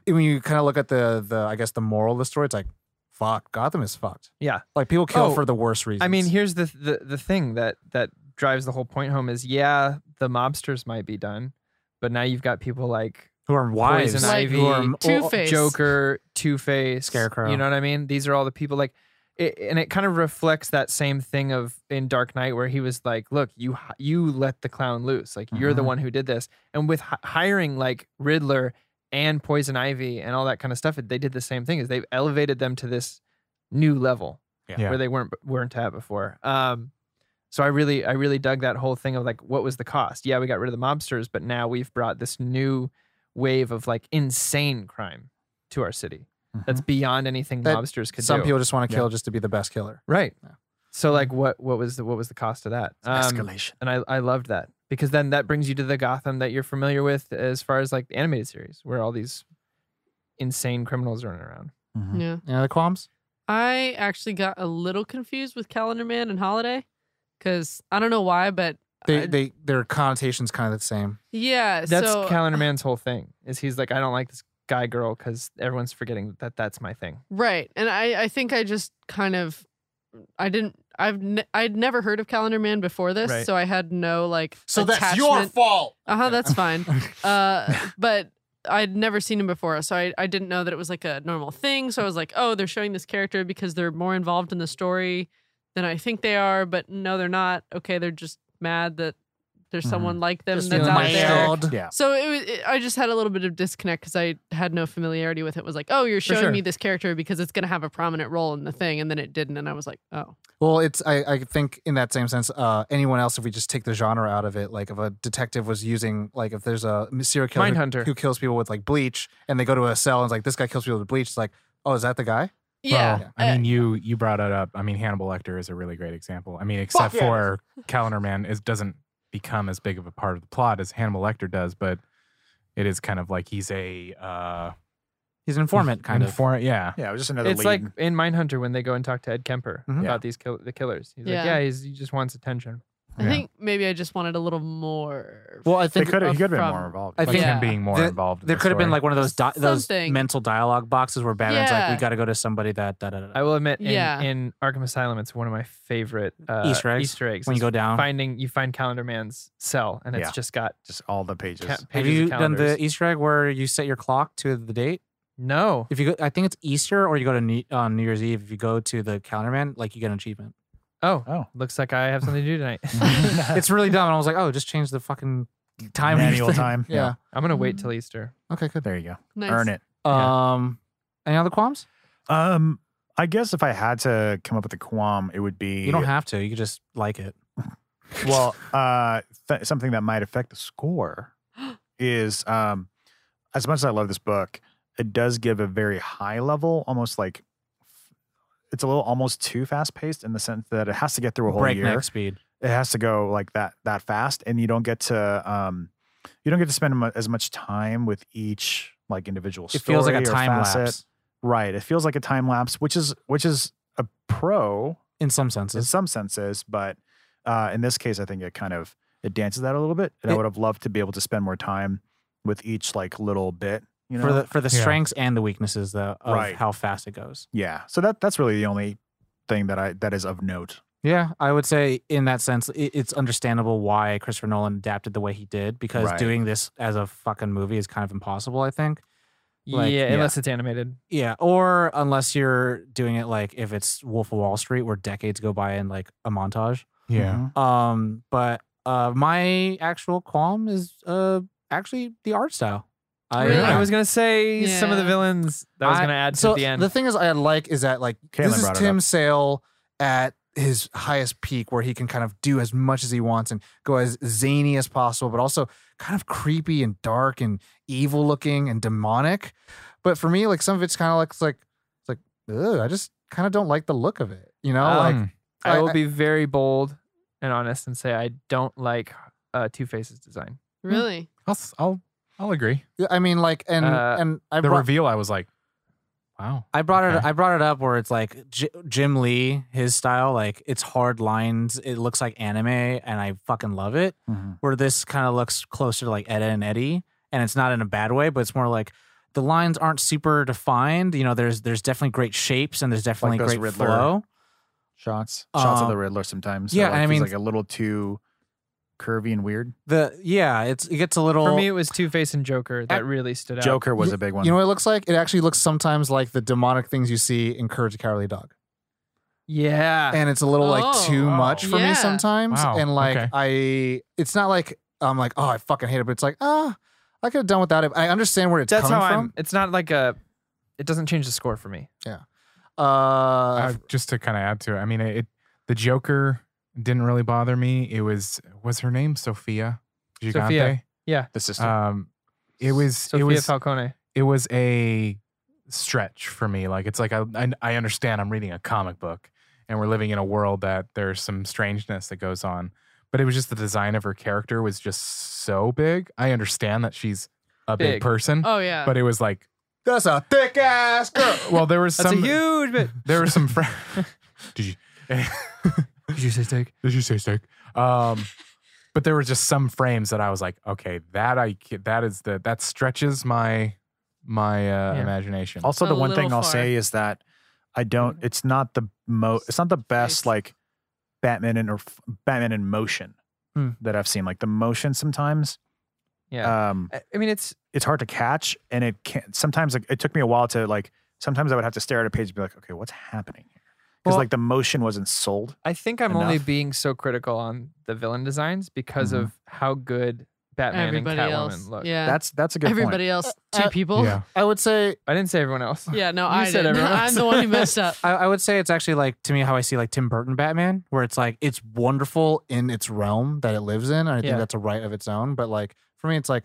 [SPEAKER 6] when you kind of look at the the I guess the moral of the story, it's like, fuck, Gotham is fucked.
[SPEAKER 2] yeah.
[SPEAKER 6] Like people kill
[SPEAKER 2] Oh,
[SPEAKER 6] for the worst reasons.
[SPEAKER 2] I mean, here's the, the the thing that that drives the whole point home is yeah, the mobsters might be done, but now you've got people like
[SPEAKER 6] who are wives
[SPEAKER 2] Poison Ivy,
[SPEAKER 6] who are
[SPEAKER 4] Two-Face.
[SPEAKER 2] Joker, Two Face,
[SPEAKER 6] Scarecrow.
[SPEAKER 2] You know what I mean? These are all the people like, it, and it kind of reflects that same thing of in Dark Knight where he was like, "Look, you h- you let the clown loose. Like you're the
[SPEAKER 6] Mhm.
[SPEAKER 2] one who did this." And with hi- hiring like Riddler and Poison Ivy and all that kind of stuff, they did the same thing. Is they've elevated them to this new level
[SPEAKER 1] Yeah.
[SPEAKER 2] where they weren't weren't at before. Um, so I really I really dug that whole thing of like what was the cost? Yeah, we got rid of the mobsters, but now we've brought this new wave of like insane crime to our city. That's beyond anything
[SPEAKER 6] Mm-hmm. That
[SPEAKER 2] mobsters could
[SPEAKER 6] Some
[SPEAKER 2] do.
[SPEAKER 6] people just want to kill just to be the best killer.
[SPEAKER 2] right.
[SPEAKER 6] Yeah. Mm-hmm.
[SPEAKER 2] So like what what was the what was the cost of that? Um,
[SPEAKER 5] Escalation.
[SPEAKER 2] and I I loved that because then that brings you to the Gotham that you're familiar with as far as like the animated series where all these insane criminals running around.
[SPEAKER 5] Mhm.
[SPEAKER 4] yeah,
[SPEAKER 6] Any other qualms?
[SPEAKER 4] I actually got a little confused with Calendar Man and Holiday because I don't know why, but
[SPEAKER 6] They
[SPEAKER 4] I-
[SPEAKER 6] they their connotations kind of the same.
[SPEAKER 4] yeah,
[SPEAKER 2] That's
[SPEAKER 4] so uh,
[SPEAKER 2] Calendar Man's whole thing is he's like I don't like this guy girl because everyone's forgetting that that's my thing.
[SPEAKER 4] Right. And I, I think I just kind of, I didn't, I've, ne- I'd never heard of Calendar Man before this,
[SPEAKER 2] Right.
[SPEAKER 4] so I had no like.
[SPEAKER 6] So that's your fault.
[SPEAKER 4] Uh huh. That's fine. uh, but I'd never seen him before, so I, I didn't know that it was like a normal thing. So I was like, oh, they're showing this character because they're more involved in the story than I think they are. But no, they're not. Okay, they're just mad that there's
[SPEAKER 6] Mm-hmm.
[SPEAKER 5] Mhm.
[SPEAKER 4] someone like them
[SPEAKER 6] Just
[SPEAKER 4] that's out
[SPEAKER 6] feeling
[SPEAKER 4] there.
[SPEAKER 6] misled.
[SPEAKER 5] Yeah.
[SPEAKER 4] So it, was- it, I just had a little bit of disconnect because I had no familiarity with it. It Was like, oh, you're showing
[SPEAKER 6] sure.
[SPEAKER 4] me this character because it's going to have a prominent role in the thing, and then it didn't, and I was like, oh,
[SPEAKER 6] Well, it's I, I think in that same sense, uh, anyone else if we just take the genre out of it, like if a detective was using like if there's a serial killer who-
[SPEAKER 2] Mindhunter.
[SPEAKER 6] who kills people with like bleach and they go to a cell and it's like this guy kills people with bleach, it's like, oh, is that the guy?
[SPEAKER 4] yeah.
[SPEAKER 1] Well,
[SPEAKER 6] Uh,
[SPEAKER 1] I mean, you you brought it up. I mean, Hannibal Lecter is a really great example. I mean, except
[SPEAKER 6] yeah, it
[SPEAKER 1] for Calendar Man is doesn't become as big of a part of the plot as Hannibal Lecter does, but it is kind of like he's a uh,
[SPEAKER 6] He's an informant kind of.
[SPEAKER 1] inform- Yeah,
[SPEAKER 5] Yeah, it was just another
[SPEAKER 2] It's
[SPEAKER 5] lead.
[SPEAKER 2] like in Mindhunter when they go and talk to Ed Kemper
[SPEAKER 6] Mhm.
[SPEAKER 2] about these kill- the killers. He's
[SPEAKER 4] Yeah.
[SPEAKER 2] like, yeah, he's, he just wants attention.
[SPEAKER 4] I
[SPEAKER 1] Yeah.
[SPEAKER 4] think maybe I just wanted a little more.
[SPEAKER 6] Well, I
[SPEAKER 5] they
[SPEAKER 6] think uh,
[SPEAKER 5] could have he could have been
[SPEAKER 4] from-
[SPEAKER 5] more involved.
[SPEAKER 6] I
[SPEAKER 1] like
[SPEAKER 6] think
[SPEAKER 4] Yeah.
[SPEAKER 1] him being more
[SPEAKER 6] The-
[SPEAKER 1] involved. in
[SPEAKER 6] there
[SPEAKER 1] the
[SPEAKER 6] could have been
[SPEAKER 1] story.
[SPEAKER 6] like one of those di- those
[SPEAKER 4] Something.
[SPEAKER 6] mental dialogue boxes where Batman's
[SPEAKER 4] Yeah.
[SPEAKER 6] like, we got to go to somebody that da da da. da.
[SPEAKER 2] I will admit, in,
[SPEAKER 4] Yeah.
[SPEAKER 2] in Arkham Asylum, it's one of my favorite uh,
[SPEAKER 6] Easter eggs
[SPEAKER 2] Easter eggs
[SPEAKER 6] when you
[SPEAKER 2] is
[SPEAKER 6] go down.
[SPEAKER 2] finding you find Calendar Man's cell, and it's
[SPEAKER 5] Yeah.
[SPEAKER 2] just got
[SPEAKER 5] just all the pages.
[SPEAKER 2] ca- pages
[SPEAKER 6] Have
[SPEAKER 2] of
[SPEAKER 6] you done
[SPEAKER 2] calendars.
[SPEAKER 6] the Easter egg where you set your clock to the date?
[SPEAKER 2] no?
[SPEAKER 6] If you go, I think it's Easter or you go to New, on New Year's Eve. If you go to the calendar man, like you get an achievement.
[SPEAKER 2] Oh,
[SPEAKER 5] Oh.
[SPEAKER 2] looks like I have something to do tonight.
[SPEAKER 6] Mm-hmm. it's really dumb. And I was like, oh, just change the fucking time.
[SPEAKER 5] Manual
[SPEAKER 6] thing.
[SPEAKER 5] time.
[SPEAKER 6] Yeah.
[SPEAKER 2] I'm gonna wait
[SPEAKER 4] Mm.
[SPEAKER 2] till Easter.
[SPEAKER 6] Okay, good.
[SPEAKER 5] There you go.
[SPEAKER 4] nice.
[SPEAKER 5] Earn it.
[SPEAKER 6] Um, any other qualms?
[SPEAKER 5] Um, I guess if I had to come up with a qualm, it would be
[SPEAKER 6] You don't have to. You could just like it.
[SPEAKER 5] well, uh, th- something that might affect the score is um, as much as I love this book, it does give a very high level, almost like it's a little almost too fast paced in the sense that it has to get through a whole
[SPEAKER 6] Breakneck
[SPEAKER 5] year.
[SPEAKER 6] speed.
[SPEAKER 5] It has to go like that that fast, and you don't get to um, you don't get to spend mu- as much time with each like individual
[SPEAKER 6] It
[SPEAKER 5] story.
[SPEAKER 6] feels like a
[SPEAKER 5] or
[SPEAKER 6] time
[SPEAKER 5] facet.
[SPEAKER 6] lapse
[SPEAKER 5] Right. It feels like a time lapse, which is which is a pro
[SPEAKER 6] in some
[SPEAKER 5] in
[SPEAKER 6] senses.
[SPEAKER 5] some senses, but uh, in this case, I think it kind of it dances that a little bit, and I
[SPEAKER 6] It-
[SPEAKER 5] would have loved to be able to spend more time with each like little bit, you know.
[SPEAKER 6] for the for the
[SPEAKER 1] Yeah.
[SPEAKER 6] strengths and the weaknesses though, of
[SPEAKER 5] Right.
[SPEAKER 6] how fast it goes.
[SPEAKER 5] yeah, so that that's really the only thing that I that is of note.
[SPEAKER 6] Yeah, I would say in that sense, it, it's understandable why Christopher Nolan adapted the way he did because
[SPEAKER 5] Right.
[SPEAKER 6] doing this as a fucking movie is kind of impossible. I think. Like,
[SPEAKER 2] yeah,
[SPEAKER 6] yeah.
[SPEAKER 2] unless it's animated.
[SPEAKER 6] Yeah, or unless you're doing it like if it's Wolf of Wall Street, where decades go by in like a montage.
[SPEAKER 1] yeah.
[SPEAKER 5] Mhm.
[SPEAKER 6] Um, but uh, my actual qualm is uh actually the art style. I,
[SPEAKER 4] Really?
[SPEAKER 2] I was gonna say some of the
[SPEAKER 4] Yeah.
[SPEAKER 2] villains that I was
[SPEAKER 6] I-
[SPEAKER 2] gonna add to
[SPEAKER 6] so
[SPEAKER 2] the end.
[SPEAKER 9] The thing is, I like is that like
[SPEAKER 5] Caitlin
[SPEAKER 9] this is
[SPEAKER 5] brought it
[SPEAKER 9] Tim
[SPEAKER 5] up.
[SPEAKER 9] Sale at his highest peak, where he can kind of do as much as he wants and go as zany as possible, but also kind of creepy and dark and evil looking and demonic. But for me, like some of it's kind of like it's like it's like ugh, I just kind of don't like the look of it. You know, like
[SPEAKER 1] Um,
[SPEAKER 2] I
[SPEAKER 9] I-
[SPEAKER 2] will
[SPEAKER 9] I-
[SPEAKER 2] be very bold and honest and say I don't like uh, Two Face's design.
[SPEAKER 4] Really?
[SPEAKER 1] I'll s- I'll I'll agree.
[SPEAKER 9] I mean, like and
[SPEAKER 2] Uh,
[SPEAKER 9] and I
[SPEAKER 1] The
[SPEAKER 9] brought,
[SPEAKER 1] reveal, I was like, wow.
[SPEAKER 6] I brought it.
[SPEAKER 1] Okay.
[SPEAKER 6] I brought it up where it's like J- Jim Lee, his style, like it's hard lines. It looks like anime, and I fucking love it.
[SPEAKER 5] Mhm.
[SPEAKER 6] Where this kind of looks closer to like Edda and Eddie, and it's not in a bad way, but it's more like the lines aren't super defined. You know, there's there's definitely great shapes and there's definitely
[SPEAKER 5] those
[SPEAKER 6] great
[SPEAKER 5] Riddler
[SPEAKER 6] flow.
[SPEAKER 5] Shots, shots of
[SPEAKER 6] Um,
[SPEAKER 5] the Riddler sometimes.
[SPEAKER 6] yeah,
[SPEAKER 5] like,
[SPEAKER 6] and I
[SPEAKER 5] he's,
[SPEAKER 6] mean-
[SPEAKER 5] like a little too curvy and weird.
[SPEAKER 6] The yeah, it's it gets a little.
[SPEAKER 2] For me, it was Two Face and Joker that really stood out.
[SPEAKER 5] Joker was
[SPEAKER 9] y-
[SPEAKER 5] a big one.
[SPEAKER 9] you know what it looks like? It actually looks sometimes like the demonic things you see in Courage the Cowardly Dog.
[SPEAKER 2] Yeah.
[SPEAKER 9] and it's a little like
[SPEAKER 4] Oh.
[SPEAKER 9] too much for
[SPEAKER 4] Yeah.
[SPEAKER 9] me sometimes.
[SPEAKER 1] Wow,
[SPEAKER 9] And like
[SPEAKER 1] okay.
[SPEAKER 9] I, it's not like I'm like oh I fucking hate it, but it's like ah I could have done without it. I understand where it's
[SPEAKER 2] That's
[SPEAKER 9] coming
[SPEAKER 2] how
[SPEAKER 9] from.
[SPEAKER 2] I'm. It's not like a. It doesn't change the score for me.
[SPEAKER 9] Uh,
[SPEAKER 1] Uh, just to kind of add to it, I mean, it, the Joker didn't really bother me. It was was her name Sophia Gigante.
[SPEAKER 2] Sophia. Yeah.
[SPEAKER 5] the
[SPEAKER 6] Uh,
[SPEAKER 5] system.
[SPEAKER 1] Um, it was
[SPEAKER 2] Sophia
[SPEAKER 1] it was
[SPEAKER 2] Falcone.
[SPEAKER 1] it was a stretch for me. Like it's like I, I I understand I'm reading a comic book and we're living in a world that there's some strangeness that goes on, but it was just the design of her character was just so big. I understand that she's a big,
[SPEAKER 2] Big.
[SPEAKER 1] person,
[SPEAKER 4] Oh yeah.
[SPEAKER 1] but it was like
[SPEAKER 9] that's a thick ass girl.
[SPEAKER 1] well there was
[SPEAKER 2] That's
[SPEAKER 1] some
[SPEAKER 2] a huge bit.
[SPEAKER 1] there were some friends. Did you?
[SPEAKER 2] Did you say steak?
[SPEAKER 1] Did you say steak? Um, but there were just some frames that I was like, okay, that I ca- that is the that stretches my my uh,
[SPEAKER 2] Yeah.
[SPEAKER 1] imagination.
[SPEAKER 5] Also,
[SPEAKER 4] A
[SPEAKER 5] the one
[SPEAKER 4] little
[SPEAKER 5] thing I'll
[SPEAKER 4] far. Mm-hmm.
[SPEAKER 5] say is that I don't. It's not the mo. It's not the best
[SPEAKER 4] Space.
[SPEAKER 5] like Batman in or f- Batman in motion
[SPEAKER 6] Hmm.
[SPEAKER 5] that I've seen. Like the motion sometimes,
[SPEAKER 2] Yeah.
[SPEAKER 5] um,
[SPEAKER 2] I, I mean, it's
[SPEAKER 5] it's hard to catch, and it can't. Sometimes like, it took me a while to like. Sometimes I would have to stare at a page and be like, okay, what's happening here? Because
[SPEAKER 2] Well-
[SPEAKER 5] like the motion wasn't sold.
[SPEAKER 2] I think I'm only
[SPEAKER 5] Enough.
[SPEAKER 2] being so critical on the villain designs because
[SPEAKER 5] Mhm.
[SPEAKER 2] of how good Batman
[SPEAKER 4] everybody
[SPEAKER 2] and Catwoman
[SPEAKER 4] else.
[SPEAKER 2] look.
[SPEAKER 4] Yeah.
[SPEAKER 5] That's that's a good
[SPEAKER 4] everybody else. Two
[SPEAKER 6] uh,
[SPEAKER 4] people.
[SPEAKER 1] yeah.
[SPEAKER 6] I would say
[SPEAKER 2] I didn't say everyone else.
[SPEAKER 4] Yeah, no,
[SPEAKER 2] You
[SPEAKER 4] I
[SPEAKER 2] said
[SPEAKER 4] did.
[SPEAKER 2] everyone
[SPEAKER 4] I'm
[SPEAKER 2] else.
[SPEAKER 4] the one who messed up.
[SPEAKER 6] I, I would say it's actually like to me how I see like Tim Burton Batman, where it's like it's wonderful in its realm that it lives in, and I think
[SPEAKER 2] Yeah.
[SPEAKER 6] that's a right of its own. But like for me, it's like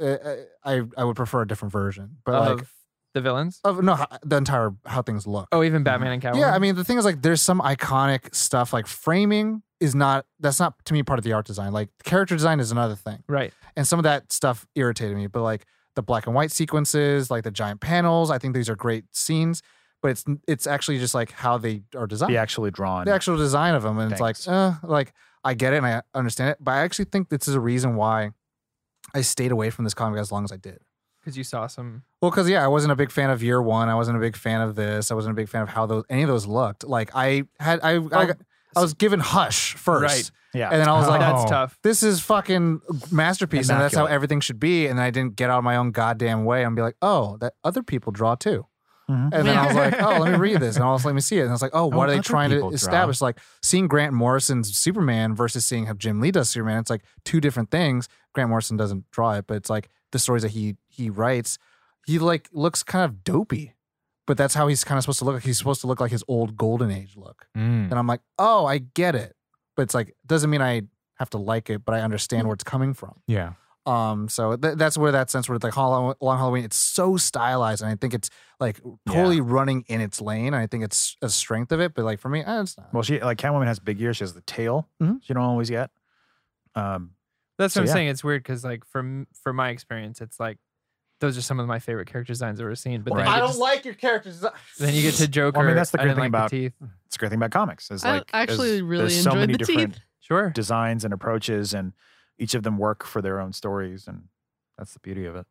[SPEAKER 6] uh, I I would prefer a different version, but like
[SPEAKER 2] of the villains.
[SPEAKER 6] of no h- the entire how things look.
[SPEAKER 2] Oh, even Batman and Catwoman.
[SPEAKER 6] yeah, I mean the thing is like there's some iconic stuff like framing is not that's not to me part of the art design. Like character design is another thing,
[SPEAKER 2] right.
[SPEAKER 6] and some of that stuff irritated me. But like the black and white sequences, like the giant panels, I think these are great scenes. But it's it's actually just like how they are designed
[SPEAKER 5] The actually drawn.
[SPEAKER 6] the actual design of them, and it's
[SPEAKER 5] Thanks.
[SPEAKER 6] like, uh, like I get it and I understand it, but I actually think this is a reason why I stayed away from this comic as long as I did.
[SPEAKER 2] Because you saw some.
[SPEAKER 6] Well, because yeah, I wasn't a big fan of year one. I wasn't a big fan of this. I wasn't a big fan of how those any of those looked. Like I had,
[SPEAKER 5] Oh,
[SPEAKER 6] I, I, got- I was given Hush first,
[SPEAKER 2] Right.
[SPEAKER 5] yeah.
[SPEAKER 6] and then I was like,
[SPEAKER 2] That's
[SPEAKER 1] Oh.
[SPEAKER 2] tough.
[SPEAKER 6] this is fucking masterpiece, and that's how
[SPEAKER 5] Immaculate.
[SPEAKER 6] everything should be. And I didn't get out of my own goddamn way and be like, oh, that other people draw too.
[SPEAKER 5] Mhm.
[SPEAKER 6] And then I was like, oh, let me read this, and I was let me see it, and I was like, oh, what
[SPEAKER 1] Oh,
[SPEAKER 6] are they
[SPEAKER 1] other
[SPEAKER 6] trying to
[SPEAKER 1] people draw.
[SPEAKER 6] establish? Like seeing Grant Morrison's Superman versus seeing how Jim Lee does Superman. It's like two different things. Grant Morrison doesn't draw it, but it's like the stories that he he writes, he like looks kind of dopey, but that's how he's kind of supposed to look. Like he's supposed to look like his old golden age look.
[SPEAKER 1] Mm.
[SPEAKER 6] And I'm like, oh, I get it. But it's like, doesn't mean I have to like it, but I
[SPEAKER 1] Mm.
[SPEAKER 6] understand where it's coming from.
[SPEAKER 1] Yeah.
[SPEAKER 6] Um, so th- that's where that sense where it's like Hall- Long Halloween, it's so stylized, and I think it's like totally running in its lane. And I think it's a strength of it, but like for me, eh, it's not.
[SPEAKER 5] well, she like Catwoman has big ears. She has the tail.
[SPEAKER 4] Mm-hmm.
[SPEAKER 6] Mhm.
[SPEAKER 5] She don't always get. Um,
[SPEAKER 2] That's
[SPEAKER 5] So,
[SPEAKER 2] what I'm
[SPEAKER 5] yeah.
[SPEAKER 2] saying. It's weird because, like, from from my experience, it's like those are some of my favorite character designs I've ever seen. But
[SPEAKER 5] Or
[SPEAKER 2] then
[SPEAKER 5] I
[SPEAKER 2] you,
[SPEAKER 5] don't
[SPEAKER 2] just-
[SPEAKER 6] like your characters.
[SPEAKER 2] then you get to Joker.
[SPEAKER 5] that's the
[SPEAKER 2] I
[SPEAKER 5] great
[SPEAKER 2] didn't
[SPEAKER 5] thing
[SPEAKER 2] like
[SPEAKER 5] about-
[SPEAKER 2] the teeth.
[SPEAKER 5] it's a great thing about comics. Is
[SPEAKER 4] I
[SPEAKER 5] like
[SPEAKER 4] actually
[SPEAKER 5] is
[SPEAKER 4] really
[SPEAKER 5] there's so
[SPEAKER 4] enjoyed
[SPEAKER 5] many
[SPEAKER 4] the
[SPEAKER 5] different
[SPEAKER 4] teeth.
[SPEAKER 2] Sure.
[SPEAKER 5] designs and approaches, and each of them work for their own stories, and that's the beauty of it.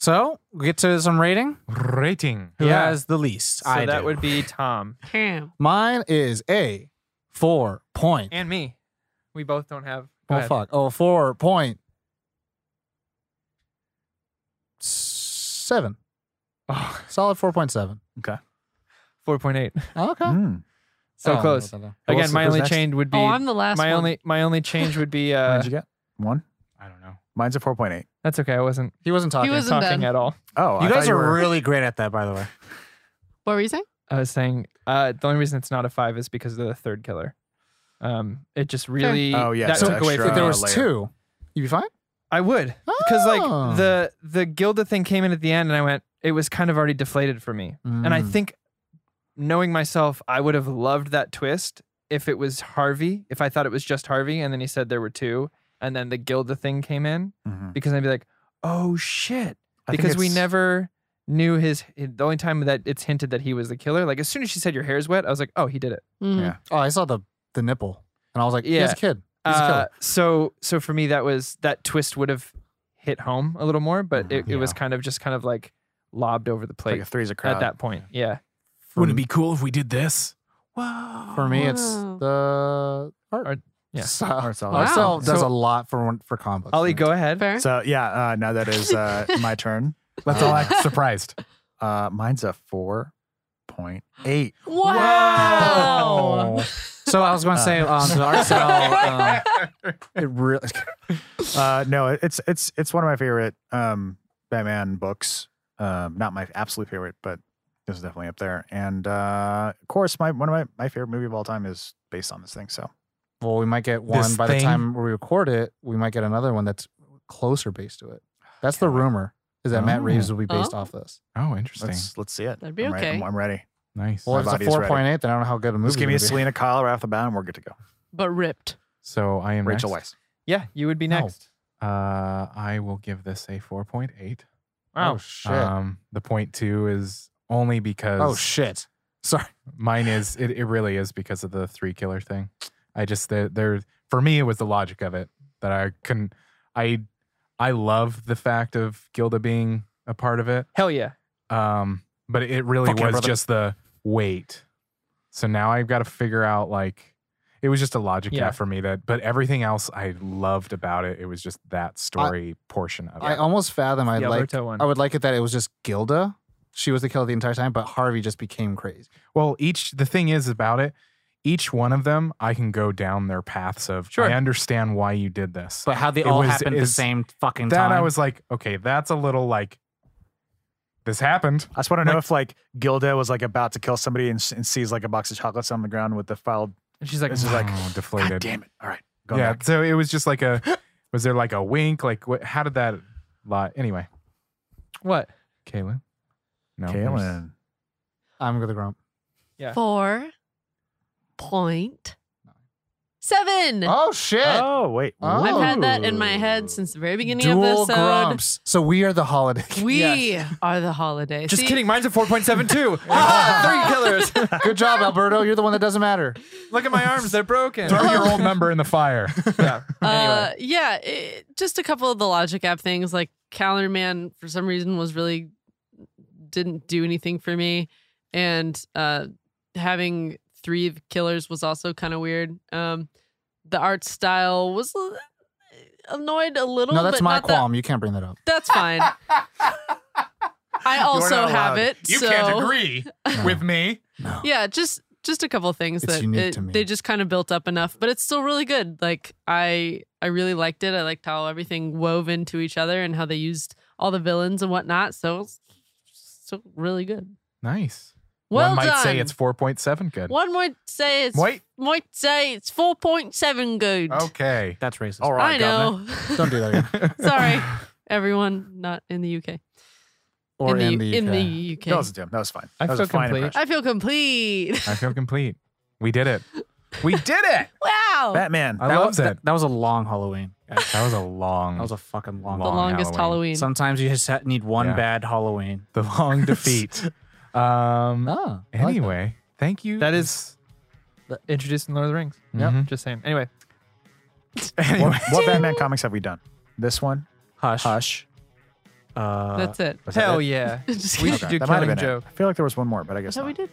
[SPEAKER 6] So we get to some rating.
[SPEAKER 1] Rating.
[SPEAKER 6] Who
[SPEAKER 2] Yeah.
[SPEAKER 6] has the least?
[SPEAKER 2] So
[SPEAKER 6] I
[SPEAKER 2] that
[SPEAKER 6] do.
[SPEAKER 2] would be Tom
[SPEAKER 4] Damn.
[SPEAKER 6] mine is a four point.
[SPEAKER 2] and me. We both don't have. go
[SPEAKER 6] Oh
[SPEAKER 2] ahead.
[SPEAKER 6] fuck! Oh four point seven.
[SPEAKER 2] Oh,
[SPEAKER 6] Solid four point seven.
[SPEAKER 2] 4.8.
[SPEAKER 6] Okay.
[SPEAKER 5] Mm.
[SPEAKER 2] Mm-hmm. So
[SPEAKER 6] Oh,
[SPEAKER 2] close.
[SPEAKER 6] okay.
[SPEAKER 2] Again,
[SPEAKER 5] Who's-
[SPEAKER 2] my
[SPEAKER 5] who's
[SPEAKER 2] only
[SPEAKER 5] next?
[SPEAKER 2] change would be.
[SPEAKER 4] Oh, I'm the last
[SPEAKER 2] my
[SPEAKER 4] one.
[SPEAKER 2] only my only change would be.
[SPEAKER 5] What
[SPEAKER 2] Uh,
[SPEAKER 5] did you get? One.
[SPEAKER 1] I don't know.
[SPEAKER 5] Mine's a four point eight.
[SPEAKER 2] that's okay. I wasn't
[SPEAKER 6] He wasn't talking.
[SPEAKER 4] He wasn't
[SPEAKER 2] talking
[SPEAKER 4] done.
[SPEAKER 2] at all.
[SPEAKER 5] Oh,
[SPEAKER 6] you
[SPEAKER 5] I thought
[SPEAKER 6] guys are
[SPEAKER 5] were-
[SPEAKER 6] really great at that, by the way.
[SPEAKER 4] What were you saying?
[SPEAKER 2] I was saying uh, the only reason it's not a five is because of the third killer. Um, it just really
[SPEAKER 5] Oh, yeah,
[SPEAKER 2] that
[SPEAKER 5] so
[SPEAKER 2] took away
[SPEAKER 5] extra-
[SPEAKER 2] from
[SPEAKER 6] if there
[SPEAKER 5] uh,
[SPEAKER 6] was
[SPEAKER 5] layer.
[SPEAKER 6] two, you'd be fine.
[SPEAKER 2] I would because
[SPEAKER 6] Oh.
[SPEAKER 2] like the the Gilda thing came in at the end, and I went. It was kind of already deflated for me, and I
[SPEAKER 6] Mm.
[SPEAKER 2] think knowing myself, I would have loved that twist if it was Harvey. If I thought it was just Harvey, and then he said there were two, and then the Gilda thing came in
[SPEAKER 5] Mhm.
[SPEAKER 2] because I'd be like, oh shit,
[SPEAKER 5] I think
[SPEAKER 2] because we
[SPEAKER 5] it's-
[SPEAKER 2] never knew his. The only time that it's hinted that he was the killer, like as soon as she said your hair's wet, I was like, oh, he did it.
[SPEAKER 4] Mm.
[SPEAKER 5] Yeah.
[SPEAKER 6] Oh, I saw the the nipple, and I was like, yeah. he has a
[SPEAKER 2] Yeah.
[SPEAKER 6] kid. He's a
[SPEAKER 2] Uh,
[SPEAKER 6] killer.
[SPEAKER 2] so so for me that was that twist would have hit home a little more, but it, it was kind of just kind of like lobbed over the
[SPEAKER 5] Mm-hmm. Like
[SPEAKER 2] plate
[SPEAKER 5] a three's a crowd.
[SPEAKER 2] at that point. Yeah.
[SPEAKER 1] Wouldn't it be cool if we did this? Whoa.
[SPEAKER 6] For me, it's
[SPEAKER 4] Wow.
[SPEAKER 6] the art.
[SPEAKER 2] Art- yeah.
[SPEAKER 6] So,
[SPEAKER 5] Or it's all-
[SPEAKER 4] Wow.
[SPEAKER 6] Arcel does
[SPEAKER 2] So-
[SPEAKER 6] a lot for one- for combos.
[SPEAKER 2] Ollie, go ahead.
[SPEAKER 4] Fair.
[SPEAKER 5] So yeah, uh, now that is uh, my turn.
[SPEAKER 1] That's all I surprised.
[SPEAKER 5] Uh, mine's a four point eight.
[SPEAKER 4] wow.
[SPEAKER 6] So I was going to say,
[SPEAKER 1] Uh,
[SPEAKER 6] um, so Arcel, um, it really.
[SPEAKER 5] Uh, no, it's it's it's one of my favorite um, Batman books. Um, not my absolute favorite, but this is definitely up there. And uh, of course, my one of my, my favorite movie of all time is based on this thing. So
[SPEAKER 6] Well, we might get one
[SPEAKER 1] This
[SPEAKER 6] by the
[SPEAKER 1] thing?
[SPEAKER 6] time we record it. We might get another one that's closer based to it. That's the rumor. Is that Matt
[SPEAKER 1] Oh.
[SPEAKER 6] Reeves will be based
[SPEAKER 4] Oh.
[SPEAKER 6] off this?
[SPEAKER 1] Oh, interesting.
[SPEAKER 5] let's let's see it.
[SPEAKER 4] That'd be
[SPEAKER 5] I'm ready-
[SPEAKER 4] okay.
[SPEAKER 5] I'm, I'm ready.
[SPEAKER 1] nice.
[SPEAKER 6] Well,
[SPEAKER 5] My
[SPEAKER 6] if it's a
[SPEAKER 5] body is
[SPEAKER 6] four
[SPEAKER 5] ready.
[SPEAKER 6] point eight, then I don't know how good a movie.
[SPEAKER 5] Let's give me a
[SPEAKER 6] it's gonna be.
[SPEAKER 5] Selena Kyle right off the bat, and we're good to go.
[SPEAKER 4] But ripped.
[SPEAKER 1] so I am
[SPEAKER 5] Rachel
[SPEAKER 1] next.
[SPEAKER 5] Weisz.
[SPEAKER 2] Yeah, you would be
[SPEAKER 1] No.
[SPEAKER 2] next.
[SPEAKER 1] Uh, I will give this a 4.8.
[SPEAKER 2] Wow.
[SPEAKER 6] Oh shit!
[SPEAKER 5] Uh,
[SPEAKER 1] Um, the point two is only because
[SPEAKER 6] oh shit! Sorry.
[SPEAKER 1] mine is it, it really is because of the three killer thing. I just there, there for me it was the logic of it that I couldn't I I love the fact of Gilda being a part of it.
[SPEAKER 2] Hell yeah.
[SPEAKER 1] Um, but it really
[SPEAKER 5] Fuck yeah,
[SPEAKER 1] was
[SPEAKER 5] brother.
[SPEAKER 1] just the wait. So now I've got to figure out like it was just a logic
[SPEAKER 2] Yeah.
[SPEAKER 1] gap for me that but everything else I loved about it. It was just that story portion of
[SPEAKER 7] I
[SPEAKER 1] it.
[SPEAKER 7] almost fathom I
[SPEAKER 2] the
[SPEAKER 7] like
[SPEAKER 2] Alberto one.
[SPEAKER 7] I would like it that it was just Gilda. She was the killer the entire time, but Harvey just became crazy.
[SPEAKER 1] Well, each the thing is about it, each one of them I can go down their paths of
[SPEAKER 2] Sure.
[SPEAKER 1] I understand why you did this.
[SPEAKER 7] But how they
[SPEAKER 1] It
[SPEAKER 7] all
[SPEAKER 1] was-
[SPEAKER 7] happened at the
[SPEAKER 1] is-
[SPEAKER 7] same fucking
[SPEAKER 1] that
[SPEAKER 7] time.
[SPEAKER 1] I was like, okay, that's a little like this happened.
[SPEAKER 5] I just want to know if like Gilda was like about to kill somebody and, s- and sees like a box of chocolates on the ground with the filed.
[SPEAKER 2] And she's like,
[SPEAKER 5] This is like
[SPEAKER 1] Oh, deflated.
[SPEAKER 5] God damn it! All right, go
[SPEAKER 1] yeah.
[SPEAKER 5] back.
[SPEAKER 1] So it was just like a was there like a wink? Like what how did that lot anyway?
[SPEAKER 2] what?
[SPEAKER 1] Kaylin? No. there's-
[SPEAKER 5] Kalen.
[SPEAKER 7] I'm gonna grump.
[SPEAKER 4] Four point seven.
[SPEAKER 7] Oh shit.
[SPEAKER 5] Oh wait,
[SPEAKER 7] Oh.
[SPEAKER 4] I've had that in my head since the very beginning
[SPEAKER 7] Dual
[SPEAKER 4] of this episode.
[SPEAKER 7] grumps. So we are the holiday.
[SPEAKER 4] We are the holiday.
[SPEAKER 2] Just
[SPEAKER 4] See,
[SPEAKER 2] kidding. Mine's a 4.72. ah, three killers.
[SPEAKER 7] Good job, Alberto. You're the one that doesn't matter.
[SPEAKER 2] Look at my arms. They're broken.
[SPEAKER 1] Throw your old number in the fire.
[SPEAKER 2] yeah.
[SPEAKER 4] Uh, yeah, it, just a couple of the Logic app things. Like Calendar Man, for some reason, was really didn't do anything for me, and uh, having three killers was also kind of weird. Um, the art style was l- annoyed a little.
[SPEAKER 7] No, that's
[SPEAKER 4] but
[SPEAKER 7] my
[SPEAKER 4] not that-
[SPEAKER 7] qualm. You can't bring that up.
[SPEAKER 4] that's fine. I also
[SPEAKER 5] not
[SPEAKER 4] have
[SPEAKER 5] allowed.
[SPEAKER 4] it.
[SPEAKER 1] You
[SPEAKER 4] so
[SPEAKER 1] can't agree
[SPEAKER 7] No.
[SPEAKER 1] with me.
[SPEAKER 4] yeah just just a couple things
[SPEAKER 7] It's
[SPEAKER 4] that
[SPEAKER 7] unique
[SPEAKER 4] it-
[SPEAKER 7] to me.
[SPEAKER 4] they just kind of built up enough but it's still really good like i i really liked it i liked how everything wove into each other and how they used all the villains and whatnot so it's so really good
[SPEAKER 1] Nice.
[SPEAKER 4] well
[SPEAKER 1] One might
[SPEAKER 4] done
[SPEAKER 1] say it's 4.7 good.
[SPEAKER 4] one might say it's
[SPEAKER 1] Wait.
[SPEAKER 4] might say it's 4.7 good
[SPEAKER 1] Okay.
[SPEAKER 7] That's racist.
[SPEAKER 5] All right,
[SPEAKER 4] i
[SPEAKER 5] governor.
[SPEAKER 4] know
[SPEAKER 7] Don't do that again.
[SPEAKER 4] sorry everyone not in the uk
[SPEAKER 7] Or
[SPEAKER 4] in,
[SPEAKER 7] in the,
[SPEAKER 4] in
[SPEAKER 7] UK.
[SPEAKER 4] the uk
[SPEAKER 5] That was Jim. That was fine.
[SPEAKER 2] I
[SPEAKER 5] that was
[SPEAKER 2] feel
[SPEAKER 5] a fine
[SPEAKER 2] complete.
[SPEAKER 5] impression.
[SPEAKER 4] i feel complete
[SPEAKER 1] I feel complete. We did it. We did it.
[SPEAKER 4] wow
[SPEAKER 5] Batman.
[SPEAKER 1] I
[SPEAKER 7] that,
[SPEAKER 4] Oh,
[SPEAKER 1] loved
[SPEAKER 7] was,
[SPEAKER 1] it.
[SPEAKER 7] That, that was a long Halloween. guys.
[SPEAKER 1] That was a long,
[SPEAKER 7] That was a fucking long.
[SPEAKER 4] the
[SPEAKER 1] long
[SPEAKER 4] longest halloween,
[SPEAKER 1] Halloween.
[SPEAKER 7] Sometimes you just ha- need one
[SPEAKER 1] Yeah.
[SPEAKER 7] bad Halloween.
[SPEAKER 1] the long defeat. Um.
[SPEAKER 7] Oh,
[SPEAKER 1] anyway, thank you.
[SPEAKER 2] That is introduced in Lord of the Rings.
[SPEAKER 5] Mm-hmm.
[SPEAKER 1] Mhm.
[SPEAKER 2] Just saying. Anyway,
[SPEAKER 1] Anyway.
[SPEAKER 5] What, what Batman comics have we done? This one.
[SPEAKER 7] hush.
[SPEAKER 5] Hush.
[SPEAKER 7] Uh,
[SPEAKER 4] that's it
[SPEAKER 5] Was that
[SPEAKER 2] hell
[SPEAKER 5] it?
[SPEAKER 2] yeah.
[SPEAKER 4] just
[SPEAKER 2] We
[SPEAKER 4] kidding.
[SPEAKER 2] should do
[SPEAKER 5] That might have
[SPEAKER 2] Killing
[SPEAKER 5] been it.
[SPEAKER 2] Joke.
[SPEAKER 5] I feel like there was one more, but I
[SPEAKER 4] Is
[SPEAKER 5] guess
[SPEAKER 4] that what we
[SPEAKER 5] not.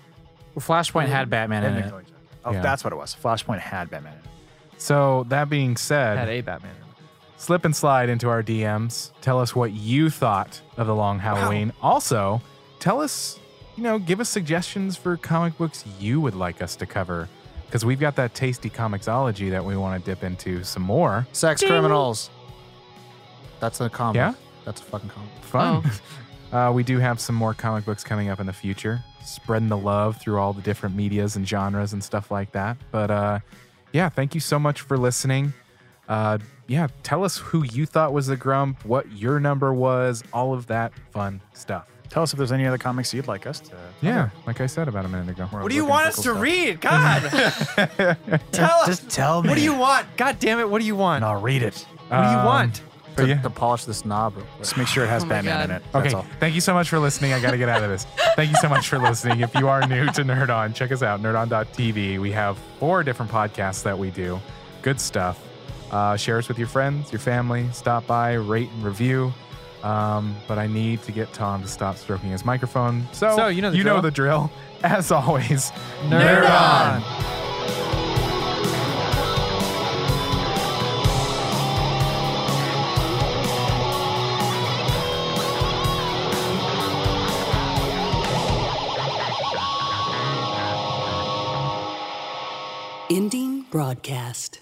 [SPEAKER 4] did
[SPEAKER 7] Flashpoint had Batman in
[SPEAKER 5] Batman
[SPEAKER 7] it.
[SPEAKER 5] Killing Joke. Oh,
[SPEAKER 1] Yeah.
[SPEAKER 5] that's what it was. Flashpoint had Batman in it.
[SPEAKER 1] So that being said,
[SPEAKER 2] Had a Batman.
[SPEAKER 1] slip and slide into our DMs. Tell us what you thought of the long Halloween. Also, tell us, you know, give us suggestions for comic books you would like us to cover because we've got that tasty comicsology that we want to dip into some more.
[SPEAKER 7] Sex criminals. That's a comic.
[SPEAKER 1] Yeah?
[SPEAKER 7] That's a fucking comic.
[SPEAKER 4] Oh.
[SPEAKER 1] Fun. Uh, we do have some more comic books coming up in the future, spreading the love through all the different medias and genres and stuff like that. But uh, yeah, thank you so much for listening. Uh, yeah, tell us who you thought was the grump, what your number was, all of that fun stuff.
[SPEAKER 5] Tell us if there's any other comics you'd like us to.
[SPEAKER 1] Yeah, like I said about a minute ago.
[SPEAKER 2] What do you want us to read? God. Tell us.
[SPEAKER 5] Just tell me.
[SPEAKER 2] What do you want? God damn it. What do you want?
[SPEAKER 5] And I'll read it.
[SPEAKER 2] What do you
[SPEAKER 1] Um,
[SPEAKER 2] want?
[SPEAKER 1] But
[SPEAKER 7] To,
[SPEAKER 1] yeah.
[SPEAKER 7] to polish this knob. real quick.
[SPEAKER 5] Just make sure it has
[SPEAKER 4] Oh my
[SPEAKER 5] Batman in
[SPEAKER 4] God.
[SPEAKER 5] it. That's
[SPEAKER 1] Okay,
[SPEAKER 5] all.
[SPEAKER 1] thank you so much for listening. I got to get out of this. Thank you so much for listening. If you are new to Nerd On, check us out, nerdon.tv. We have four different podcasts that we do. Good stuff. Uh, share us with your friends, your family. Stop by, rate, and review. Um, but I need to get Tom to stop stroking his microphone. So,
[SPEAKER 2] So, you know the drill.
[SPEAKER 1] drill. As always,
[SPEAKER 2] Nerd on.
[SPEAKER 3] Ending broadcast.